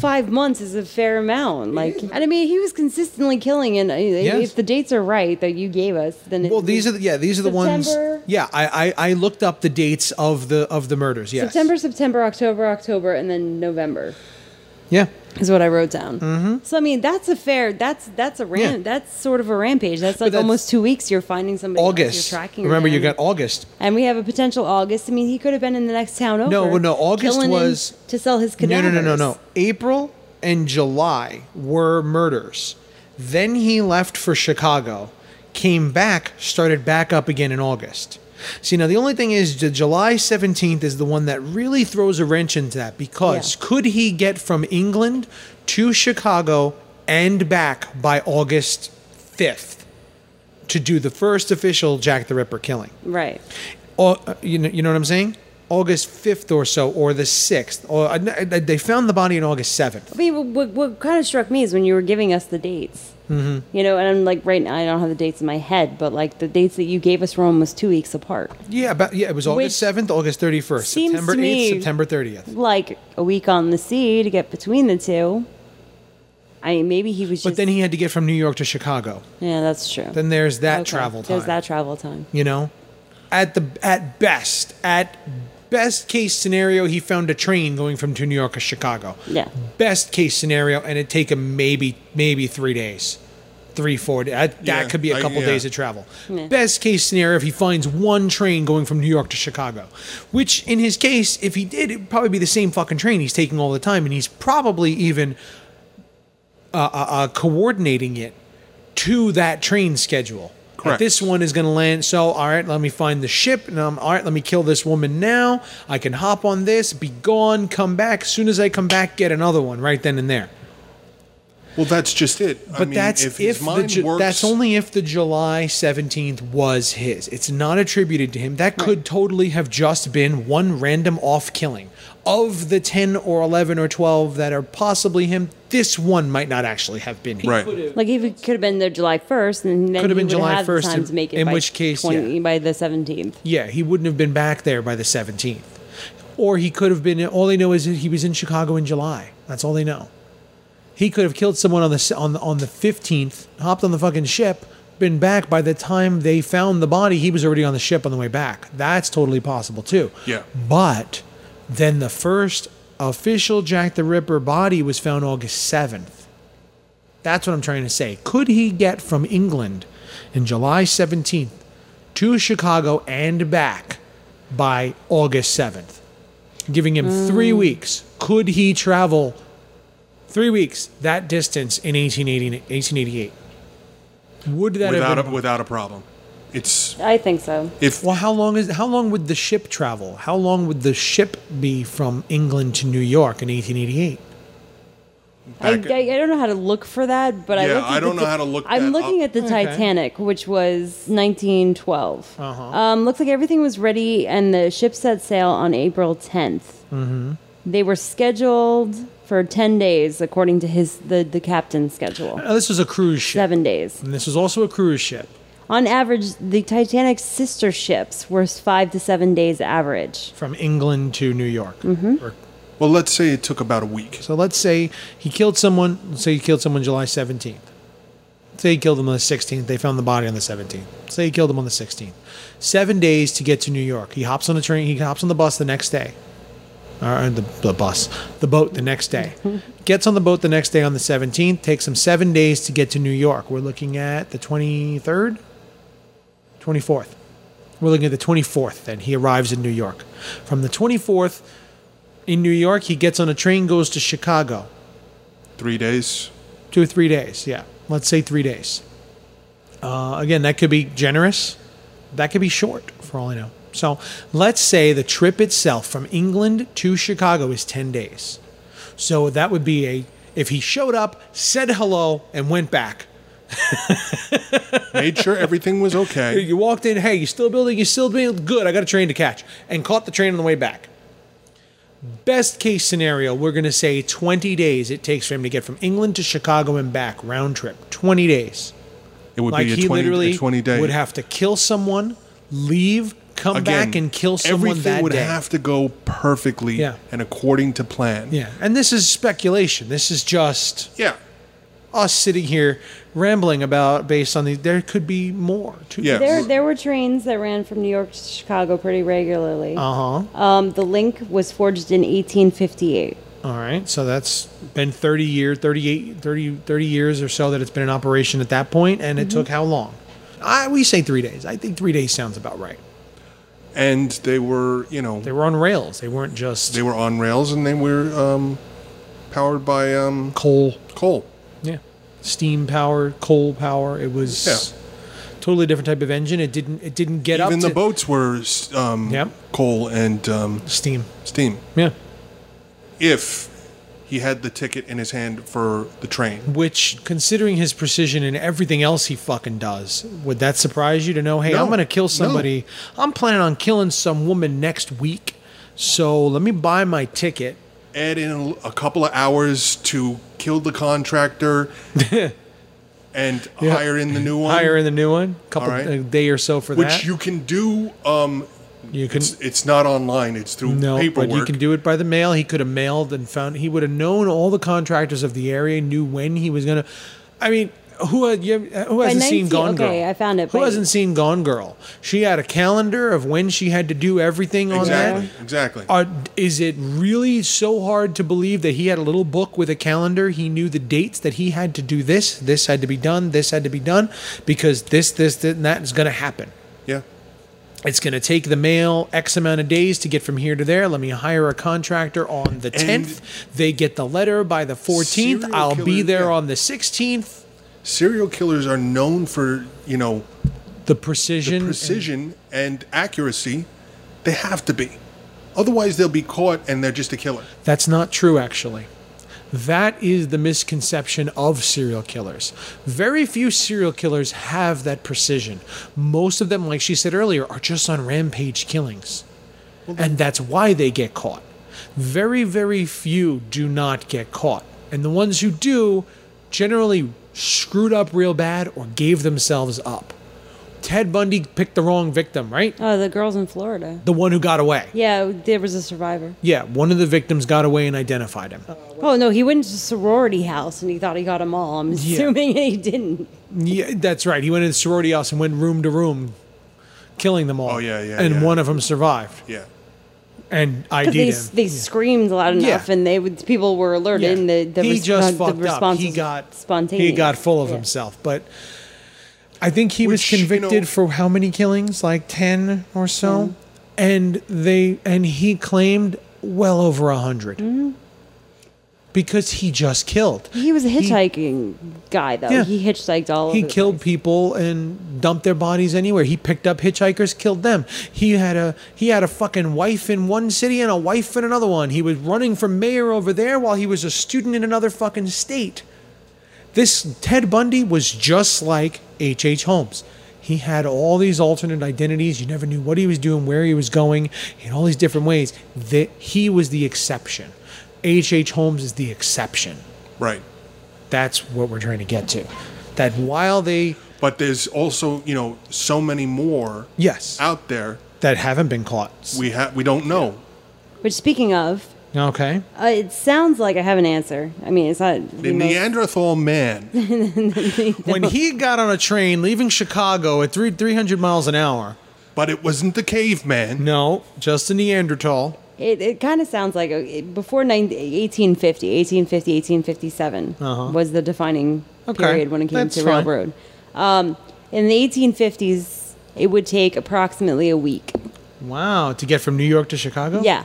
Speaker 2: five months is a fair amount. Like, and I mean, he was consistently killing. And uh,
Speaker 1: Yes.
Speaker 2: if the dates are right that you gave us, then
Speaker 1: Well,
Speaker 2: it,
Speaker 1: these are the, yeah, these are the
Speaker 2: September.
Speaker 1: ones. Yeah, I, I I looked up the dates of the of the murders. Yes,
Speaker 2: September, September, October, October, and then November
Speaker 1: Yeah,
Speaker 2: is what I wrote down. Mm-hmm. So I mean, that's a fair. That's that's a ram.
Speaker 1: Yeah.
Speaker 2: That's sort of a rampage. That's like
Speaker 1: that's-
Speaker 2: almost two weeks. You're finding somebody. else,
Speaker 1: August.
Speaker 2: You're tracking.
Speaker 1: Remember, you
Speaker 2: them.
Speaker 1: got August.
Speaker 2: And we have a potential August. I mean, he could have been in the next town over.
Speaker 1: No, well, no, August
Speaker 2: killing him
Speaker 1: was-
Speaker 2: to sell his
Speaker 1: No, no,
Speaker 2: cadavers.
Speaker 1: no, no, no. April and July were murders. Then he left for Chicago, came back, started back up again in August. See, now the only thing is, J- July 17th is the one that really throws a wrench into that because could he get from England to Chicago and back by August 5th to do the first official Jack the Ripper killing?
Speaker 2: Right.
Speaker 1: Au- uh, you know, you know what I'm saying? August 5th or so, or the 6th. Or uh, n- uh, they found the body on August 7th.
Speaker 2: I mean, what- what, what kind of struck me is when you were giving us the dates.
Speaker 1: Mm-hmm.
Speaker 2: You know, and I'm like, right now, I don't have the dates in my head, but like the dates that you gave us were almost two weeks apart.
Speaker 1: Yeah, about, yeah, it was August
Speaker 2: Which
Speaker 1: 7th, August 31st,
Speaker 2: seems to
Speaker 1: September 8th,
Speaker 2: me-
Speaker 1: September 30th.
Speaker 2: Like a week on the sea to get between the two. I mean, maybe he was just.
Speaker 1: But then he had to get from New York to Chicago.
Speaker 2: Yeah, that's true.
Speaker 1: Then there's that
Speaker 2: Okay,
Speaker 1: travel time.
Speaker 2: There's that travel time.
Speaker 1: you know, at the at best, at best case scenario, he found a train going from to New York to Chicago.
Speaker 2: Yeah.
Speaker 1: Best case scenario, and it'd take him maybe maybe three days. Three, four. That,
Speaker 3: Yeah,
Speaker 1: that could be a
Speaker 3: I-
Speaker 1: couple
Speaker 3: yeah.
Speaker 1: days of travel. Best case scenario, if he finds one train going from New York to Chicago, which in his case, if he did, it'd probably be the same fucking train he's taking all the time, and he's probably even uh, uh, uh, coordinating it to that train schedule. Like,
Speaker 3: Correct.
Speaker 1: this one is going to land. So, all right, let me find the ship. And I'm all right. Let me kill this woman now. I can hop on this, be gone, come back. As soon as I come back, get another one right then and there.
Speaker 3: Well, that's just it. I
Speaker 1: But
Speaker 3: mean,
Speaker 1: that's
Speaker 3: if,
Speaker 1: if,
Speaker 3: his
Speaker 1: the
Speaker 3: mind
Speaker 1: Ju-
Speaker 3: works,
Speaker 1: that's only if the July 17th was his. It's not attributed to him. That could totally have just been one random off killing. Of the 10 or 11 or 12 that are possibly him, this one might not actually have been him.
Speaker 3: right.
Speaker 2: Like he could have been there July 1st, and then
Speaker 1: Could have
Speaker 2: he
Speaker 1: been
Speaker 2: would
Speaker 1: July
Speaker 2: have the
Speaker 1: 1st,
Speaker 2: time
Speaker 1: in-
Speaker 2: to make it.
Speaker 1: in
Speaker 2: by
Speaker 1: which case,
Speaker 2: 20,
Speaker 1: yeah.
Speaker 2: by the 17th.
Speaker 1: Yeah, he wouldn't have been back there by the 17th. Or he could have been, all they know is that he was in Chicago in July. That's all they know. He could have killed someone on the, s- on the, on the 15th, hopped on the fucking ship, been back by the time they found the body, he was already on the ship on the way back. That's totally possible too.
Speaker 3: Yeah.
Speaker 1: But then the first official Jack the Ripper body was found August 7th. That's what I'm trying to say. Could he get from England in July 17th to Chicago and back by August 7th? Giving him three weeks. Could he travel three weeks that distance in 1880, 1888? Would that
Speaker 3: Without
Speaker 1: have
Speaker 3: a,
Speaker 1: been,
Speaker 3: without a problem. It's
Speaker 2: I think so.
Speaker 3: if
Speaker 1: Well, how long is how long would the ship travel? How long would the ship be from England to New York in 1888?
Speaker 2: I, I,
Speaker 3: back-
Speaker 2: I don't know how to look for that, but I
Speaker 3: Yeah,
Speaker 2: looked at
Speaker 3: I don't
Speaker 2: the
Speaker 3: know
Speaker 2: ti-
Speaker 3: how to look
Speaker 2: I'm
Speaker 3: that
Speaker 2: looking
Speaker 3: up.
Speaker 2: at the Titanic, which was 1912.
Speaker 1: Uh-huh.
Speaker 2: Um, looks like everything was ready, and the ship set sail on April 10th. Mm-hmm. They were scheduled for 10 days, according to his the the captain's schedule.
Speaker 1: Now, this was a cruise ship.
Speaker 2: Seven days.
Speaker 1: And this was also a cruise ship.
Speaker 2: On average, the Titanic's sister ships were five to seven days average.
Speaker 1: from England to New York. Or-
Speaker 3: well, let's say it took about a week.
Speaker 1: so let's say he killed someone. Let's say he killed someone July 17th. Say he killed them on the 16th. They found the body on the 17th. Say he killed them on the 16th. Seven days to get to New York. He hops on the train. He hops on the bus the next day. Or the, the bus, the boat the next day. Gets on the boat the next day on the 17th. Takes him seven days to get to New York. We're looking at the 23rd, 24th. We're looking at the 24th. Then he arrives in New York. From the 24th in New York, he gets on a train, goes to Chicago.
Speaker 3: Three days.
Speaker 1: Two or three days, yeah. Let's say three days. Uh, again, that could be generous. That could be short, for all I know. So let's say the trip itself from England to Chicago is 10 days. So that would be a, if he showed up, said hello, and went back.
Speaker 3: Made sure everything was okay.
Speaker 1: You walked in, hey, you still building? You still building? Good, I got a train to catch. And caught the train on the way back. Best case scenario, we're going to say 20 days it takes for him to get from England to Chicago and back, round trip. 20 days.
Speaker 3: It would
Speaker 1: Like
Speaker 3: be a
Speaker 1: he
Speaker 3: 20,
Speaker 1: literally
Speaker 3: a 20 day.
Speaker 1: would have to kill someone, leave, come back and kill someone
Speaker 3: Everything
Speaker 1: that
Speaker 3: would
Speaker 1: day.
Speaker 3: have to go perfectly
Speaker 1: Yeah.
Speaker 3: and according to plan.
Speaker 1: yeah, and this is speculation. This is just
Speaker 3: Yeah.
Speaker 1: us sitting here rambling about based on the. There could be more. To
Speaker 3: Yeah.
Speaker 2: There, there were trains that ran from New York to Chicago pretty regularly.
Speaker 1: Uh huh.
Speaker 2: Um, the link was forged in 1858.
Speaker 1: All right. So that's been 30 years, 38, 30, 30 years or so that it's been in operation at that point, and
Speaker 3: Mm-hmm.
Speaker 1: it took how long? I we say three days. I think three days sounds about right.
Speaker 3: And they were, you know,
Speaker 1: They were on rails. They weren't just
Speaker 3: they were on rails and they were um, powered by um,
Speaker 1: coal.
Speaker 3: coal.
Speaker 1: Yeah. Steam power, coal power. It was totally different type of engine. It didn't. It didn't get up
Speaker 3: Even the
Speaker 1: to
Speaker 3: boats were s- um,
Speaker 1: Yep.
Speaker 3: coal and um,
Speaker 1: steam.
Speaker 3: steam.
Speaker 1: Yeah.
Speaker 3: If he had the ticket in his hand for the train,
Speaker 1: Which, considering his precision and everything else he fucking does, would that surprise you to know? Hey,
Speaker 3: No.
Speaker 1: I'm gonna
Speaker 3: No.
Speaker 1: kill somebody. I'm planning on killing some woman next week. So let me buy my ticket.
Speaker 3: add in a l- a couple of hours to kill the contractor and hire in the new one,
Speaker 1: Hire in the new one, couple
Speaker 3: All right.
Speaker 1: a day or so for
Speaker 3: which
Speaker 1: that.
Speaker 3: you can do. Um,
Speaker 1: you can
Speaker 3: it's, it's not online; it's through
Speaker 1: No,
Speaker 3: paperwork.
Speaker 1: but you can do it by the mail. He could have mailed and found. He would have known all the contractors of the area, knew when he was gonna. I mean, who had, you- who hasn't
Speaker 2: 19
Speaker 1: seen Gone Girl?
Speaker 2: okay, I found it.
Speaker 1: Who
Speaker 2: By-
Speaker 1: hasn't seen Gone Girl? She had a calendar of when she had to do everything on
Speaker 3: exactly,
Speaker 1: that.
Speaker 3: exactly.
Speaker 1: Are, is it really so hard to believe that he had a little book with a calendar? He knew the dates that he had to do this, this had to be done, this had to be done, because this, this, this and that is going to happen
Speaker 3: yeah,
Speaker 1: it's going to take the mail X amount of days to get from here to there. Let me hire a contractor on the
Speaker 3: And-
Speaker 1: 10th. They get the letter by the 14th.
Speaker 3: Serial
Speaker 1: I'll be
Speaker 3: killer,
Speaker 1: there
Speaker 3: yeah.
Speaker 1: on the 16th.
Speaker 3: serial killers are known for you know
Speaker 1: The precision.
Speaker 3: precision and accuracy. They have to be, otherwise they'll be caught and they're just a killer.
Speaker 1: That's not true, actually. That is the misconception of serial killers. Very few serial killers have that precision. Most of them, like she said earlier, are just on rampage killings. and that's why they get caught. Very, very few do not get caught. And the ones who do generally screwed up real bad or gave themselves up. Ted Bundy picked the wrong victim, right?
Speaker 2: oh, the girls in Florida.
Speaker 1: The one who got away.
Speaker 2: Yeah, there was a survivor.
Speaker 1: Yeah, one of the victims got away and identified him.
Speaker 2: Oh no, he went to sorority house and he thought he got them all. I'm assuming he didn't.
Speaker 1: Yeah, that's right. He went into sorority house and went room to room, killing them all.
Speaker 3: Oh, yeah, yeah,
Speaker 1: And
Speaker 3: yeah.
Speaker 1: one of them survived
Speaker 3: Yeah,
Speaker 1: and ID'd
Speaker 2: They,
Speaker 1: him.
Speaker 2: they screamed loud enough,
Speaker 1: Yeah.
Speaker 2: and they would people were alerted. And the, the
Speaker 1: he
Speaker 2: respo-
Speaker 1: just
Speaker 2: the
Speaker 1: fucked up.
Speaker 2: response
Speaker 1: He
Speaker 2: was
Speaker 1: got
Speaker 2: spontaneous.
Speaker 1: He got full of
Speaker 2: Yeah.
Speaker 1: himself, but I think he
Speaker 3: Which, you
Speaker 1: was convicted
Speaker 3: know-
Speaker 1: for how many killings? Like ten or
Speaker 2: Mm-hmm.
Speaker 1: so, and they and he claimed well over a 100
Speaker 2: Mm-hmm.
Speaker 1: because he just killed.
Speaker 2: He was a hitchhiking guy, though.
Speaker 1: Yeah.
Speaker 2: He hitchhiked all
Speaker 1: He
Speaker 2: over the
Speaker 1: killed
Speaker 2: place.
Speaker 1: people and dumped their bodies anywhere. He picked up hitchhikers, killed them. He had a he had a fucking wife in one city and a wife in another one. He was running for mayor over there while he was a student in another fucking state. This Ted Bundy was just like H.H. H. Holmes. He had all these alternate identities. You never knew what he was doing, where he was going, in all these different ways. That he was the exception. H.H. H. Holmes is the exception.
Speaker 3: right.
Speaker 1: That's what we're trying to get to. That while they
Speaker 3: But there's also you know so many more
Speaker 1: Yes.
Speaker 3: out there
Speaker 1: that haven't been caught.
Speaker 3: we have we don't know.
Speaker 2: Which, speaking of,
Speaker 1: Okay.
Speaker 2: uh, it sounds like I have an answer. I mean, it's not.
Speaker 3: The Neanderthal man.
Speaker 1: When he got on a train leaving Chicago at three, 300 miles an hour,
Speaker 3: But it wasn't the caveman.
Speaker 1: no, just a Neanderthal.
Speaker 2: It, it kind of sounds like a, it- before 19, 1850, 1850, 1857 was the defining
Speaker 1: Uh-huh. Okay,
Speaker 2: period when it came
Speaker 1: that's
Speaker 2: to
Speaker 1: fine.
Speaker 2: railroad. Um, in the 1850s, it would take approximately a week.
Speaker 1: Wow, to get from New York to Chicago?
Speaker 2: Yeah.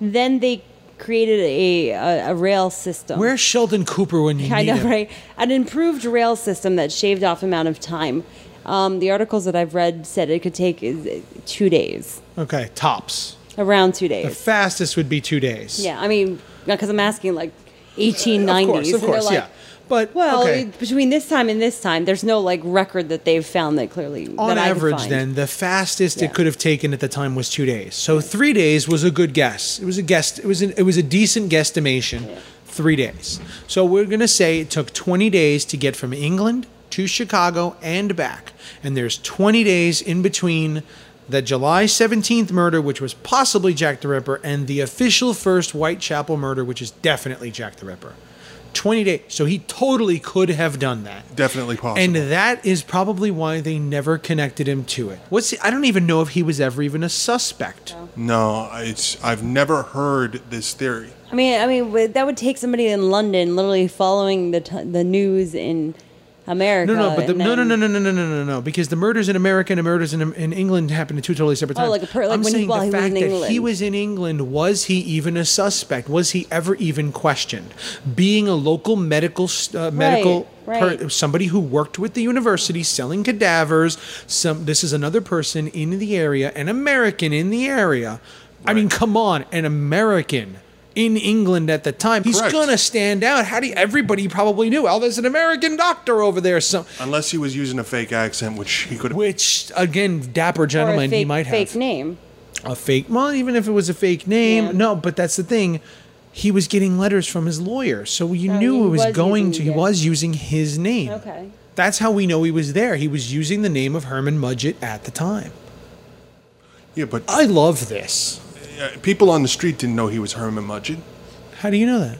Speaker 2: Then they created a, a, a rail system.
Speaker 1: Where's Sheldon Cooper when you
Speaker 2: I
Speaker 1: need
Speaker 2: know,
Speaker 1: him?
Speaker 2: right? An improved rail system that shaved off amount of time. Um, the articles that I've read said it could take uh, two days,
Speaker 1: Okay, tops.
Speaker 2: around two
Speaker 1: The
Speaker 2: days.
Speaker 1: fastest would be two days.
Speaker 2: Yeah, I mean, because I'm asking like 1890s.
Speaker 1: Of course, of
Speaker 2: and they're
Speaker 1: course,
Speaker 2: like,
Speaker 1: yeah. But,
Speaker 2: Well,
Speaker 1: okay.
Speaker 2: it- between this time and this time, there's no like record that they've found that clearly.
Speaker 1: on
Speaker 2: that I could
Speaker 1: average,
Speaker 2: find.
Speaker 1: then, the fastest
Speaker 2: Yeah.
Speaker 1: it could have taken at the time was two days. So three days was a good guess. It was a guess. It was an, it was a decent guesstimation. Three days. So we're gonna say it took 20 days to get from England to Chicago and back, and there's 20 days in between the July 17th murder, which was possibly Jack the Ripper, and the official first Whitechapel murder, which is definitely Jack the Ripper. 20 days. So he totally could have done that.
Speaker 3: Definitely possible.
Speaker 1: And uh, that is probably why they never connected him to it. What's I don't even know if he was ever even a suspect.
Speaker 2: Oh,
Speaker 3: no, it's I've never heard this theory.
Speaker 2: I mean, I mean, would- that would take somebody in London literally following the t- the news in America.
Speaker 1: No, no, but the,
Speaker 2: and
Speaker 1: no, no,
Speaker 2: then-
Speaker 1: no, no, no, no, no, no, no, because the murders in America and the murders in, in England happened at two totally separate
Speaker 2: Oh,
Speaker 1: times.
Speaker 2: like a per- like
Speaker 1: I'm
Speaker 2: when he-
Speaker 1: saying
Speaker 2: while
Speaker 1: the
Speaker 2: he was
Speaker 1: fact
Speaker 2: in
Speaker 1: that he
Speaker 2: England.
Speaker 1: was in England, was he even a suspect? Was he ever even questioned? Being a local medical s- uh, medical
Speaker 2: right.
Speaker 1: somebody who worked with the university selling cadavers. Some this is another person in the area, an American in the area. I mean, come on, an American. In England at the time, he's
Speaker 3: Correct.
Speaker 1: gonna stand out. How do you, everybody probably knew? Oh, there's an American doctor over there. Some
Speaker 3: Unless he was using a fake accent, which he could have.
Speaker 1: which again, dapper
Speaker 2: or a
Speaker 1: gentleman,
Speaker 2: fake,
Speaker 1: he might
Speaker 2: fake
Speaker 1: have
Speaker 2: name.
Speaker 1: a fake. Well, even if it was a fake name,
Speaker 2: Yeah.
Speaker 1: no. But that's the thing. He was getting letters from his lawyer, so you
Speaker 2: Oh,
Speaker 1: knew
Speaker 2: he
Speaker 1: it was
Speaker 2: was
Speaker 1: going
Speaker 2: using
Speaker 1: to. He
Speaker 2: it.
Speaker 1: was using his name.
Speaker 2: Okay.
Speaker 1: That's how we know he was there. He was using the name of Herman Mudgett at the time.
Speaker 3: Yeah, but
Speaker 1: I love this.
Speaker 3: uh, people on the street didn't know he was Herman Mudgett.
Speaker 1: How do you know that?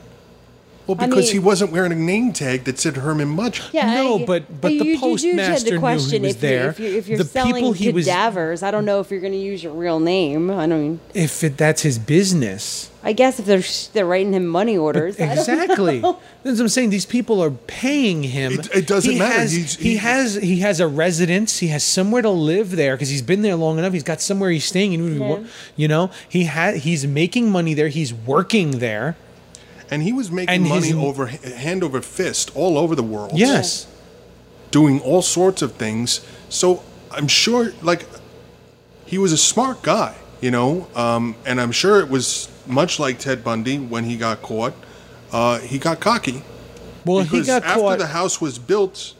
Speaker 3: Well,
Speaker 2: I
Speaker 3: because
Speaker 2: mean-
Speaker 3: he wasn't wearing a name tag that said Herman Mudgett.
Speaker 2: Yeah.
Speaker 1: No,
Speaker 2: I-
Speaker 1: but- but the
Speaker 2: you- you- you just had
Speaker 1: postmaster knew
Speaker 2: to
Speaker 1: he
Speaker 2: question
Speaker 1: was
Speaker 2: if
Speaker 1: there.
Speaker 2: You, if, you, if you're
Speaker 1: The
Speaker 2: selling
Speaker 1: people he was-
Speaker 2: cadavers, I don't know if you're going to use your real name. I mean,
Speaker 1: If it, that's his business,
Speaker 2: I guess if they're sh- they're writing him money orders, I don't-
Speaker 1: exactly. That's what I'm saying. These people are paying him.
Speaker 3: It- it doesn't
Speaker 1: He
Speaker 3: matter.
Speaker 1: has-
Speaker 3: He's-
Speaker 1: he
Speaker 3: he's-
Speaker 1: has he has a residence. He has somewhere to live there because he's been there long enough. He's got somewhere he's staying. And
Speaker 2: Yeah.
Speaker 1: you know he ha- he's making money there. He's working there.
Speaker 3: And he was making
Speaker 1: And his-
Speaker 3: money over hand over fist all over the world.
Speaker 1: Yes.
Speaker 3: doing all sorts of things. So I'm sure, like, he was a smart guy, you know, um, and I'm sure it was much like Ted Bundy when he got caught. Uh, he got cocky
Speaker 1: Well,
Speaker 3: because
Speaker 1: he got
Speaker 3: after
Speaker 1: caught.
Speaker 3: the house was built.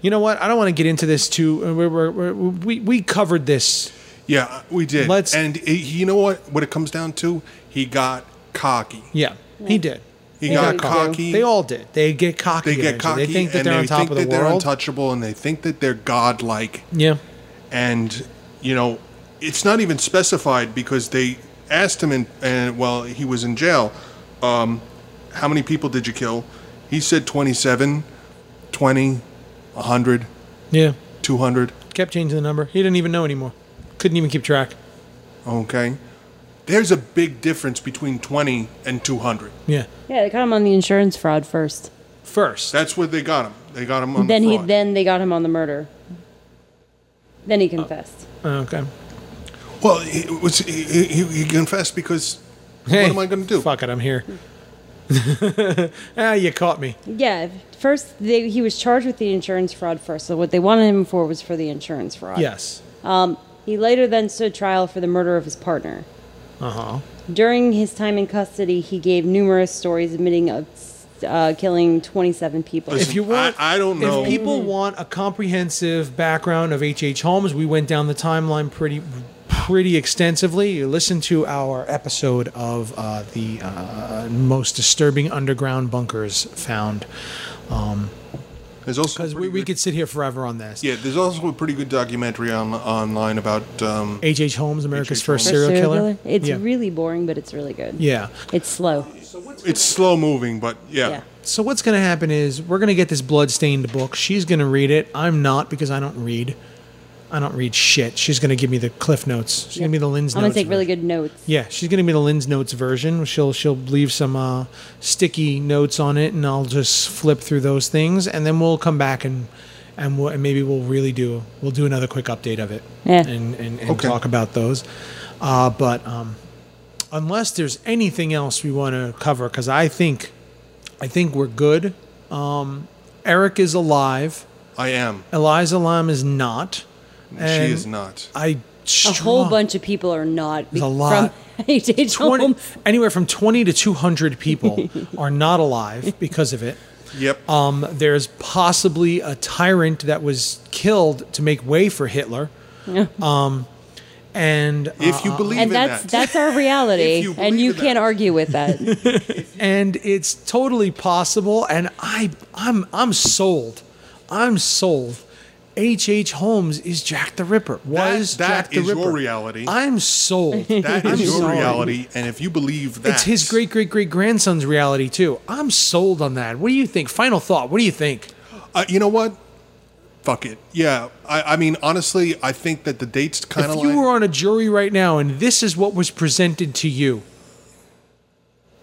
Speaker 1: you know what? I don't want to get into this too. uh, We're, we're, we're, we we covered this.
Speaker 3: Yeah, we did.
Speaker 1: Let's-
Speaker 3: and he- you know what? What it comes down to, he got cocky.
Speaker 1: Yeah, he did.
Speaker 3: He
Speaker 2: They
Speaker 3: got
Speaker 2: all do.
Speaker 3: cocky.
Speaker 1: They all did. They get cocky.
Speaker 3: they get
Speaker 1: eventually.
Speaker 3: cocky.
Speaker 1: They think that
Speaker 3: and
Speaker 1: they're on top
Speaker 3: think
Speaker 1: of the
Speaker 3: that they're
Speaker 1: world.
Speaker 3: untouchable, and they think that they're godlike.
Speaker 1: Yeah.
Speaker 3: and you know it's not even specified because they asked him in and while he was in jail um, how many people did you kill he said 27 20 100
Speaker 1: Yeah.
Speaker 3: 200
Speaker 1: Kept changing the number. He didn't even know anymore. Couldn't even keep track.
Speaker 3: okay there's a big difference between 20 and 200
Speaker 1: Yeah.
Speaker 2: yeah, they got him on the insurance fraud first.
Speaker 1: First.
Speaker 3: that's where they got him they got him on
Speaker 2: Then
Speaker 3: the
Speaker 2: he
Speaker 3: fraud.
Speaker 2: then they got him on the murder. Then he confessed.
Speaker 1: okay.
Speaker 3: well he, it was, he, he, he confessed because what am i going to do
Speaker 1: Fuck it, I'm here. ah, you caught me.
Speaker 2: Yeah, first they, he was charged with the insurance fraud first. So what they wanted him for was for the insurance fraud.
Speaker 1: Yes.
Speaker 2: He later then stood trial for the murder of his partner.
Speaker 1: Uh huh.
Speaker 2: During his time in custody, he gave numerous stories admitting of uh, killing 27 people.
Speaker 3: Listen,
Speaker 1: If you want,
Speaker 3: I- I don't know.
Speaker 1: If people want a comprehensive background of H.H. H. Holmes, we went down the timeline pretty, pretty extensively. You listen to our episode of uh, the uh, most disturbing underground bunkers found,
Speaker 3: there's also a
Speaker 1: because we,
Speaker 3: pretty
Speaker 1: we
Speaker 3: good-
Speaker 1: could sit here forever on this.
Speaker 3: yeah there's also a pretty good documentary on online about um,
Speaker 1: H.H. H. Holmes, America's
Speaker 3: H.H.
Speaker 1: first
Speaker 2: First
Speaker 1: serial, killer.
Speaker 2: It's
Speaker 1: yeah.
Speaker 2: really boring, but it's really good.
Speaker 1: yeah.
Speaker 2: It's slow.
Speaker 3: it's slow moving but
Speaker 2: Yeah.
Speaker 1: So what's going to happen is we're going to get this bloodstained book. She's going to read it. I'm not because I don't read. I don't read shit. She's going to give me the cliff notes. She's going to be the Lynn's
Speaker 2: I'm
Speaker 1: notes.
Speaker 2: going to take really
Speaker 1: version.
Speaker 2: good notes.
Speaker 1: Yeah, she's going to be the Lynn's notes version. She'll she'll leave some uh, sticky notes on it, and I'll just flip through those things, and then we'll come back and and, we'll, and maybe we'll really do we'll do another quick update of it
Speaker 2: Yeah.
Speaker 1: and and, and
Speaker 3: Okay.
Speaker 1: talk about those. Uh, but um, unless there's anything else we want to cover, because I think I think we're good. Um, Eric is alive.
Speaker 3: I am.
Speaker 1: Eliza Lam is not.
Speaker 3: she
Speaker 1: And
Speaker 3: is not.
Speaker 1: I
Speaker 2: A whole
Speaker 1: strong-
Speaker 2: bunch of people are not be-
Speaker 1: a lot.
Speaker 2: from H.H.
Speaker 1: 20,
Speaker 2: Holmes.
Speaker 1: anywhere from 20 to 200 people are not alive because of it.
Speaker 3: Yep.
Speaker 1: Um, there's possibly a tyrant that was killed to make way for Hitler. Um, and uh,
Speaker 3: if you believe
Speaker 2: And
Speaker 3: in
Speaker 2: that's
Speaker 3: that,
Speaker 2: that's our reality,
Speaker 3: If you believe
Speaker 2: and you
Speaker 3: in that.
Speaker 2: can't argue with that.
Speaker 1: uh, and it's totally possible. And I, I'm, I'm sold. I'm sold. H. H. Holmes is Jack the Ripper. Was
Speaker 3: That- that
Speaker 1: Jack the
Speaker 3: is your
Speaker 1: Ripper.
Speaker 3: reality.
Speaker 1: I'm sold.
Speaker 3: That
Speaker 1: I'm
Speaker 3: is your
Speaker 1: sold.
Speaker 3: reality, and if you believe that,
Speaker 1: It's his great great great grandson's reality too. I'm sold on that. What do you think? Final thought. What do you think?
Speaker 3: Uh, you know what? Fuck it. Yeah. I, I mean, honestly, I think that the dates kind
Speaker 1: if
Speaker 3: of
Speaker 1: you
Speaker 3: like.
Speaker 1: were on a jury right now and this is what was presented to you,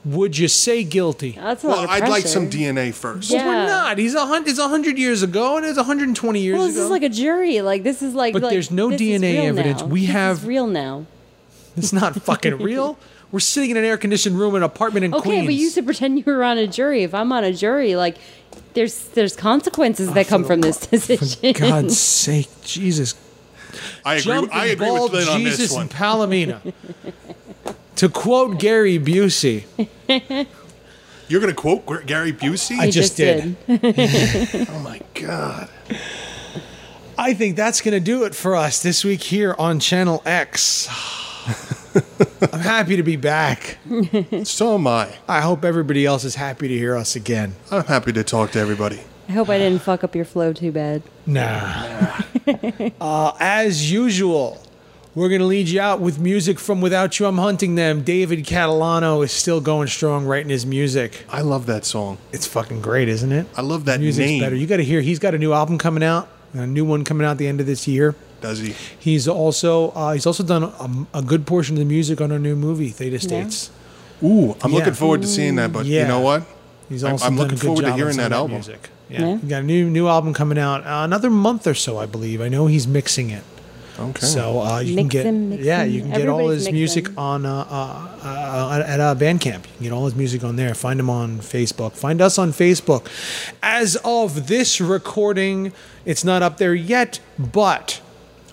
Speaker 1: would you say guilty?
Speaker 2: That's a lot
Speaker 3: well,
Speaker 2: of
Speaker 3: I'd like
Speaker 2: pressure.
Speaker 3: some DNA first.
Speaker 2: Uh, Yeah.
Speaker 1: Well, We're not. He's a hundred. It's a hundred years ago, and it's a hundred and twenty years
Speaker 2: Well, this
Speaker 1: ago.
Speaker 2: is like a jury. Like this is like.
Speaker 1: But
Speaker 2: like,
Speaker 1: there's no
Speaker 2: this is
Speaker 1: DNA
Speaker 2: real
Speaker 1: evidence.
Speaker 2: now.
Speaker 1: We
Speaker 2: This is
Speaker 1: have-
Speaker 2: real now.
Speaker 1: it's not fucking real. We're sitting in an air conditioned room in an apartment in
Speaker 2: Okay,
Speaker 1: Queens.
Speaker 2: but you used to pretend you were on a jury. If I'm on a jury, like there's there's consequences that come from this
Speaker 1: For
Speaker 2: decision.
Speaker 1: God's sake, Jesus
Speaker 3: I agree.
Speaker 1: Jump
Speaker 3: with- I
Speaker 1: and
Speaker 3: agree with
Speaker 1: bald
Speaker 3: Lynn on this
Speaker 1: Jesus
Speaker 3: one.
Speaker 1: and Palomina. to quote Gary Busey,
Speaker 3: You're going to quote Gr- Gary Busey?
Speaker 1: I
Speaker 2: You
Speaker 1: just did.
Speaker 3: oh my god.
Speaker 1: I think that's going to do it for us this week here on Channel X. I'm happy to be back.
Speaker 3: So am I.
Speaker 1: I hope everybody else is happy to hear us again.
Speaker 3: I'm happy to talk to everybody.
Speaker 2: I hope I didn't fuck up your flow too bad.
Speaker 1: Nah. uh, as usual, we're going to lead you out with music from Without You I'm Hunting Them. David Catalano is still going strong writing his music.
Speaker 3: I love that song.
Speaker 1: It's fucking great, isn't it?
Speaker 3: I love that
Speaker 1: music's
Speaker 3: name.
Speaker 1: better. You got to hear. He's got a new album coming out, a new one coming out at the end of this year.
Speaker 3: Does he?
Speaker 1: He's also uh, he's also done a, a good portion of the music on our new movie Theta States.
Speaker 3: Ooh, I'm
Speaker 1: Yeah.
Speaker 3: looking forward to seeing that. But
Speaker 1: Yeah.
Speaker 3: you know what?
Speaker 1: He's
Speaker 3: I'm-
Speaker 1: also
Speaker 3: I'm
Speaker 1: done
Speaker 3: looking
Speaker 1: a good
Speaker 3: forward to
Speaker 1: job on
Speaker 3: hearing
Speaker 1: some of
Speaker 3: that album.
Speaker 1: Music. Yeah.
Speaker 2: Yeah.
Speaker 1: he got a new new album coming out uh, another month or so, I believe. I know he's mixing it.
Speaker 3: Okay.
Speaker 1: So uh, you can
Speaker 2: Mix
Speaker 1: get
Speaker 2: him, mix
Speaker 1: yeah,
Speaker 2: him.
Speaker 1: you can get all
Speaker 2: Everybody's
Speaker 1: his
Speaker 2: mixing.
Speaker 1: music on uh, uh, uh, at uh, Bandcamp. You can get all his music on there. Find him on Facebook. Find us on Facebook. As of this recording, it's not up there yet, but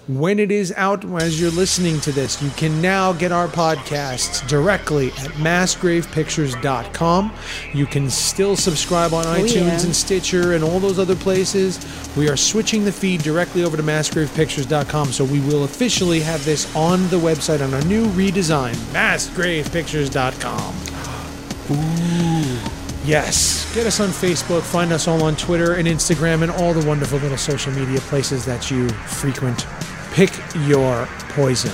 Speaker 1: when it is out, as you're listening to this, you can now get our podcasts directly at massgravepictures.com. You can still subscribe on iTunes
Speaker 2: yeah.
Speaker 1: and Stitcher and all those other places. We are switching the feed directly over to massgravepictures.com, so we will officially have this on the website on our new redesign, massgravepictures.com. Yes. Get us on Facebook, find us all on Twitter and Instagram and all the wonderful little social media places that you frequent. Pick your poison.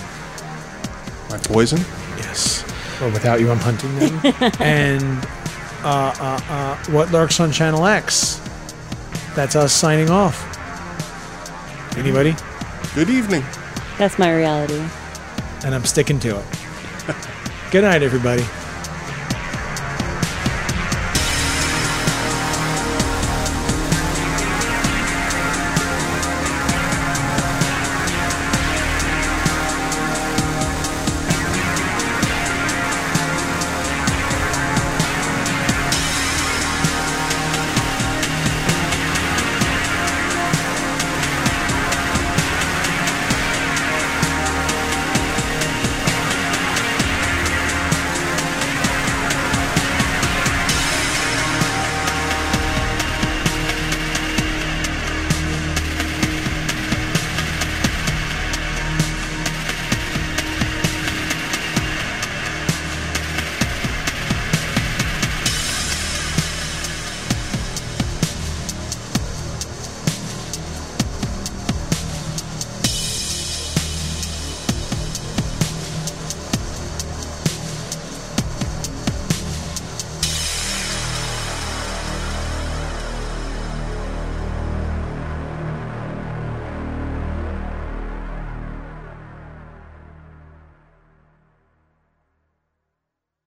Speaker 3: My poison.
Speaker 1: Yes. Or without you, I'm hunting them. and uh, uh, uh, what lurks on Channel X? That's us signing off. Anybody?
Speaker 3: Good evening.
Speaker 2: That's my reality.
Speaker 1: And I'm sticking to it. Good night, everybody.